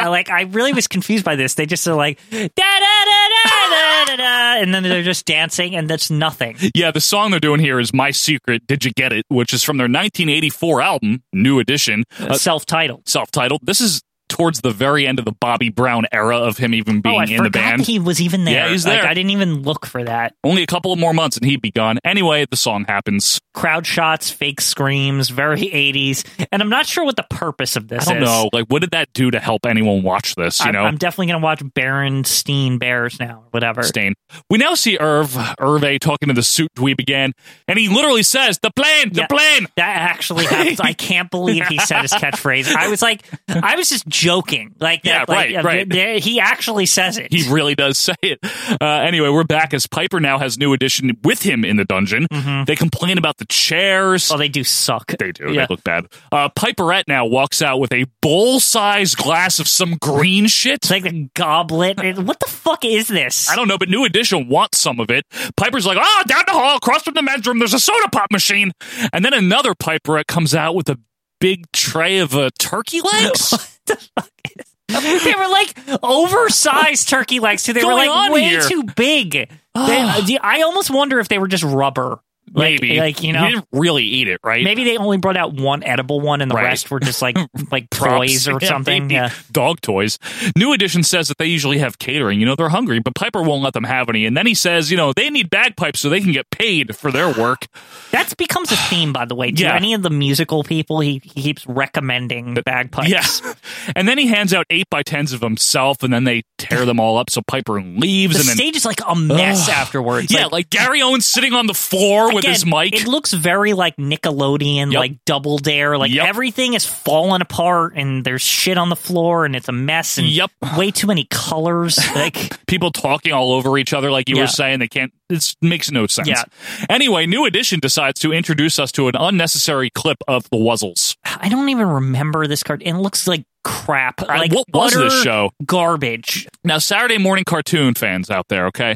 C: I'm like, I really was confused by this. They just are like da da da da da da, da, and then they're just dancing, and that's nothing.
B: Yeah, the song they're doing here is "My Secret." Did you get it? Which is from their 1984 album, New Edition, uh,
C: Self-titled.
B: self-titled. This is towards the very end of the Bobby Brown era of him even being
C: oh, I
B: in
C: forgot
B: the band.
C: that he was even there.
B: Yeah, he's
C: Like,
B: there.
C: I didn't even look for that.
B: Only a couple more months and he'd be gone. Anyway, the song happens.
C: Crowd shots, fake screams, very 80s, and I'm not sure what the purpose of
B: I
C: this
B: don't
C: is.
B: know, like, what did that do to help anyone watch this? You
C: I'm,
B: know,
C: I'm definitely gonna watch Berenstein Bears now, or whatever.
B: Stain. We now see Irv Irve talking to the suit dweeb again, and he literally says, "The plane, the
C: Yeah,
B: plane."
C: That actually happens. I can't believe he said his catchphrase. I was like, I was just joking. Like,
B: Yeah,
C: that, like,
B: right,
C: uh,
B: right.
C: there- he actually says it.
B: He really does say it. Uh, anyway, we're back as Piper now has new edition with him in the dungeon. They complain about the chairs.
C: Mm-hmm. oh, they do suck.
B: They do.
C: Yeah.
B: They look bad. Uh, Piperette now walks out with a bowl-sized glass of some green shit.
C: It's like a goblet. It- What the fuck is this?
B: I don't know, but New Edition wants some of it. Piper's like, oh, down the hall, across from the men's room, there's a soda pop machine. And then another Piperette comes out with a big tray of uh, turkey legs.
C: they were like oversized turkey legs too. They were
B: Going
C: like
B: on
C: way
B: here?
C: too big. They- uh, I almost wonder if they were just rubber. Like,
B: Maybe.
C: like you know,
B: He didn't really eat it, right?
C: maybe they only brought out one edible one, and the
B: Right.
C: rest were just like like
B: Props.
C: toys or
B: Yeah,
C: something.
B: maybe.
C: Yeah.
B: Dog toys. New Edition says that they usually have catering. You know, they're hungry, but Piper won't let them have any. And then he says, you know, they need bagpipes so they can get paid for their work.
C: That's becomes a theme, by the way. To
B: Yeah. Uh,
C: any of the musical people, he, he keeps recommending bagpipes.
B: Yeah. And then he hands out eight by tens of himself, and then they tear them all up. So Piper leaves,
C: The
B: and then
C: stage is like a mess
B: Ugh.
C: afterwards.
B: yeah, like, Gary Owens sitting on the floor with
C: again,
B: his mic.
C: It looks very like Nickelodeon,
B: Yep.
C: like Double Dare. Like
B: Yep.
C: everything is falling apart, and there's shit on the floor, and it's a mess, and
B: Yep.
C: way too many colors. Like
B: People talking all over each other, like you
C: Yeah.
B: were saying, they can't. It makes no sense.
C: Yeah.
B: Anyway, New Edition decides to introduce us to an unnecessary clip of the Wuzzles.
C: I don't even remember this card. And it looks like crap.
B: I-
C: Like
B: what was this
C: utter
B: show?
C: Garbage.
B: Now, Saturday morning cartoon fans out there, okay?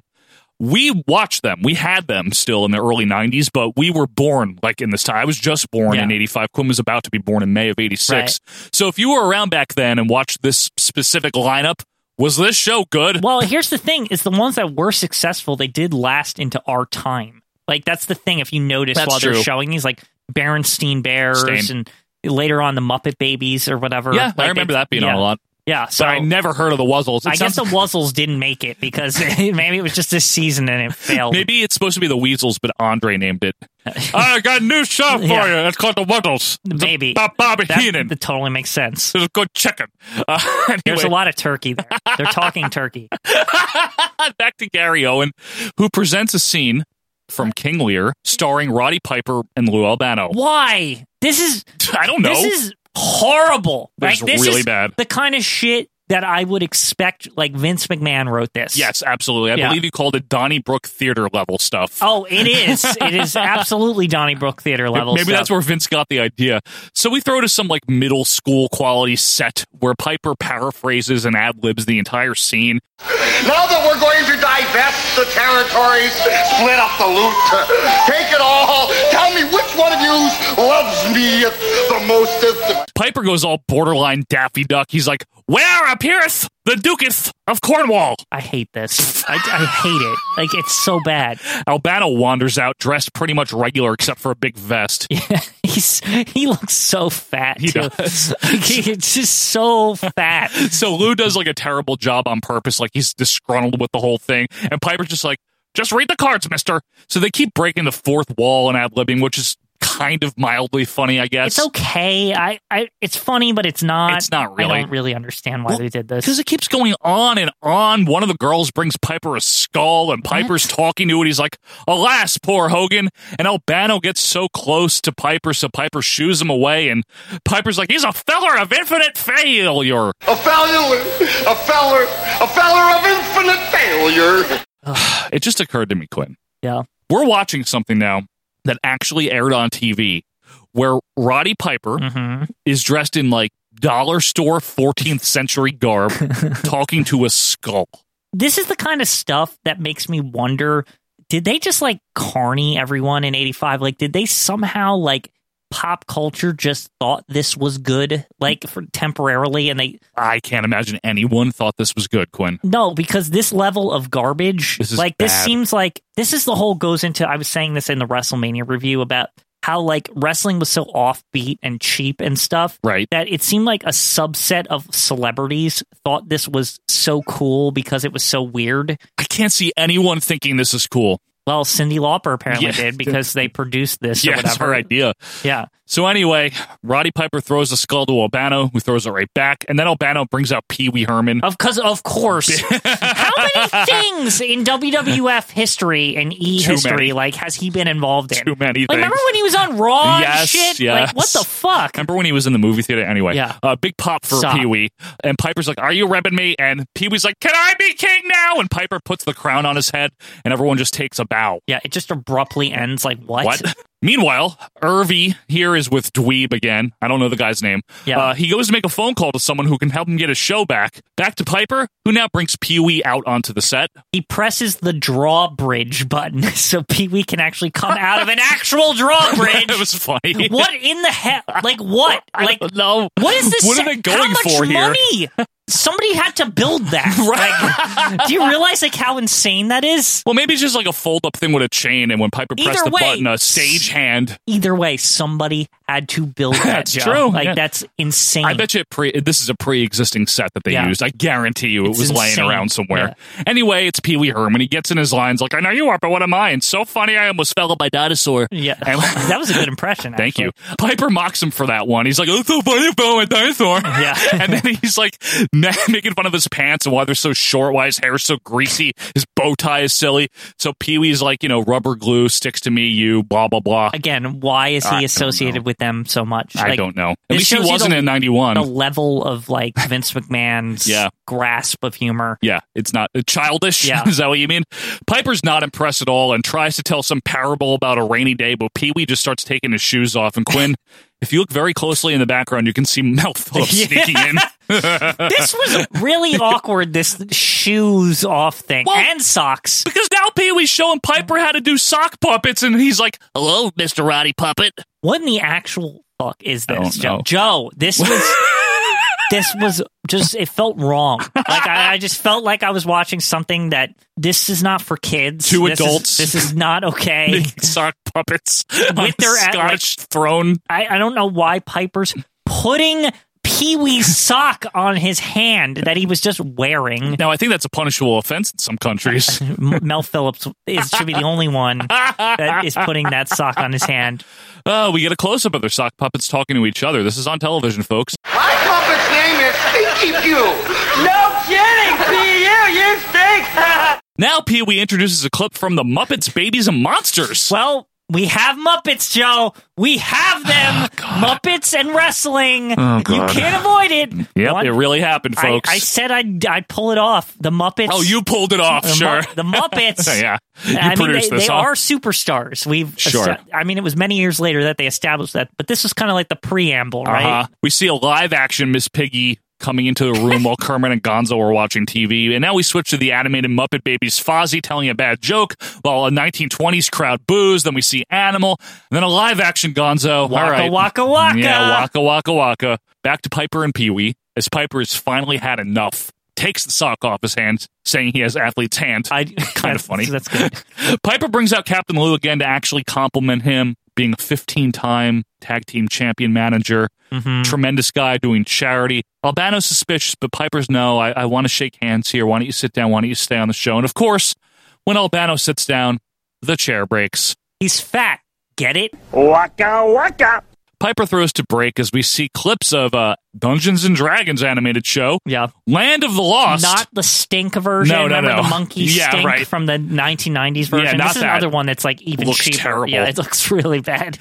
B: We watched them. We had them still in the early 90s, but we were born like in this time. I was just born
C: Yeah.
B: in 85. Quinn was about to be born in May of 86. So if you were around back then and watched this specific lineup, Was this show good?
C: Well, here's the thing: is the ones that were successful, they did last into our time. Like that's the thing. If you notice
B: That's
C: while
B: true.
C: they're showing these, like Berenstain Bears
B: Stain.
C: and later on the Muppet Babies or whatever.
B: Yeah,
C: like,
B: I remember
C: it's-
B: that being on a
C: yeah.
B: lot.
C: Yeah, so
B: but I never heard of the Wuzzles. It
C: I guess
B: sounds-
C: the Wuzzles didn't make it because maybe it was just this season and it failed.
B: Maybe it's supposed to be the Weasels, but Andre named it. I got a new show for
C: Yeah.
B: you. It's called the Wuzzles.
C: Maybe
B: Bob Bobby
C: that,
B: Heenan.
C: that totally makes sense.
B: It's a good chicken. Uh,
C: There's a
B: anyway.
C: lot of turkey there. They're talking turkey.
B: Back to Gary Owen, who presents a scene from King Lear starring Roddy Piper and Lou Albano.
C: Why? This is
B: I don't know.
C: This is horrible.
B: This
C: Like,
B: is
C: this
B: really
C: is
B: bad.
C: The kind of shit that I would expect. Like Vince McMahon wrote this.
B: Yes, absolutely. I
C: Yeah.
B: believe you called it Donnybrook theater level stuff.
C: Oh, it is. it is absolutely Donnybrook theater level.
B: Maybe that's where Vince got the idea. So we throw to some like middle school quality set where Piper paraphrases and ad libs the entire scene.
D: Now that we're going to divest the territories, split up the loot, take it all, tell me which one of you loves me the most.
B: Piper goes all borderline Daffy Duck. He's like, "Where appeareth the Duketh of Cornwall?"
C: I hate this. I, I hate it. Like it's so bad.
B: Albano wanders out dressed pretty much regular except for a big vest.
C: He's he looks so fat.
B: He
C: too.
B: does.
C: Like, he- it's just so fat.
B: so Lou does like a terrible job on purpose, like he's disgruntled with the whole thing, and Piper's just like, just read the cards, mister. So they keep breaking the fourth wall and ad libbing, which is kind of mildly funny, I guess.
C: It's okay. I, I it's funny, but it's not.
B: It's not
C: I
B: really.
C: don't really understand why they did this.
B: Because it keeps going on and on. One of the girls brings Piper a skull, and Piper's talking to it. He's like, Alas, poor Hogan. And Albano gets so close to Piper, so Piper shoos him away, and Piper's like, He's a feller of infinite failure.
D: A failure, a feller, a feller of infinite failure.
B: It just occurred to me, Quinn.
C: Yeah.
B: We're watching something now that actually aired on TV where Roddy Piper
C: Mm-hmm.
B: is dressed in like dollar store 14th century garb talking to a skull.
C: This is the kind of stuff that makes me wonder: Did they just like carny everyone in '85? Like, did they somehow like pop culture just thought this was good, like for temporarily, and they
B: I can't imagine anyone thought this was good, Quinn.
C: No, because this level of garbage,
B: This is
C: like this
B: bad.
C: seems like this is the whole goes into. I was saying this in the WrestleMania review about how like wrestling was so offbeat and cheap and stuff,
B: right?
C: That it seemed like a subset of celebrities thought this was so cool because it was so weird.
B: I can't see anyone thinking this is cool.
C: Well, Cindy Lauper apparently
B: Yeah.
C: did because they produced this
B: Yeah,
C: or
B: that's
C: whatever.
B: her idea.
C: Yeah.
B: So anyway, Roddy Piper throws the skull to Albano, who throws it right back, and then Albano brings out Pee Wee Herman.
C: Of cause of course. How many things in WWF history and E
B: Too
C: history
B: many.
C: like has he been involved in?
B: Too many
C: Like, remember
B: things.
C: when he was on Raw and
B: Yes,
C: shit?
B: yes.
C: Like what the fuck?
B: Remember when he was in the movie theater? Anyway,
C: Yeah.
B: Uh, big pop for
C: Stop.
B: Pee Wee, and Piper's like, "Are you repping me?" And Pee Wee's like, "Can I be king now?" And Piper puts the crown on his head, and everyone just takes a bow.
C: Yeah, it just abruptly ends like what?
B: What? Meanwhile, Irvy here is with Dweeb again. I don't know the guy's name.
C: Yeah.
B: Uh, he goes to make a phone call to someone who can help him get his show back. Back to Piper, who now brings Pee Wee out onto the set.
C: He presses the drawbridge button so Pee Wee can actually come out of an actual drawbridge.
B: it was funny.
C: What in the hell? Like what? Like
B: no.
C: What is this?
B: What are they
C: how
B: going
C: much
B: for here?
C: money? Somebody had to build that. Like, do you realize like how insane that is?
B: Well, maybe it's just like a fold up thing with a chain, and when Piper
C: Either
B: pressed the
C: way-
B: button, a stage hand.
C: Either way, somebody had to build that.
B: That's
C: Joe.
B: true,
C: Like
B: yeah.
C: that's insane.
B: I bet you it pre- this is a pre existing set that they
C: Mm. Yeah.
B: used. I guarantee you
C: It's
B: it was
C: insane.
B: laying around somewhere. Anyway, it's Pee Wee Herman. He gets in his lines like, I know you are, but what am I? And so funny, I almost fell on my dinosaur.
C: Yeah,
B: And-
C: that was a good impression.
B: Thank
C: actually.
B: you. Piper mocks him for that one. He's like, "Oh, so funny about my dinosaur."
C: Yeah.
B: and then he's like ma- making fun of his pants and why they're so short, why his hair's so greasy, his bow tie is silly. So Pee Wee's like, you know, rubber glue sticks to me, you blah blah blah.
C: Again, why is
B: I don't
C: he associated with them so much?
B: I
C: Like,
B: don't know. At
C: this
B: least he
C: shows you
B: wasn't
C: the-
B: in '91.
C: The level of like Vince McMahon's
B: Yeah.
C: grasp of humor.
B: Yeah, it's not uh, childish.
C: Yeah.
B: Is that what you mean? Piper's not impressed at all and tries to tell some parable about a rainy day, but Pee Wee just starts taking his shoes off. And Quinn, if you look very closely in the background, you can see Mel Phillips
C: Yeah.
B: sneaking in.
C: This was really awkward. This shoes off thing and socks.
B: Because now Pee Wee's showing Piper how to do sock puppets, and he's like, "Hello, Mister Roddy Puppet."
C: What in the actual fuck is
B: I
C: this,
B: don't know.
C: Joe? Joe, this was this was just it felt wrong. Like I, I just felt like I was watching something that this is not for kids.
B: Two
C: This is-
B: adults.
C: this is not okay.
B: sock puppets on
C: With their
B: Scotch
C: throne. I, I don't know why Piper's putting Pee Wee's sock on his hand that he was just wearing.
B: Now, I think that's a punishable offense in some countries.
C: Mel Phillips is, should be the only one that is putting that sock on his hand.
B: Oh, we get a close up of their sock puppets talking to each other. This is on television, folks.
D: My puppet's name is Stinky Pew. No kidding, Pew. You stink.
B: Now, Pee Wee introduces a clip from the Muppets, Babies, and Monsters.
C: Well, we have Muppets, Joe. We have them. Muppets and wrestling.
B: Oh,
C: you
B: God.
C: can't avoid it.
B: Yep,
C: One-
B: it really happened,
C: I,
B: folks.
C: I said I'd, I'd pull it off. The Muppets.
B: oh, you pulled it off,
C: the Mu-
B: sure.
C: the Muppets.
B: yeah. You
C: I mean, they,
B: produced this,
C: they
B: huh?
C: are superstars. We've
B: Sure.
C: esta- I mean, it was many years later that they established that, but this was kind of like the preamble, right?
B: Uh-huh. We see a live action Miss Piggy coming into the room while Kermit and Gonzo are watching TV. And now we switch to the animated Muppet Babies Fozzie telling a bad joke while a 1920s crowd boos. Then we see Animal. And then a live action Gonzo.
C: Waka,
B: All right.
C: waka, waka.
B: Yeah, waka waka waka. Back to Piper and Pee Wee as Piper has finally had enough. Takes the sock off his hand, saying he has athlete's hand. I, kind of funny.
C: That's good.
B: Piper brings out Captain Lou again to actually compliment him, being a 15 time tag team champion manager,
C: Mm-hmm.
B: tremendous guy doing charity. Albano's suspicious, but Piper's no, I, I want to shake hands here. Why don't you sit down? Why don't you stay on the show? And of course, when Albano sits down, the chair breaks.
C: He's fat. Get it?
B: Waka waka. Piper throws to break as we see clips of uh, Dungeons and Dragons animated show.
C: Yeah.
B: Land of the Lost.
C: Not the stink version.
B: No, no,
C: Remember
B: no.
C: the monkey
B: Yeah,
C: stink
B: right.
C: from the 1990s version?
B: Yeah, not
C: this is
B: that.
C: another one that's like even
B: Looks
C: cheaper.
B: terrible.
C: Yeah, it looks really bad.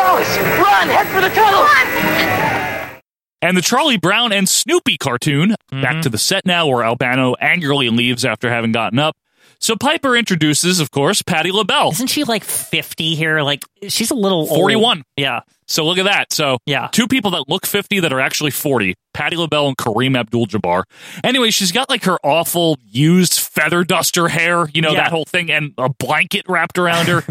D: Alice, run! Head for the tunnel.
B: And the Charlie Brown and Snoopy cartoon. Back to the set now, where Albano angrily leaves after having gotten up. So Piper introduces, of course, Patty LaBelle.
C: Isn't she like 50 here? Like, she's a little old.
B: 41.
C: Yeah.
B: So look at that. So
C: yeah.
B: two people that look 50 that are actually 40, Patty LaBelle and Kareem Abdul-Jabbar. Anyway, she's got like her awful used feather duster hair, you know,
C: Yeah.
B: that whole thing, and a blanket wrapped around her.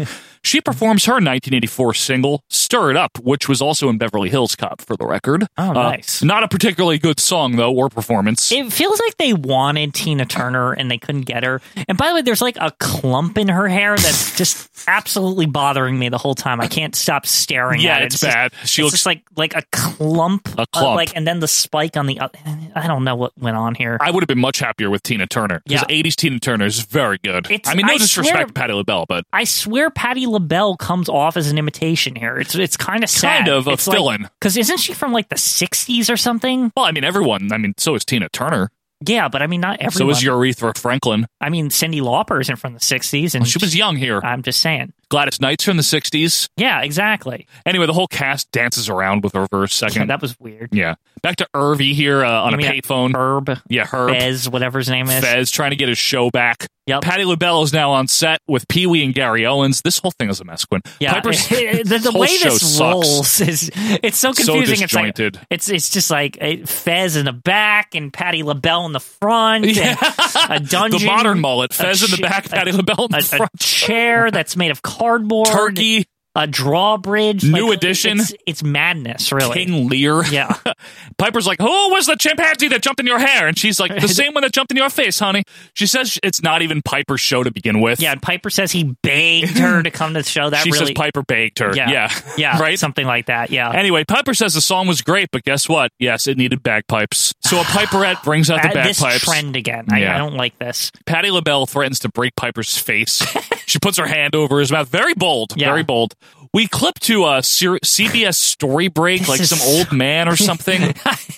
B: she performs her 1984 single, Stir It Up, which was also in Beverly Hills Cop, for the record. Uh,
C: Oh, nice.
B: Not a particularly good song, though, or performance.
C: It feels like they wanted Tina Turner and they couldn't get her. And by the way, there's like a clump in her hair that's just absolutely bothering me the whole time. I can't stop staring
B: Yeah,
C: at it.
B: it's
C: just-
B: bad. She
C: it's
B: looks-
C: just like like a clump,
B: A
C: of,
B: clump.
C: like and then the spike on the. oth- I don't know what went on here.
B: I would have been much happier with Tina Turner because
C: Yeah.
B: 80s Tina Turner is very good.
C: It's-
B: I mean, no
C: I
B: disrespect
C: swear-
B: to Patty LaBelle, but
C: I swear Patty LaBelle comes off as an imitation here. It's it's kind of sad.
B: Kind of a fill-in.
C: Because isn't she from like the 60s or something?
B: well, I mean, everyone. I mean, so is Tina Turner.
C: Yeah, but I mean, not everyone.
B: So is Urethra Franklin.
C: I mean, Cindy Lauper isn't from the 60s. and
B: She was young here.
C: I'm just saying.
B: Gladys Knight's from the 60s.
C: Yeah, exactly.
B: Anyway, the whole cast dances around with her for a second.
C: Yeah, that was weird.
B: Yeah. Back to Irvy here uh, on
C: You
B: a
C: mean
B: payphone.
C: Herb.
B: Yeah, Herb.
C: Fez, whatever his name is.
B: Fez trying to get his show back.
C: Yep.
B: Patty LaBelle is now on set with Pee Wee and Gary Owens. This whole thing is a mess, Quinn.
C: Yeah,
B: Piper's-
C: the, the
B: whole
C: way
B: show
C: this
B: sucks.
C: rolls is it's so
B: So
C: confusing. it's like
B: disjointed.
C: it's it's just like uh, Fez in the back and Patty LaBelle in the front.
B: Yeah.
C: And a dungeon,
B: The modern mullet.
C: a
B: Fez in the
C: ch-
B: back,
C: a-
B: Patty LaBelle in the
C: a, a
B: front.
C: chair that's made of cardboard,
B: Turkey.
C: a drawbridge,
B: New edition.
C: It's, it's madness, really.
B: King Lear.
C: Yeah,
B: Piper's like, Who was the chimpanzee that jumped in your hair? And she's like, The same one that jumped in your face, honey. She says it's not even Piper's show to begin with.
C: yeah. And Piper says he begged her to come to the show. That
B: she
C: really
B: says Piper baked her.
C: Yeah.
B: Yeah.
C: Yeah,
B: right?
C: something like that. Yeah.
B: Anyway, Piper says the song was great, but guess what? Yes, it needed bagpipes. So a Piperette brings out the
C: Uh, this
B: bagpipes.
C: trend again. I,
B: Yeah.
C: I don't like this.
B: Patty LaBelle threatens to break Piper's face. she puts her hand over his mouth. Very bold.
C: Yeah.
B: Very bold. We clip to a Sir- CBS story break,
C: This
B: like
C: is
B: some old man or something.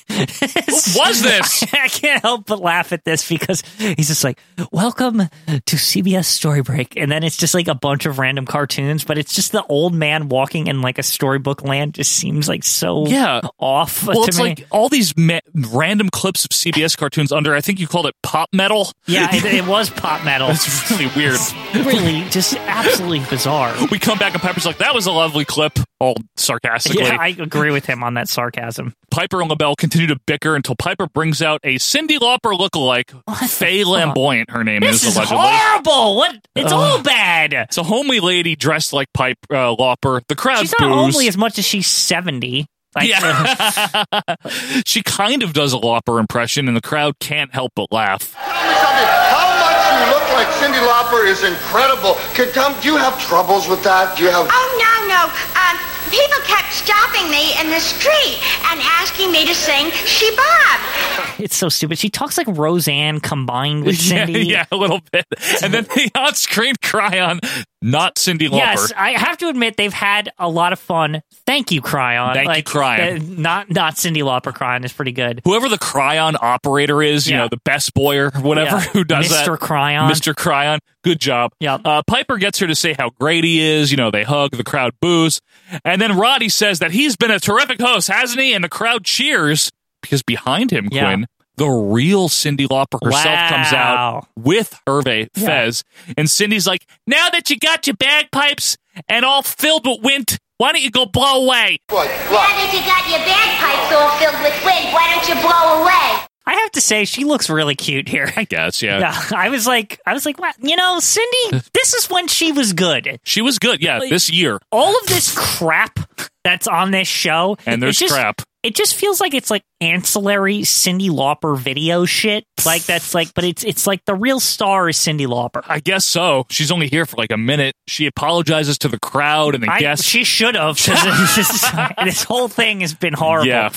B: what was this?
C: I can't help but laugh at this because he's just like, "Welcome to CBS Story Break," and then it's just like a bunch of random cartoons, but it's just the old man walking in like a storybook land. Just seems like so
B: Yeah.
C: off
B: Well,
C: to
B: it's
C: me.
B: like all these ma- random clips of CBS cartoons under, I think you called it pop metal.
C: yeah, it, it was pop metal.
B: That's really weird.
C: really just absolutely bizarre.
B: We come back and Piper's like, that was a lovely clip, all sarcastically.
C: Yeah, I agree with him on that sarcasm.
B: Piper and LaBelle continue to bicker until Piper brings out a Cindy Lauper lookalike, Faye Lamboyant, her name
C: This is
B: allegedly.
C: horrible. What? It's
B: Ugh.
C: all bad.
B: It's a homely lady dressed like Pipe uh, Lauper. The crowd
C: She's
B: boos.
C: not only as much as she's seventy. Like,
B: yeah. she kind of does a Lauper impression, and the crowd can't help but laugh.
D: How much you look like Cindy Lauper is incredible. Can, come, do you have troubles with that? Do you have?
I: Oh no, no. Um, people kept stopping me in the street and asking me to sing She Bob.
C: It's so stupid. She talks like Roseanne combined with
B: Yeah,
C: Cindy.
B: yeah, a little bit. And then the on-screen cry on, not Cindy Lauper.
C: Yes, I have to admit they've had a lot of fun. Thank you, Cryon.
B: Thank you, Cryon.
C: uh, Not not Cindy Lauper. Cryon is pretty good.
B: Whoever the Cryon operator is, you know, the best boy or whatever
C: Yeah.
B: who does that.
C: Mr. Cryon.
B: Mr. Cryon. Good job. Yeah. Uh, Piper gets her to say how great he is. You know, they hug, the crowd boos. And then Roddy says that he's been a terrific host, hasn't he? And the crowd cheers because behind him,
C: Yeah.
B: Quinn, the real Cindy Lauper herself comes out
C: Wow.
B: with Hervé
C: Yeah.
B: Fez. And Cindy's like, now that you got your bagpipes and all filled with wind, why don't you go blow away?
I: Now that you got your bagpipes all filled with wind, why don't you blow away?
C: I have to say she looks really cute here.
B: I guess, yeah.
C: I was like, I was like, what? You know, Cindy, this is when she was good.
B: She was good, yeah,
C: Like-
B: this year.
C: All of this crap that's on this show,
B: And
C: it
B: there's
C: just-
B: crap.
C: It just feels like it's like ancillary Cindy Lauper video shit. Like that's like, but it's it's like the real star is Cindy Lauper.
B: I guess so. She's only here for like a minute. She apologizes to the crowd and the
C: I,
B: guests.
C: She should have. 'cause this, is- this whole thing has been horrible.
B: Yeah.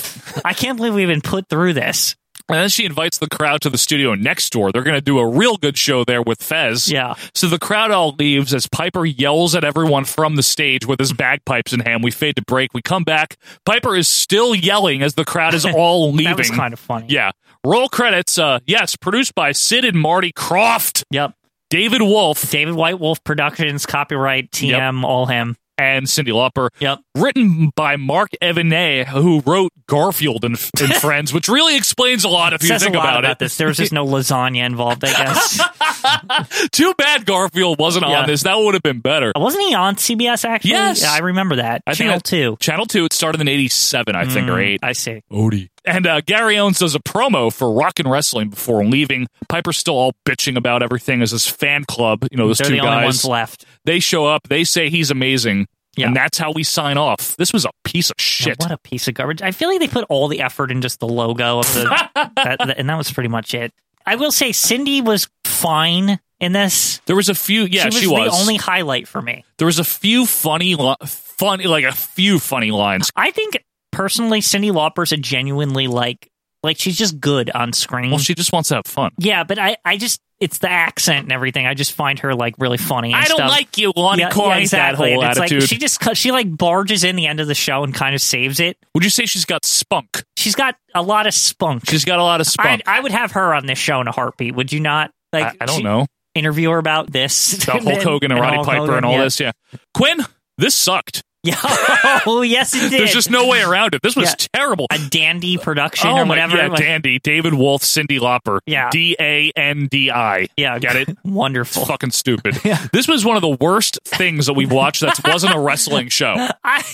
C: I can't believe we've been put through this.
B: and then she invites the crowd to the studio next door. They're going to do a real good show there with Fez.
C: Yeah.
B: So the crowd all leaves as Piper yells at everyone from the stage with his bagpipes in hand. We fade to break. We come back. Piper is still yelling as the crowd is all leaving.
C: That was kind of funny.
B: Yeah. Roll credits. Uh, yes, produced by Sid and Marty Croft.
C: Yep.
B: David Wolf
C: David White Wolf Productions, copyright TM, all him.
B: and Cindy Lauper.
C: Yep.
B: Written by Mark Evenet, who wrote Garfield and, and Friends, which really explains a lot if you
C: Says
B: think
C: a lot about,
B: about, it.
C: this. There was just no lasagna involved, I guess.
B: Too bad Garfield wasn't
C: Yeah.
B: on this. That would have been better.
C: Wasn't he on CBS actually?
B: Yes.
C: Yeah, I remember that.
B: I think
C: Channel
B: that-
C: two.
B: Channel 2, it started in 87, I think, or
C: Mm,
B: 8.
C: I see.
B: Odie. And uh, Gary Owens does a promo for Rock and Wrestling before leaving. Piper's still all bitching about everything as his fan club. You know, those
C: They're
B: two
C: the
B: guys.
C: only ones left.
B: They show up. They say he's amazing.
C: Yeah.
B: And that's how we sign off. This was a piece of shit.
C: What a piece of garbage. I feel like they put all the effort in just the logo of the that, that- and that was pretty much it. I will say Cindy was fine in this.
B: There was a few. Yeah, she was.
C: the only highlight for me.
B: there was a few funny, li- funny, like a few funny lines.
C: I think personally Cindy Lauper's a genuinely like like she's just good on screen.
B: Well, she just wants to have fun.
C: yeah, but I I just it's the accent and everything. I just find her like really funny. and
B: I don't
C: stuff.
B: like you, Lonnie Coy. That whole
C: And it's
B: attitude.
C: Like, she just cut- she like barges in the end of the show and kind of saves it.
B: Would you say she's got spunk?
C: She's got a lot of spunk.
B: She's got a lot of spunk.
C: I, I would have her on this show in a heartbeat. Would you not? Like,
B: I- I don't
C: she-
B: know.
C: Interview her about this.
B: About Hulk Hogan and, Roddy
C: Hulk
B: Piper
C: Hogan,
B: and all
C: yeah.
B: this. Yeah. Quinn, this sucked.
C: Yeah. oh yes, it did.
B: There's just no way around it. This was
C: Yeah.
B: terrible.
C: a dandy production
B: Oh
C: or
B: my
C: whatever.
B: yeah,
C: Like,
B: Dandy, David Wolf, Cindy Lauper.
C: Yeah.
B: D A N D I.
C: Yeah.
B: Get it?
C: Wonderful.
B: It's fucking stupid. This was one of the worst things that we've watched that wasn't a wrestling show.
C: I,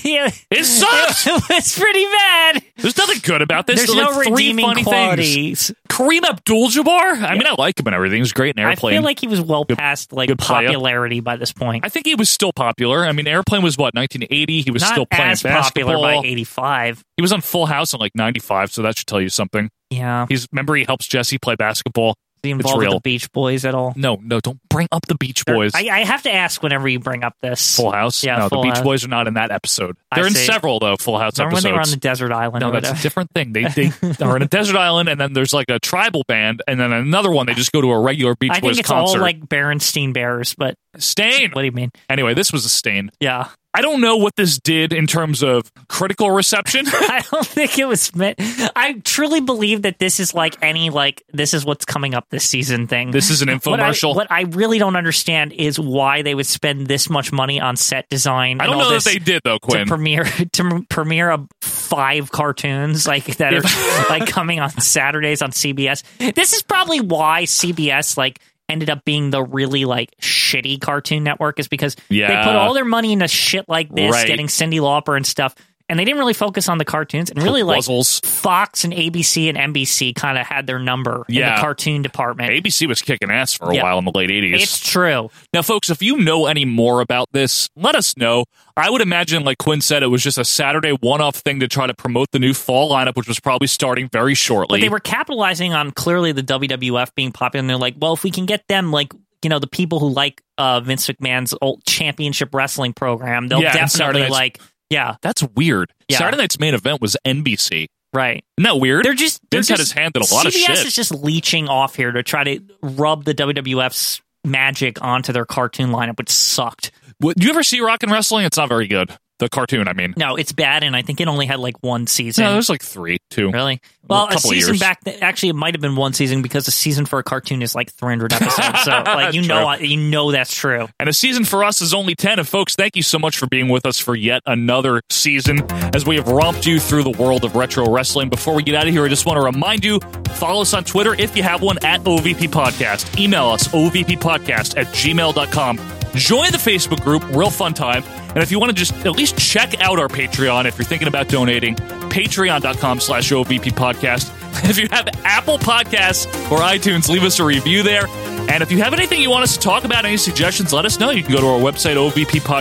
B: It sucks.
C: it's pretty bad.
B: There's nothing good about this.
C: There's
B: There were
C: no
B: three
C: redeeming
B: funny
C: qualities.
B: Things. Kareem Abdul-Jabbar. I mean, I like him and everything. He's great in
C: I
B: Airplane.
C: feel like he was well past like
B: good player.
C: popularity by this point.
B: I think he was still popular. I mean, Airplane was what 1980. He was
C: Not
B: still playing
C: as
B: basketball.
C: popular by '85.
B: He was on Full House in like '95, so that should tell you something.
C: Yeah.
B: He's remember he helps Jesse play basketball.
C: Is he
B: it's
C: involved with
B: real.
C: the Beach Boys at all?
B: no, no, don't bring up the Beach Boys.
C: I, I have to ask whenever you bring up this.
B: Full House.
C: Yeah,
B: no,
C: Full
B: the Beach
C: House.
B: Boys are not in that episode.
C: I
B: They're in
C: see.
B: several though Full House
C: Remember when
B: episodes.
C: they were on the desert island?
B: no,
C: or
B: that's a
C: whatever?
B: different thing. They they are on a desert island, and then there's like a tribal band, and then another one. They just go to a regular Beach
C: I think
B: Boys
C: it's
B: concert.
C: all like Berenstein Bears, but
B: Stain.
C: what do you mean?
B: Anyway, this was a stain.
C: Yeah.
B: I don't know what this did in terms of critical reception.
C: I don't think it was meant. I truly believe that this is like any like this is what's coming up this season thing.
B: This is an
C: What I-
B: infomercial.
C: What I, really don't understand is why they would spend this much money on set design.
B: I don't
C: and all
B: know that
C: this
B: they did though,
C: to
B: Quinn.
C: premiere to premiere a five cartoons like that
B: Yeah,
C: are like coming on Saturdays on CBS. This is probably why CBS like ended up being the really like shitty cartoon network is because
B: Yeah.
C: they put all their money into shit like this,
B: Right.
C: getting Cindy Lauper and stuff, and they didn't really focus on the cartoons and really like Fox and ABC and NBC kind of had their number in
B: Yeah.
C: the cartoon department.
B: ABC was kicking ass for a
C: Yeah.
B: while in the late 80s.
C: It's true.
B: Now, folks, if you know any more about this, let us know. I would imagine, like Quinn said, it was just a Saturday one off thing to try to promote the new fall lineup, which was probably starting very shortly.
C: But they were capitalizing on clearly the WWF being popular, and they're like, well, if we can get them, like, you know, the people who like uh, Vince McMahon's old championship wrestling program, they'll
B: Yeah, and Saturday
C: definitely
B: Night's-
C: like, yeah,
B: That's weird.
C: Yeah.
B: Saturday night's main event was NBC.
C: right.
B: Isn't that weird?
C: They're just they're
B: Vince had
C: just-
B: his hand in a lot of
C: CBS
B: shit.
C: is just leeching off here to try to rub the WWF's magic onto their cartoon lineup, which sucked.
B: What- do you ever see Rock and Wrestling? It's not very good. The cartoon, I mean.
C: No, it's bad, and I think it only had like one season.
B: No, there's like three, two.
C: Really? well, a
B: couple of
C: season
B: years.
C: back. Th- actually, it might have been one season because a season for a cartoon is like 300 episodes. So, like you know,
B: True.
C: you know that's true.
B: And a season for us is only 10. And folks, thank you so much for being with us for yet another season as we have romped you through the world of retro wrestling. Before we get out of here, I just want to remind you follow us on Twitter if you have one at OVP Podcast. Email us, OVPPodcast at gmail.com. Join the Facebook group, real fun time. And if you want to just at least check out our Patreon if you're thinking about donating, patreon.com slash OVP Podcast. If you have Apple Podcasts or iTunes, leave us a review there. And if you have anything you want us to talk about, any suggestions, let us know. You can go to our website,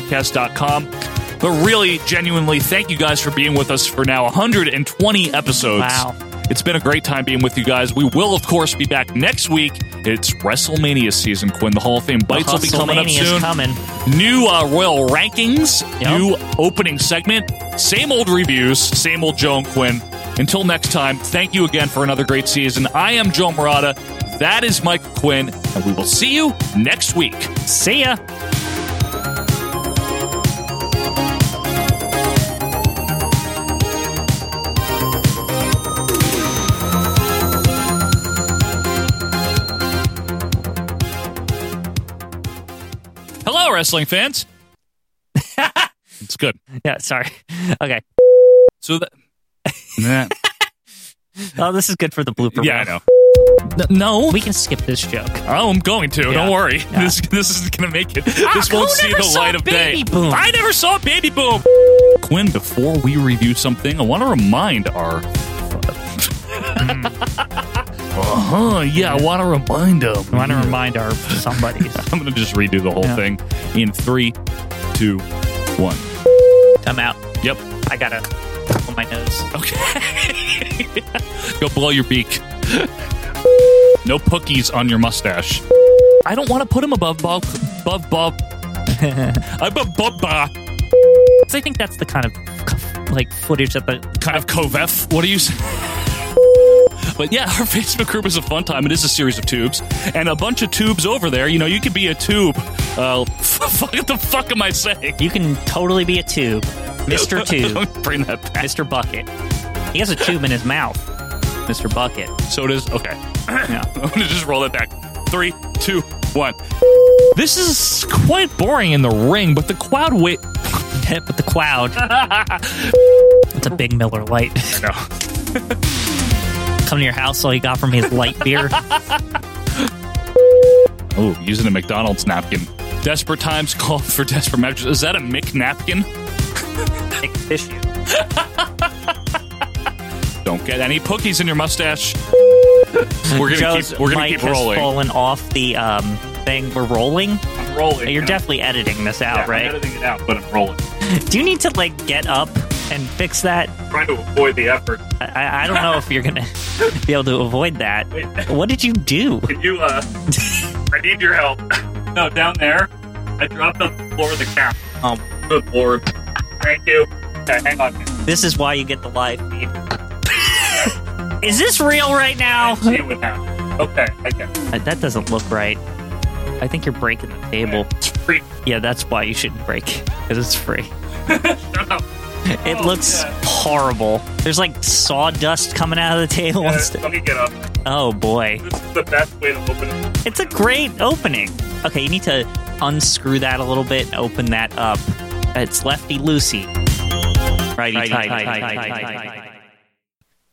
B: ovppodcast.com. But really, genuinely, thank you guys for being with us for now 120 episodes.
C: Wow.
B: It's been a great time being with you guys. We will, of course, be back next week. It's WrestleMania season, Quinn. The Hall of Fame bites will be coming up
C: WrestleMania is
B: soon.
C: coming.
B: New uh, Royal rankings,
C: Yep.
B: new opening segment, same old reviews, same old Joe and Quinn. Until next time, thank you again for another great season. I am Joe Morata. That is Mike Quinn, and we will see you next week.
C: See ya.
B: Hello, wrestling fans. it's good.
C: Yeah, sorry. Okay.
B: So that. Nah.
C: Oh, this is good for the blooper.
B: Yeah, I
C: reel.
B: know.
C: No, we can skip this joke.
B: Oh, I'm going to.
C: Yeah.
B: Don't worry.
C: Yeah.
B: This this isn't going to make it.
C: Ah,
B: this won't
C: who
B: see
C: never
B: the
C: saw
B: light of
C: Baby
B: day.
C: Boom?
B: I never saw Baby Boom. Quinn, before we review something, I want to remind our. uh huh. Yeah, I want to remind them.
C: I want to remind our somebody.
B: I'm going to just redo the whole
C: Yeah.
B: thing in three, two, one.
C: I'm out.
B: Yep.
C: I gotta on my nose.
B: Okay. Go blow your beak. no pookies on your mustache. I don't want to put him above Bob. Above Bob. above Bob. Bob.
C: So I think that's the kind of like footage that the
B: kind of Kovef. What do you say? But yeah, our Facebook group is a fun time. It is a series of tubes and a bunch of tubes over there. You know, you could be a tube. Uh, fuck, what the fuck am I saying?
C: you can totally be a tube, Mister Tube,
B: Bring that back.
C: Mister Bucket. He has a tube in his mouth, Mister Bucket.
B: So it is. Okay.
C: Yeah.
B: I'm going to just roll it back. Three, two, one. This is quite boring in the ring, but the crowd wait.
C: but the cloud. It's a big Miller Light.
B: No.
C: Come to your house, all you got from his light beer.
B: Oh, using a McDonald's napkin. Desperate times call for desperate measures. Is that a McNapkin?
C: Tissue.
B: Don't get any pookies in your mustache. We're gonna
C: Joe's
B: keep. We're gonna
C: mic
B: keep
C: has
B: rolling.
C: fallen off the um, thing. We're rolling.
B: I'm rolling.
C: You're
B: now.
C: definitely editing this
B: Yeah,
C: out,
B: I'm
C: right?
B: editing it out, but I'm rolling.
C: Do you need to like get up and fix that?
B: I'm trying to avoid the effort.
C: I- I, I don't know if you're gonna be able to avoid that. What did you do?
B: Can you? uh I need your help. No, down there. I dropped on the floor of the couch.
C: Um,
B: Good lord. Thank you. Okay, hang on.
C: this is why you get the live feed. is this real right now?
B: See what happens. Okay, I get. it.
C: Uh, That doesn't look right. I think you're breaking the table.
B: It's free.
C: Yeah, that's why you shouldn't break because it's free.
B: Shut up. Oh,
C: It looks
B: yeah.
C: horrible. There's like sawdust coming out of the table. and st-
B: Let me get up.
C: oh boy,
B: This is the best way to open it.
C: it's a great opening. Okay, you need to unscrew that a little bit. and Open that up. It's lefty loosey. Righty tighty. tighty, tighty, tighty, tighty.